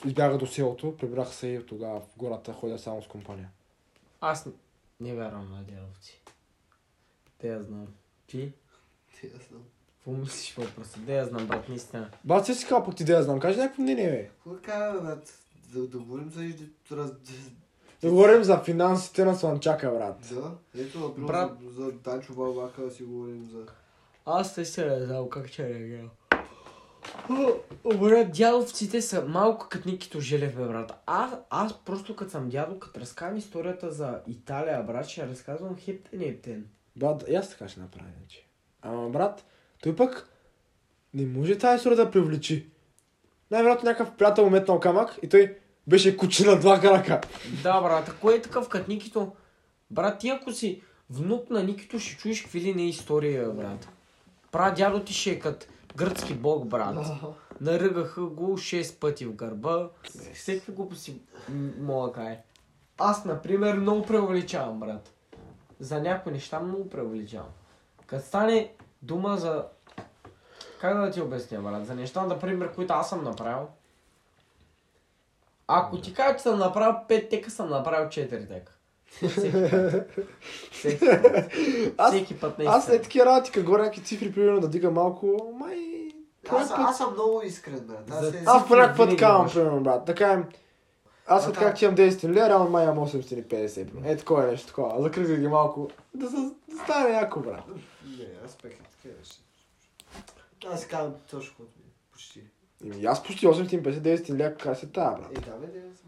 Speaker 5: Избягах до селото, прибрах се и тогава в гората ходя само с компания.
Speaker 1: Аз н- не вярвам на дядовци. Те я знам. Ти? Те я знам. Какво мислиш по въпроса? Те я знам, брат, наистина.
Speaker 5: Бат, си си казва пък ти да я знам, каже някакво мнение, бе.
Speaker 3: Какво кажа, брат? Да, да говорим за... Раз...
Speaker 5: Да говорим за финансите на Слънчака, брат.
Speaker 3: Да, ето, например,
Speaker 1: Брат.
Speaker 3: за, за Дачо Балбака да си говорим за...
Speaker 1: Аз те се не знам как ще реагирам. О, Брат, дядовците са малко като Никито Желев, бе, брат. Аз, аз просто като съм дядо, като разказвам историята за Италия, брат, ще разказвам хептен и ептен.
Speaker 5: Брат, и аз така ще направя, че. Ама, брат, той пък не може тази история да привлечи. Най-вероятно някакъв приятел му е метнал камък и той беше куче на два крака.
Speaker 1: Да, брат, ако е такъв като Никито, брат, ти ако си внук на Никито, ще чуеш какви ли не истории, бе, брат. Прадядо ти ще е като гръцки бог, брат. Наръгаха го 6 пъти в гърба. Всеки глупости м- мога да кажа. Аз, например, много преувеличавам, брат. За някои неща много преувеличавам. Като стане дума за... Как да ти обясня, брат? За неща, например, които аз съм направил. Ако ти кажа, че съм направил 5 тека, съм направил 4 тека. Всеки път. Всеки път. Всеки път не
Speaker 5: Аз е такива работи, като горе някакви цифри, примерно да дига малко, май...
Speaker 3: Аз, аз съм много искрен, брат. Аз, не-
Speaker 5: Аз по някакъв път казвам, примерно, брат. Да кажем, аз като
Speaker 3: Така.
Speaker 5: как имам 10 лева, реално май имам 850. примерно. Е, такова е нещо такова. Закръгли ги малко. Да, са- да стане яко, брат.
Speaker 3: Не, аз пък е така беше. Аз казвам точно от мен. Почти.
Speaker 5: И Ами, аз почти 850, 900 лева, как се тая, брат.
Speaker 3: Е, да, бе, да, съм.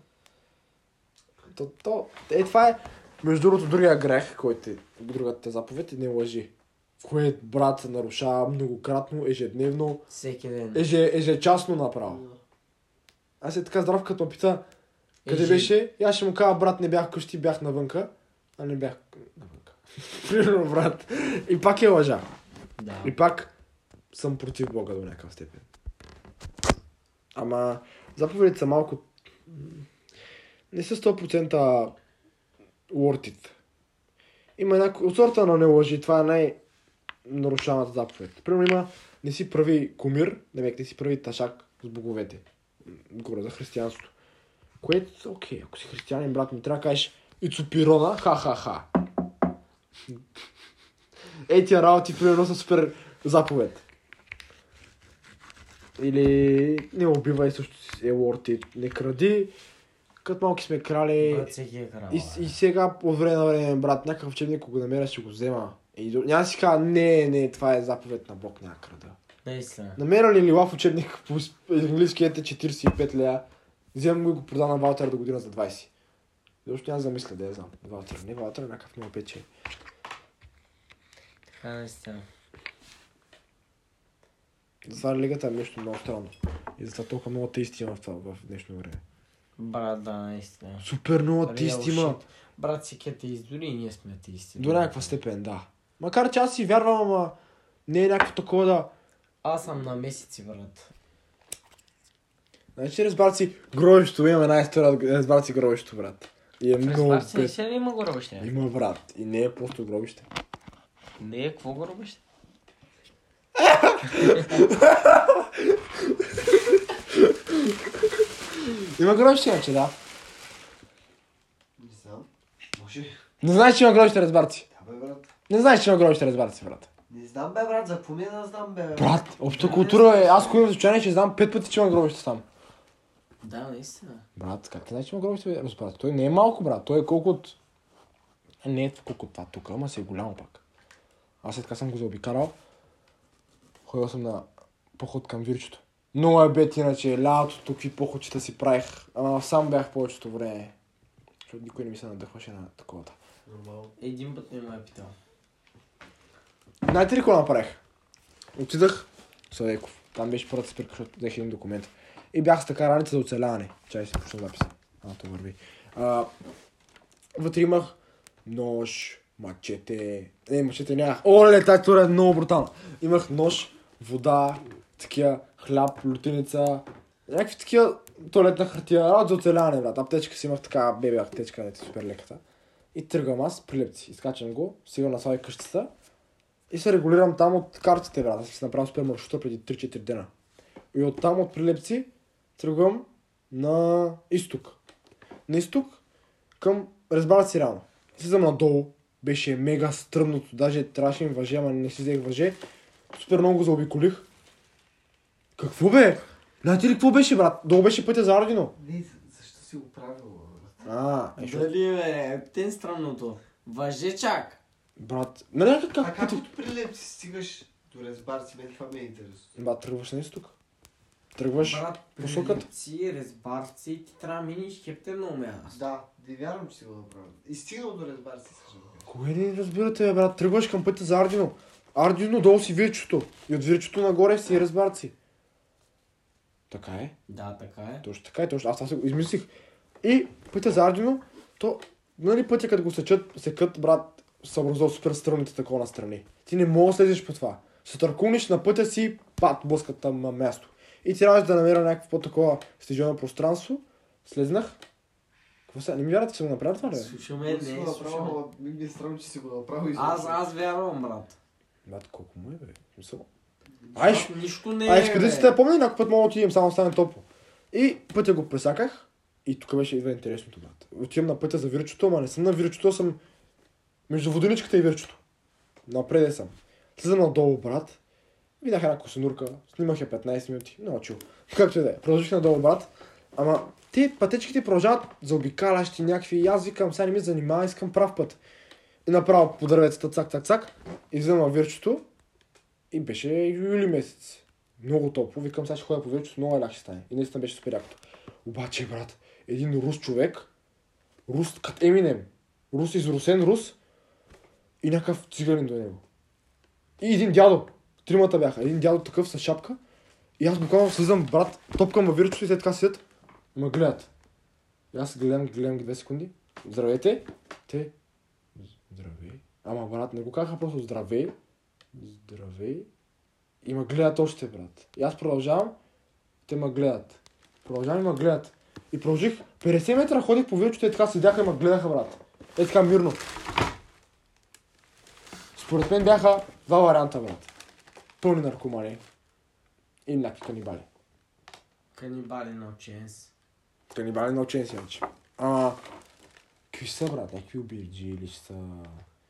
Speaker 5: То, то, е, това е, между другото, другия грех, който е, другата заповед е не лъжи. Което, брат, се нарушава многократно, ежедневно,
Speaker 1: Всеки ден.
Speaker 5: еже, ежечасно е, направо. Аз е така здрав, като ме пита, къде
Speaker 1: Ежи.
Speaker 5: беше, и аз ще му кажа, брат, не бях къщи, бях навънка, а не бях навънка. [LAUGHS] Примерно, брат. И пак е лъжа.
Speaker 1: Да.
Speaker 5: И пак съм против Бога до някаква степен. Ама заповедите са малко... Не са 100% worth it. Има една... От сорта на не лъжи, това е най нарушаваната заповед. Примерно има не си прави кумир, не си прави ташак с боговете. М, Горе за християнството. Което, окей, ако си християнин, брат, ми трябва да кажеш Ицупирона, ха-ха-ха. Ей, Е, тия работи, примерно, са супер заповед. Или не убивай също си е worth it. Не кради. Като малки сме крали.
Speaker 1: Брат, всеки е крал,
Speaker 5: и, и, сега по време на време, брат, някакъв учебник, ако го намеря, ще го взема. И до- няма да си кажа, не, не, това е заповед на Бог, няма да крада.
Speaker 1: Наистина.
Speaker 5: Намеря ли лила в учебник по с- английски ете 45 лея, вземам го и го продам на Валтер до година за 20. Защо няма да замисля да я знам. Валтер, не Валтер, а някакъв много пече.
Speaker 1: Така наистина.
Speaker 5: Затова лигата е нещо много странно. И затова толкова много теисти има в, това, в днешно време.
Speaker 1: Брат, да, наистина.
Speaker 5: Супер много
Speaker 1: Real
Speaker 5: атеисти има.
Speaker 1: shit. Брат, всеки е атеист, дори и ние сме атеисти.
Speaker 5: До някаква степен, да. Макар че аз си вярвам, ама не е някакво такова да...
Speaker 1: Аз съм на месеци, брат.
Speaker 5: Значи разбарци, гробището, имаме една история от разбарци гробището, брат. И е много...
Speaker 1: Разбарци не
Speaker 5: пес-
Speaker 1: се ли има гробище?
Speaker 5: Има брат. И не е просто гробище.
Speaker 1: Не е, какво гробище?
Speaker 5: Има гробище, иначе, да.
Speaker 3: Не знам. Може.
Speaker 5: Не знаеш, че има гробище, разбарци.
Speaker 3: Да, бе, брат.
Speaker 5: Не знаеш, че има гробище, разбарци, брат.
Speaker 3: Не знам, бе, брат. За какво ми е да знам, бе?
Speaker 5: Брат, обща култура е. Аз ако имам случайно, ще знам пет пъти, че има гробище там.
Speaker 1: Да, наистина.
Speaker 5: Брат, как ти знаеш, че има гробище, бе, разбрат? Той не е малко, брат. Той е колко от... Е, Не е колко от това тук, ама си е голямо пак. Аз е така съм го заобикарал. Ходил съм на поход към Вирчето. Много е бед, иначе лятото, какви походчета си правих. Ама сам бях повечето време. Защото никой не ми се надъхваше на таковата.
Speaker 1: Нормално. Един път не ме е питал.
Speaker 5: Знаете ли какво направих? Отидах в Садеков. Там беше първата спирка, защото взех един документ. И бях с така раница за оцеляване. Чай си почна записа. А, то върви. А, вътре имах нож, мачете. Не, мачете нямах. Оле, тази тура е много брутална. Имах нож, вода, такива хляб, лютеница. Някакви такива туалетна хартия. Работа за оцеляване, брат. Аптечка си имах така бебе е аптечка, не супер леката. И тръгвам аз, прилепци. Изкачам го, сигурно на слави къщата. И се регулирам там от картите, брат. Аз Си направил спер маршрута преди 3-4 дена. И оттам от Прилепци тръгвам на изток. На изток към Резбарат си рано. Слизам надолу. Беше мега стръмното. Даже трябваше им въже, ама не си взех въже. Супер много го заобиколих. Какво бе? Знаете ли какво беше, брат? Долу беше пътя за Ардино.
Speaker 3: Не, за- защо си го правил? брат?
Speaker 5: А, е, защото-
Speaker 4: Дали бе, ептен срамното. Въже чак.
Speaker 5: брат. Не, не, как,
Speaker 3: А как от Прилепци стигаш до Резбарци? Мен това ме е интересно.
Speaker 5: Брат, тръгваш на изток. Тръгваш посоката.
Speaker 4: Си, резбарци, ти трябва да миниш хептен на умя.
Speaker 3: Да, не вярвам, че си го направил. И стигнал до Резбарци, също.
Speaker 5: Кое не разбирате, бе, брат? Тръгваш към пътя за Ардино. Ардино долу си вирчето. И от вирчето нагоре си разбарци. Така е.
Speaker 4: Да, така е.
Speaker 5: Точно така е, точно. Аз това си го измислих. И пътя за Ардино, то, нали пътя като го сечат, секат, брат, се образуват супер стръмните такова настрани. Ти не можеш да слезеш по това. Се търкуниш на пътя си, пат, блъскат там а, място. И трябваше да намеря някакво по-такова стежено пространство. Слезнах. Какво сега? Не ми вярвате, че съм го направил това, ли? бе?
Speaker 4: Слушаме, не,
Speaker 3: Аз си го направил,
Speaker 4: слушаме.
Speaker 3: ама ми ми е странно, че си го направил.
Speaker 4: Аз,
Speaker 3: изобщо.
Speaker 4: аз вярвам, брат.
Speaker 5: Брат, колко му е, бе? В Смисъл.
Speaker 4: Защото
Speaker 5: Ай, ще-
Speaker 4: нищо не
Speaker 5: Ай,
Speaker 4: е,
Speaker 5: ще да
Speaker 4: бе.
Speaker 5: си те помня, някой път мога да отидем, само стане топло. И пътя го пресаках и тук беше идва интересното, брат. Отивам на пътя за вирчето, ама не съм на вирчето, а съм между воденичката и вирчето. Напреде съм. Слизам надолу, брат. Видях една косинурка, снимах я 15 минути, много чул. Както и да е, продължих надолу, брат. Ама ти пътечките продължават заобикалящи някакви и аз викам, сега не ми занимава, искам прав път. И направо по дървецата, цак, цак, цак, и взема вирчето и беше юли месец. Много топло, викам сега ще ходя по вечето, много елях ще стане. И наистина беше супер якото. Обаче, брат, един рус човек, рус като Еминем, рус изрусен рус и някакъв циганин до него. И един дядо, тримата бяха, един дядо такъв с шапка и аз буквално слизам, брат, топкам във вирчето и те така седят, ме гледат. И аз гледам, гледам ги две секунди. Здравейте. Те. Здравей. Ама брат, не го казаха просто здравей. Здравей. И ме гледат още, брат. И аз продължавам, те ме гледат. Продължавам и ме гледат. И продължих 50 метра ходих по вилчето, те така седяха и ме гледаха, брат. Е така мирно. Според мен бяха два варианта, брат. Пълни наркомани и някакви канибали.
Speaker 4: Канибали на ченс.
Speaker 5: Канибали на учен си, иначе. Ама, какви са, брат? Някакви убийджи или ще са...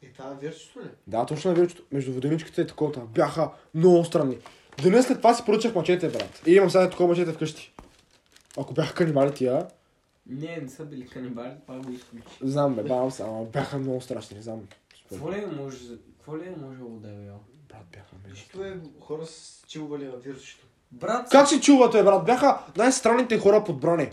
Speaker 3: Е, това е вирчето ли?
Speaker 5: Да, точно на вилчето. Между воденичките и такова. Бяха много странни. Деня след това си поръчах мачете, брат. И имам сега такова мачете вкъщи. Ако бяха канибали тия,
Speaker 4: Не, не са били канибали, това го изключи.
Speaker 5: знам бе, бавам се, ама бяха много страшни, знам.
Speaker 4: Какво ли е може, какво ли е можело да е, бе?
Speaker 5: Брат, бяха
Speaker 3: Нищо е хора с чилвали на вирчето.
Speaker 4: Брат,
Speaker 5: Как се чувате, брат? Бяха най-странните хора подбрани.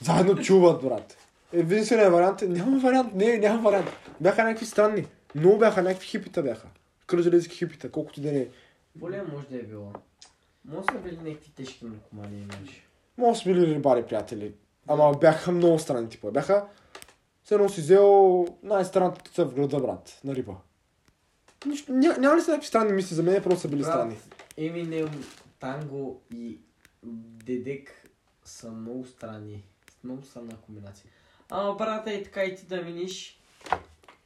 Speaker 5: Заедно чуват, брат. Единственият вариант е, няма вариант, не, няма вариант. Бяха някакви странни. Много бяха, някакви хипита бяха. Кръжелезки хипита, колкото да не е.
Speaker 4: какво ли е може да е било? Може да са били някакви тежки наркомани, имаш.
Speaker 5: Може сме били рибари, приятели. Ама бяха много странни типове. Бяха... Все едно си взел най-странната птица в града, брат, на риба. Нищо, ня, няма ли са някакви странни мисли за мен, просто са били
Speaker 4: Брат,
Speaker 5: странни.
Speaker 4: Eminem, Танго и Дедек са много странни. Много странна комбинация. Ама брата е така и ти да миниш.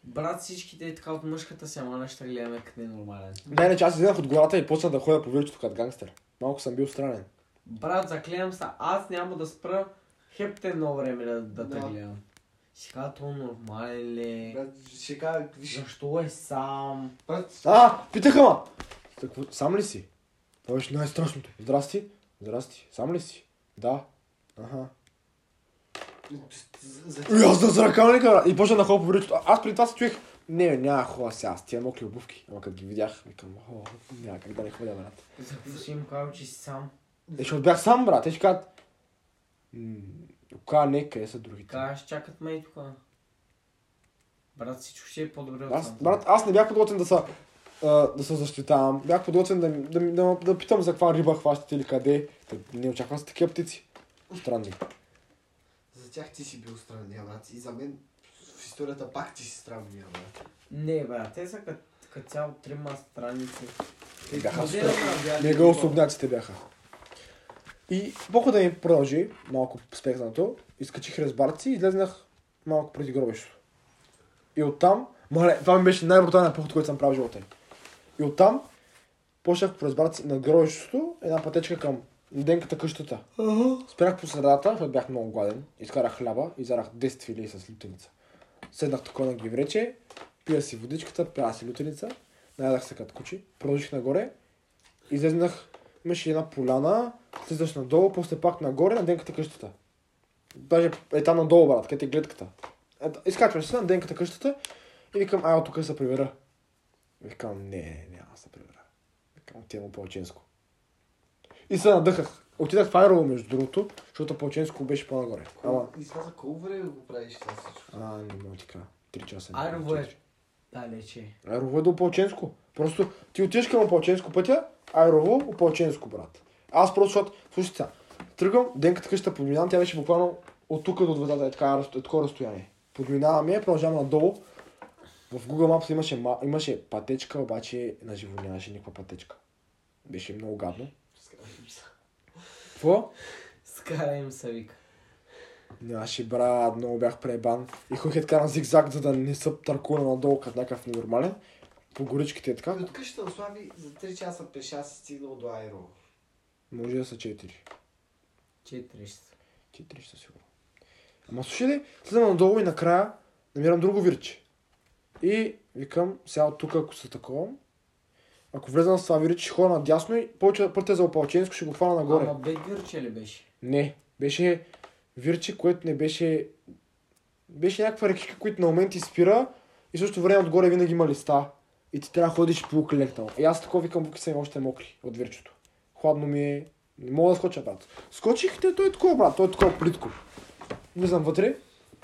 Speaker 4: Брат всичките е така от мъжката си, ама ще гледаме е като ненормален.
Speaker 5: Не, не, че значи аз излезнах от гората и почнах да ходя по вилчето като гангстер. Малко съм бил странен.
Speaker 4: Брат, заклевам се, аз няма да спра хепте едно време да, да те
Speaker 3: Да.
Speaker 4: гледам. Сега то нормален ли? е?
Speaker 3: Брат, ще кажа, виж,
Speaker 4: Защо е сам?
Speaker 3: брат,
Speaker 5: А, питаха ма! Какво, сам ли си? Това беше най-страшното. Здрасти, здрасти, сам ли си? Да. Аха.
Speaker 3: за- за-
Speaker 5: И аз да заръкам ли, брат? И почнах да ходя по вилчето. А- Аз преди това се чуех. Не, няма хора сега, с тия мокри обувки. Ама като ги видях, викам, о, няма как да не ходя, брат.
Speaker 4: За какво си им казал, че си сам?
Speaker 5: Е, защото бях сам, брат. Те ще кажат... «М, Ока, не, къде са другите?
Speaker 4: Кажеш, чакат ме и тук. Брат, всичко ще е по-добре от
Speaker 5: Аз,
Speaker 4: сам.
Speaker 5: брат, аз не бях подготвен да са, а, да се защитавам. Бях подготвен да, да, да, да, питам за каква риба хващате или къде. Та Не очаквам се такива птици. Странни.
Speaker 3: За тях ти си бил странния брат. И за мен в историята пак ти си странния брат.
Speaker 4: Не, брат, те са кът- като цяло трима страници.
Speaker 5: Те
Speaker 1: е
Speaker 5: бяха
Speaker 4: Модерна
Speaker 5: супер.
Speaker 4: бяха.
Speaker 5: Мега особняците бяха. И Бога да ми продължи малко спекнато. Изкачих резбарци и излезнах малко преди гробището. И оттам, мале, това ми беше най-бруталният поход, който съм правил в живота. ми. И оттам почнах през брат на гробището една пътечка към денката къщата. Спрях по средата, защото бях много гладен. Изкарах хляба, изарах 10 филии с лютеница. Седнах такова на гиврече, пия си водичката, пия си лютеница, наядах се като куче, продължих нагоре, излезнах, имаше една поляна, слизаш надолу, после пак нагоре, на денката къщата. Даже е там надолу, брат, където е гледката. Ето, Изкачваш се на денката къщата и викам, ай, от тук се прибера. Викам, не, не, няма да се прибера. Викам, отивам по Палченско. И се надъхах. Отидах в Айрово, между другото, защото Палченско беше по-нагоре. Ама,
Speaker 3: И сега за колко време го правиш това всичко?
Speaker 5: а, не мога ти кажа. Три часа. не мога да
Speaker 4: Айрово
Speaker 5: ти
Speaker 4: е далече.
Speaker 5: кажа. Айрово е до Опалченско. Просто ти отиваш към Опалченско пътя, Айрово, Опалченско, брат. Аз просто, защото, слушай сега, тръгвам, денката къща подминавам, тя беше буквално от тук до вратата, е така, е такова разстояние. Подминавам я, продължавам надолу. В Google Maps имаше, ма- имаше пътечка, обаче на живо нямаше никаква пътечка. Беше много гадно. Какво?
Speaker 4: Скара им се вика.
Speaker 5: Нямаше брат, много бях пребан. И ходих е така на зигзаг, за да не се търкуна надолу като някакъв ненормален. По горичките е така.
Speaker 3: От къщата на Слави за 3 часа пеша си стигнал до Айро.
Speaker 5: Може да са 4.
Speaker 4: 4 часа.
Speaker 5: 4 часа сигурно. Ама слушай ли, слизам надолу и накрая намирам друго вирче. И викам, сега от тук, ако се таковам, ако влезам с това вирче, ще ходя надясно и повече пътя е за Опалченско ще го хвана нагоре.
Speaker 4: Ама бе гърче ли беше?
Speaker 5: Не, беше вирче, което не беше... Беше някаква рекичка, която на моменти спира и в същото време отгоре винаги има листа. И ти трябва да ходиш по лектал. И аз такова викам, буки са ми още мокри от вирчето. Хладно ми е. Не мога да скоча, брат. Скочих, те, той е такова, брат. Той е такова плитко. Влизам вътре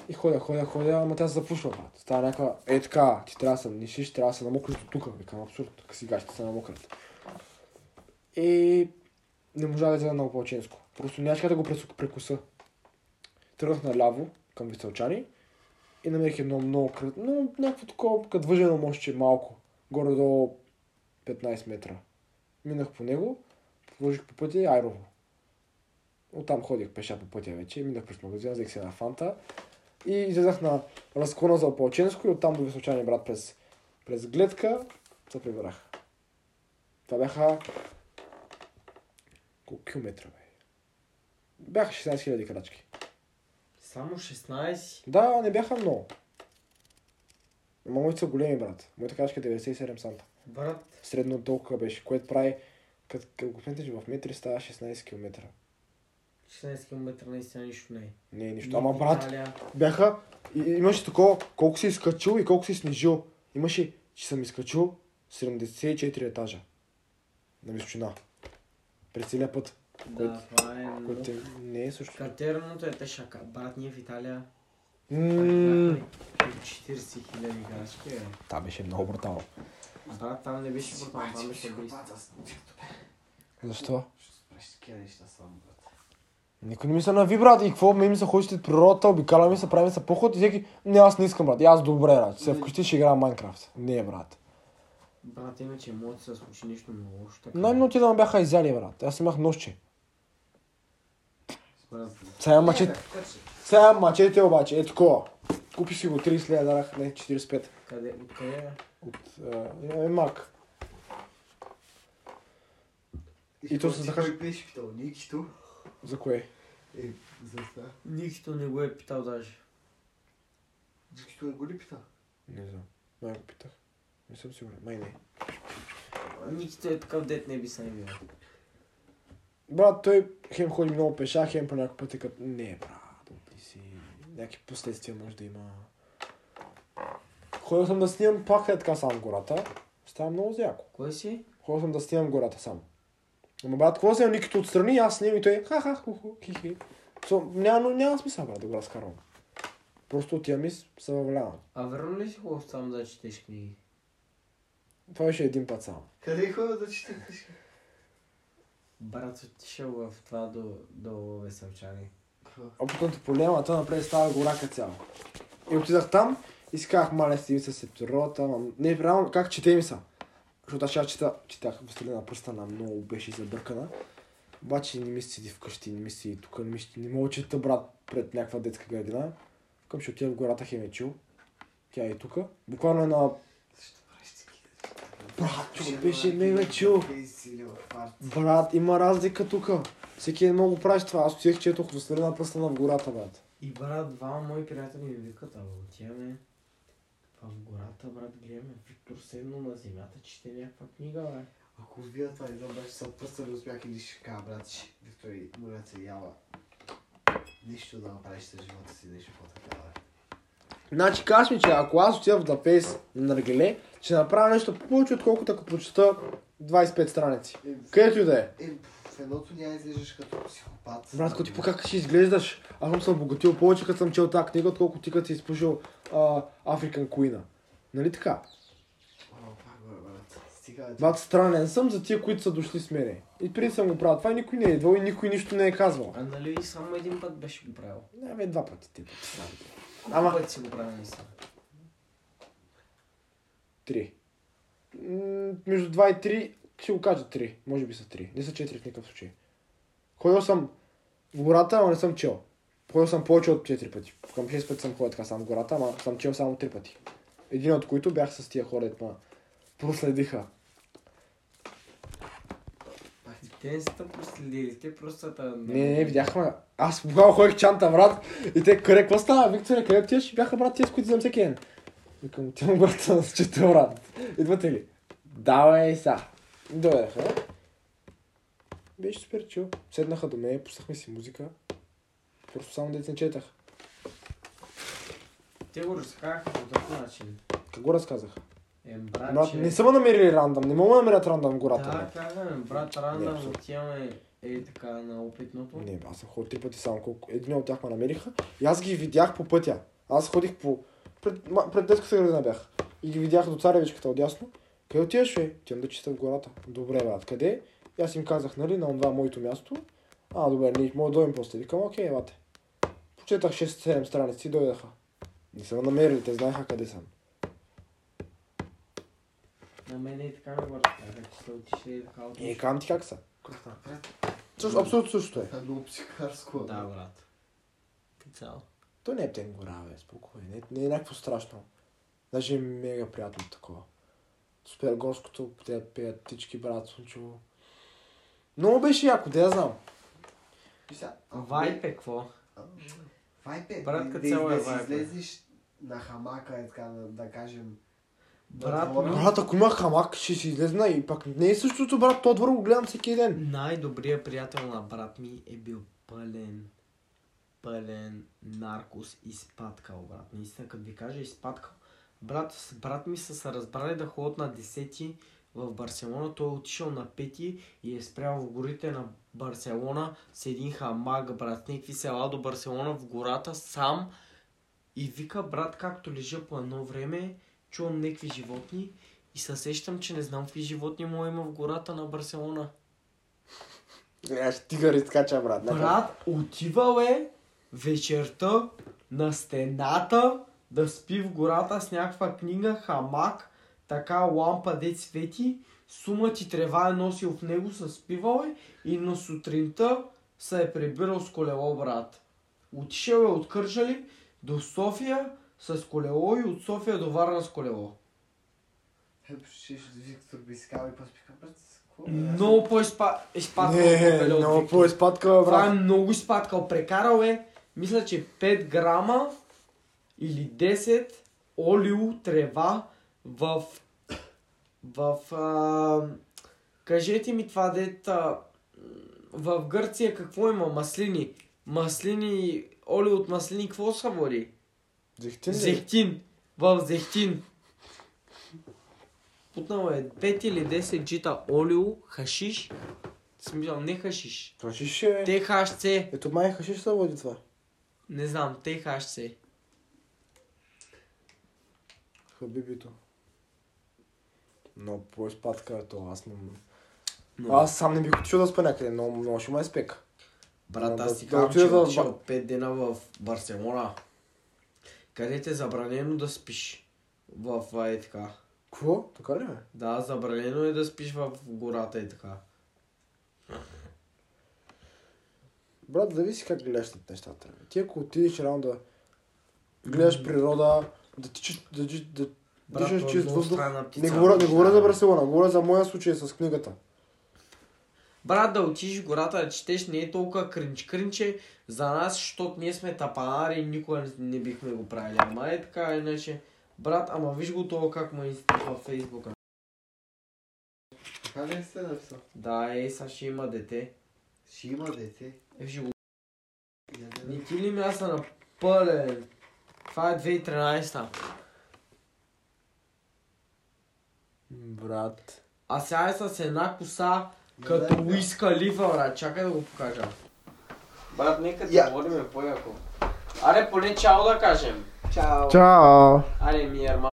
Speaker 5: и ходя, ходя, ходя, ама тя се запушва, брат. Става някаква, е така, ти трябва да се нишиш, трябва да се намокриш до тук. Викам, абсурд, как сега ще се намокрят. И не можа да излезе на Опалченско. Просто нямаше как да го пресу- прекуса. Тръгнах наляво към Висълчани и намерих едно много крът, но някакво такова, като въжено мощче малко. Горе-долу 15 метра. Минах по него, вложих по пътя и Айрово. Оттам ходих пеша по пътя вече, минах през магазина, взех си една фанта и излезах на разклона за Опалченско и оттам до Висълчани, брат, през, през гледка се прибрах. Това бяха колко километра бе? Бяха 16 000 крачки.
Speaker 4: Само 16.
Speaker 5: Да, не бяха много. Ама моите са големи, брат. Моята крачка е 97 санта.
Speaker 4: Брат,
Speaker 5: Средно толкова беше, което прави, като като го сметнеш в метри, става 16 км.
Speaker 4: 16 км наистина нищо не е.
Speaker 5: Не е нищо.
Speaker 4: Ни
Speaker 5: Ама
Speaker 4: в
Speaker 5: брат,
Speaker 4: Италия.
Speaker 5: бяха, и- и- имаше такова, колко си изкачил и колко си снижил. Имаше, че съм изкачил 74 етажа. На височина. През целия път.
Speaker 4: Да, това е много.
Speaker 5: Което е- не е също.
Speaker 4: Картерното е тъшака. Брат, ние в Италия
Speaker 5: М,
Speaker 4: бяхме 40 хиляди крачки. бе.
Speaker 5: Та беше много брутално.
Speaker 4: Брат, там не беше брутално, там беше брист.
Speaker 5: Защо?
Speaker 3: Преш такива неща само, брат.
Speaker 5: Никой не ми се нави, брат, и какво ме ми се ходи след природата, обикаляме се, правим се поход и всеки, не, аз не искам, брат, и аз добре, брат, ще се вкъщи ще играя Майнкрафт. Не, брат.
Speaker 4: Брат, иначе може да се случи нещо много лошо. така.
Speaker 5: Най-много ти да ме бяха изяли, брат, аз имах нощче.
Speaker 4: Брат,
Speaker 5: Сега
Speaker 3: Е,
Speaker 5: мачете, сега мачете обаче, е такова. Купи си го 30 лея, дарах, не, 45.
Speaker 4: къде, откъде е?
Speaker 5: От, е, е, мак. И то се захажа,
Speaker 3: Кой беше питал? Никито?
Speaker 5: за кое?
Speaker 3: Е, за това.
Speaker 4: Нищо не го е питал даже.
Speaker 3: Никито не го ли пита?
Speaker 5: Не знам, май го питах. Не съм сигурен, май не.
Speaker 4: Никито е такъв дет не би се не бил.
Speaker 5: Брат, той хем ходи много пеша, хем по някакъв път е като... Не, брат, ти си... Някакви последствия може да има. Ходил съм да снимам пак е така сам в гората. Става много зяко.
Speaker 4: Кой си?
Speaker 5: Ходил съм да снимам в гората сам. Ама брат, какво снимам Никито отстрани, аз снимам и той ха-ха, ху-ху, хи-хи. So, няма, но няма смисъл, брат, да го разкарвам. Просто отивам и се въвлявам.
Speaker 4: А верно ли си хубаво само да четеш книги?
Speaker 5: Това беше един път само.
Speaker 3: Къде е хора да чете книжки?
Speaker 4: Брат, отишъл в това до, до веселчани.
Speaker 5: Опитното поле, ама то напред става гора като цяло. И отидах там и си казах, мале, стиви се септорота, ама не, реално, как чете ми са? Защото аз ще чета, четях Властелина пръста на много беше забъркана. Обаче не ми се седи вкъщи, не ми се седи тук, не, ми, се- не мога да чета брат пред някаква детска градина. Към ще е отида в гората Хемечил. Тя е тук. Буквално е на... Брат, беше мега чил. Брат, има разлика тук. Всеки е много прави това. Аз отидех, че ето на пръстена в гората, брат.
Speaker 1: И брат, двама мои приятели ми викат, ама отиваме в гората, брат, гледаме Виктор седно на земята, чете някаква книга, бе.
Speaker 3: Ако видя това, не знам, беше се отпръста, не успях и ни ще кажа, брат, че Виктор и моля се, яла. Нищо да направиш с живота си, нещо по-такава.
Speaker 5: Значи казваш ми, че ако аз отида в Дапес на Наргеле, ще направя нещо повече, отколкото ако прочета 25 страници. Където и да е.
Speaker 3: Е, в едното няма изглеждаш като психопат.
Speaker 5: Брат, като ти по как ще изглеждаш, аз съм се обогатил повече, като съм чел тази книга, отколкото ти като си изпушил а, African Queen. Нали така?
Speaker 3: О, пак, бе, брат. Стига, бе.
Speaker 5: Брат, странен съм за тия, които са дошли с мене. И преди съм го правил това и никой не е идвал и никой нищо не е казвал.
Speaker 1: А нали и само един път беше го правил?
Speaker 5: Не, бе, два пъти ти. е
Speaker 1: Ама... пъти си го правил, наистина?
Speaker 5: Три. М, между два и три, ще го кажа три. Може би са три. Не са четири в никакъв случай. Ходил съм в гората, ама не съм чел. Ходил съм повече от четири пъти. Към шест пъти съм ходил така сам в гората, ама съм чел само три пъти. Един от които бях с тия хора, дето ме проследиха.
Speaker 1: Те са те проследили, те просто са... та-
Speaker 5: Не, не, видяхме. Аз буквално ходих чанта, брат. И те, къде, какво става, Викторе, къде отиваш? Бяха, брат, тия, с които съм всеки ден. Викам, отивам, брат, [LAUGHS] да се чета, брат. Идвате ли? Давай са. Дойдеха. Беше супер чил. Седнаха до мен, пуснахме си музика. Просто само дете не четах.
Speaker 1: Те го разказаха по такъв начин.
Speaker 5: Как го разказах?
Speaker 1: Е, брат,
Speaker 5: Брат,
Speaker 1: че-
Speaker 5: не са ме намерили рандъм, не мога да намерят рандъм в гората.
Speaker 1: Да,
Speaker 5: брат.
Speaker 1: казвам, брат,
Speaker 5: Не,
Speaker 1: рандъм
Speaker 5: абсурд.
Speaker 1: отиваме е така на опитното.
Speaker 5: Не, аз съм ходил три пъти само. Колко... Един от тях ме намериха и аз ги видях по пътя. Аз ходих по... Пред, ма- пред детската градина бях. И ги видях до царевичката отясно. Къде отиваш, бе? Отивам да чета в гората. Добре, брат, къде? И аз им казах, нали, на това моето място. А, добре, ние може да дойдем после. Викам, окей, елате. Почетах 6-7 страници и дойдаха. Не са ме намерили, те знаеха къде съм.
Speaker 1: На мен е така ми го разказаха, че са отишли е така
Speaker 5: Е,
Speaker 1: от...
Speaker 5: кам ти как са? Също, абсолютно същото е.
Speaker 3: Едно психарско.
Speaker 1: Да, брат. Цяло.
Speaker 5: То не е тен гора, бе, спокойно. Не, не е някакво страшно. Даже е мега приятно такова. Супер горското, те пеят птички, брат, слънчево. Много беше яко, да я знам.
Speaker 3: И сега, ако
Speaker 1: Вайп е какво?
Speaker 3: Вайп е,
Speaker 1: Брат, като
Speaker 3: да,
Speaker 1: цяло е
Speaker 3: да си
Speaker 1: вайп, бе.
Speaker 3: излезеш на хамака, е така да, да кажем.
Speaker 1: Брат,
Speaker 3: двора.
Speaker 5: Брат, ако има хамак, ще си излезна и пак не е същото, брат, то двор го гледам всеки ден.
Speaker 1: Най-добрият приятел на брат ми е бил пълен, пълен наркос и спаткал, брат. Наистина, като ви кажа изпаткал. Брат, с брат ми са се разбрали да ходят на 10 в Барселона. Той е отишъл на 5 и е спрял в горите на Барселона с един хамак, брат. Някакви села до Барселона в гората сам. И вика, брат, както лежа по едно време, чувам някакви животни и се сещам, че не знам какви животни му има в гората на Барселона.
Speaker 5: Гледаш, тигър изкача, брат. Нека-
Speaker 1: Брат, отивал е вечерта на стената да спи в гората с някаква книга, хамак, така лампа де свети, сума ти трева е носил в него, се спивал е и на сутринта се е прибирал с колело, брат. Отишъл е от Кържали до София с колело и от София до Варна с колело.
Speaker 3: Е, ще Виктор би си казал и после пика, брат, какво? бе, аз
Speaker 1: Много по-изпадкал.
Speaker 5: Е, Не, много по-изпадка,
Speaker 1: Това е
Speaker 5: брат.
Speaker 1: много изпадкал. Прекарал е, мисля, че 5 грама или 10 олио трева в... В... А, кажете ми това, дета... В Гърция какво има? Маслини. Маслини, олио от маслини, какво са води?
Speaker 5: Зехтин ли?
Speaker 1: Зехтин. В зехтин. Путнал е 5 или 10 джита олио, хашиш. В Смисъл, не хашиш.
Speaker 5: Хашиш е.
Speaker 1: ТХЦ.
Speaker 5: Ето май хашиш се води това.
Speaker 1: Не знам, ТХЦ.
Speaker 5: Хабибито. Много по-изпадка е то, аз не...
Speaker 1: Но-
Speaker 5: Аз сам не бих отишъл да спа някъде, но много ще ме е спек.
Speaker 1: Брат,
Speaker 5: Да,
Speaker 1: аз
Speaker 5: да-
Speaker 1: ти
Speaker 5: да
Speaker 1: казвам,
Speaker 5: отида
Speaker 1: че
Speaker 5: да-
Speaker 1: отишъл 5 дена в Барселона. Където е забранено да спиш. В а, е така.
Speaker 5: Кво? Така ли бе?
Speaker 1: Да, забранено е да спиш в гората и така.
Speaker 5: Брат, зависи как гледаш на нещата. Ти ако отидеш рано да гледаш природа, да, тичаш, да, да, да, дишаш чист въздух. Не
Speaker 1: е птица,
Speaker 5: говоря, не
Speaker 1: мечта.
Speaker 5: говоря за Барселона, говоря за моя случай с книгата.
Speaker 1: Брат, да отидеш в гората да четеш не е толкова кринч кринче за нас, защото ние сме тапанари и никога не, не бихме го правили. Ама е така, иначе. Брат, ама виж го това как ме изтъпва във фейсбука.
Speaker 3: Така ли сте написал?
Speaker 1: Да, е, сега ще има дете.
Speaker 3: Ще има дете.
Speaker 1: Е, ще го... Не ти ли ми аз съм напълен? Това е 2013-та.
Speaker 5: Брат.
Speaker 1: А сега е с една коса, като Уис Калифа, брат. Чакай да го покажа. Брат, нека да говорим по-яко. Аре, поне чао да кажем.
Speaker 3: Чао.
Speaker 5: Чао!
Speaker 1: Аре, ми, ерма.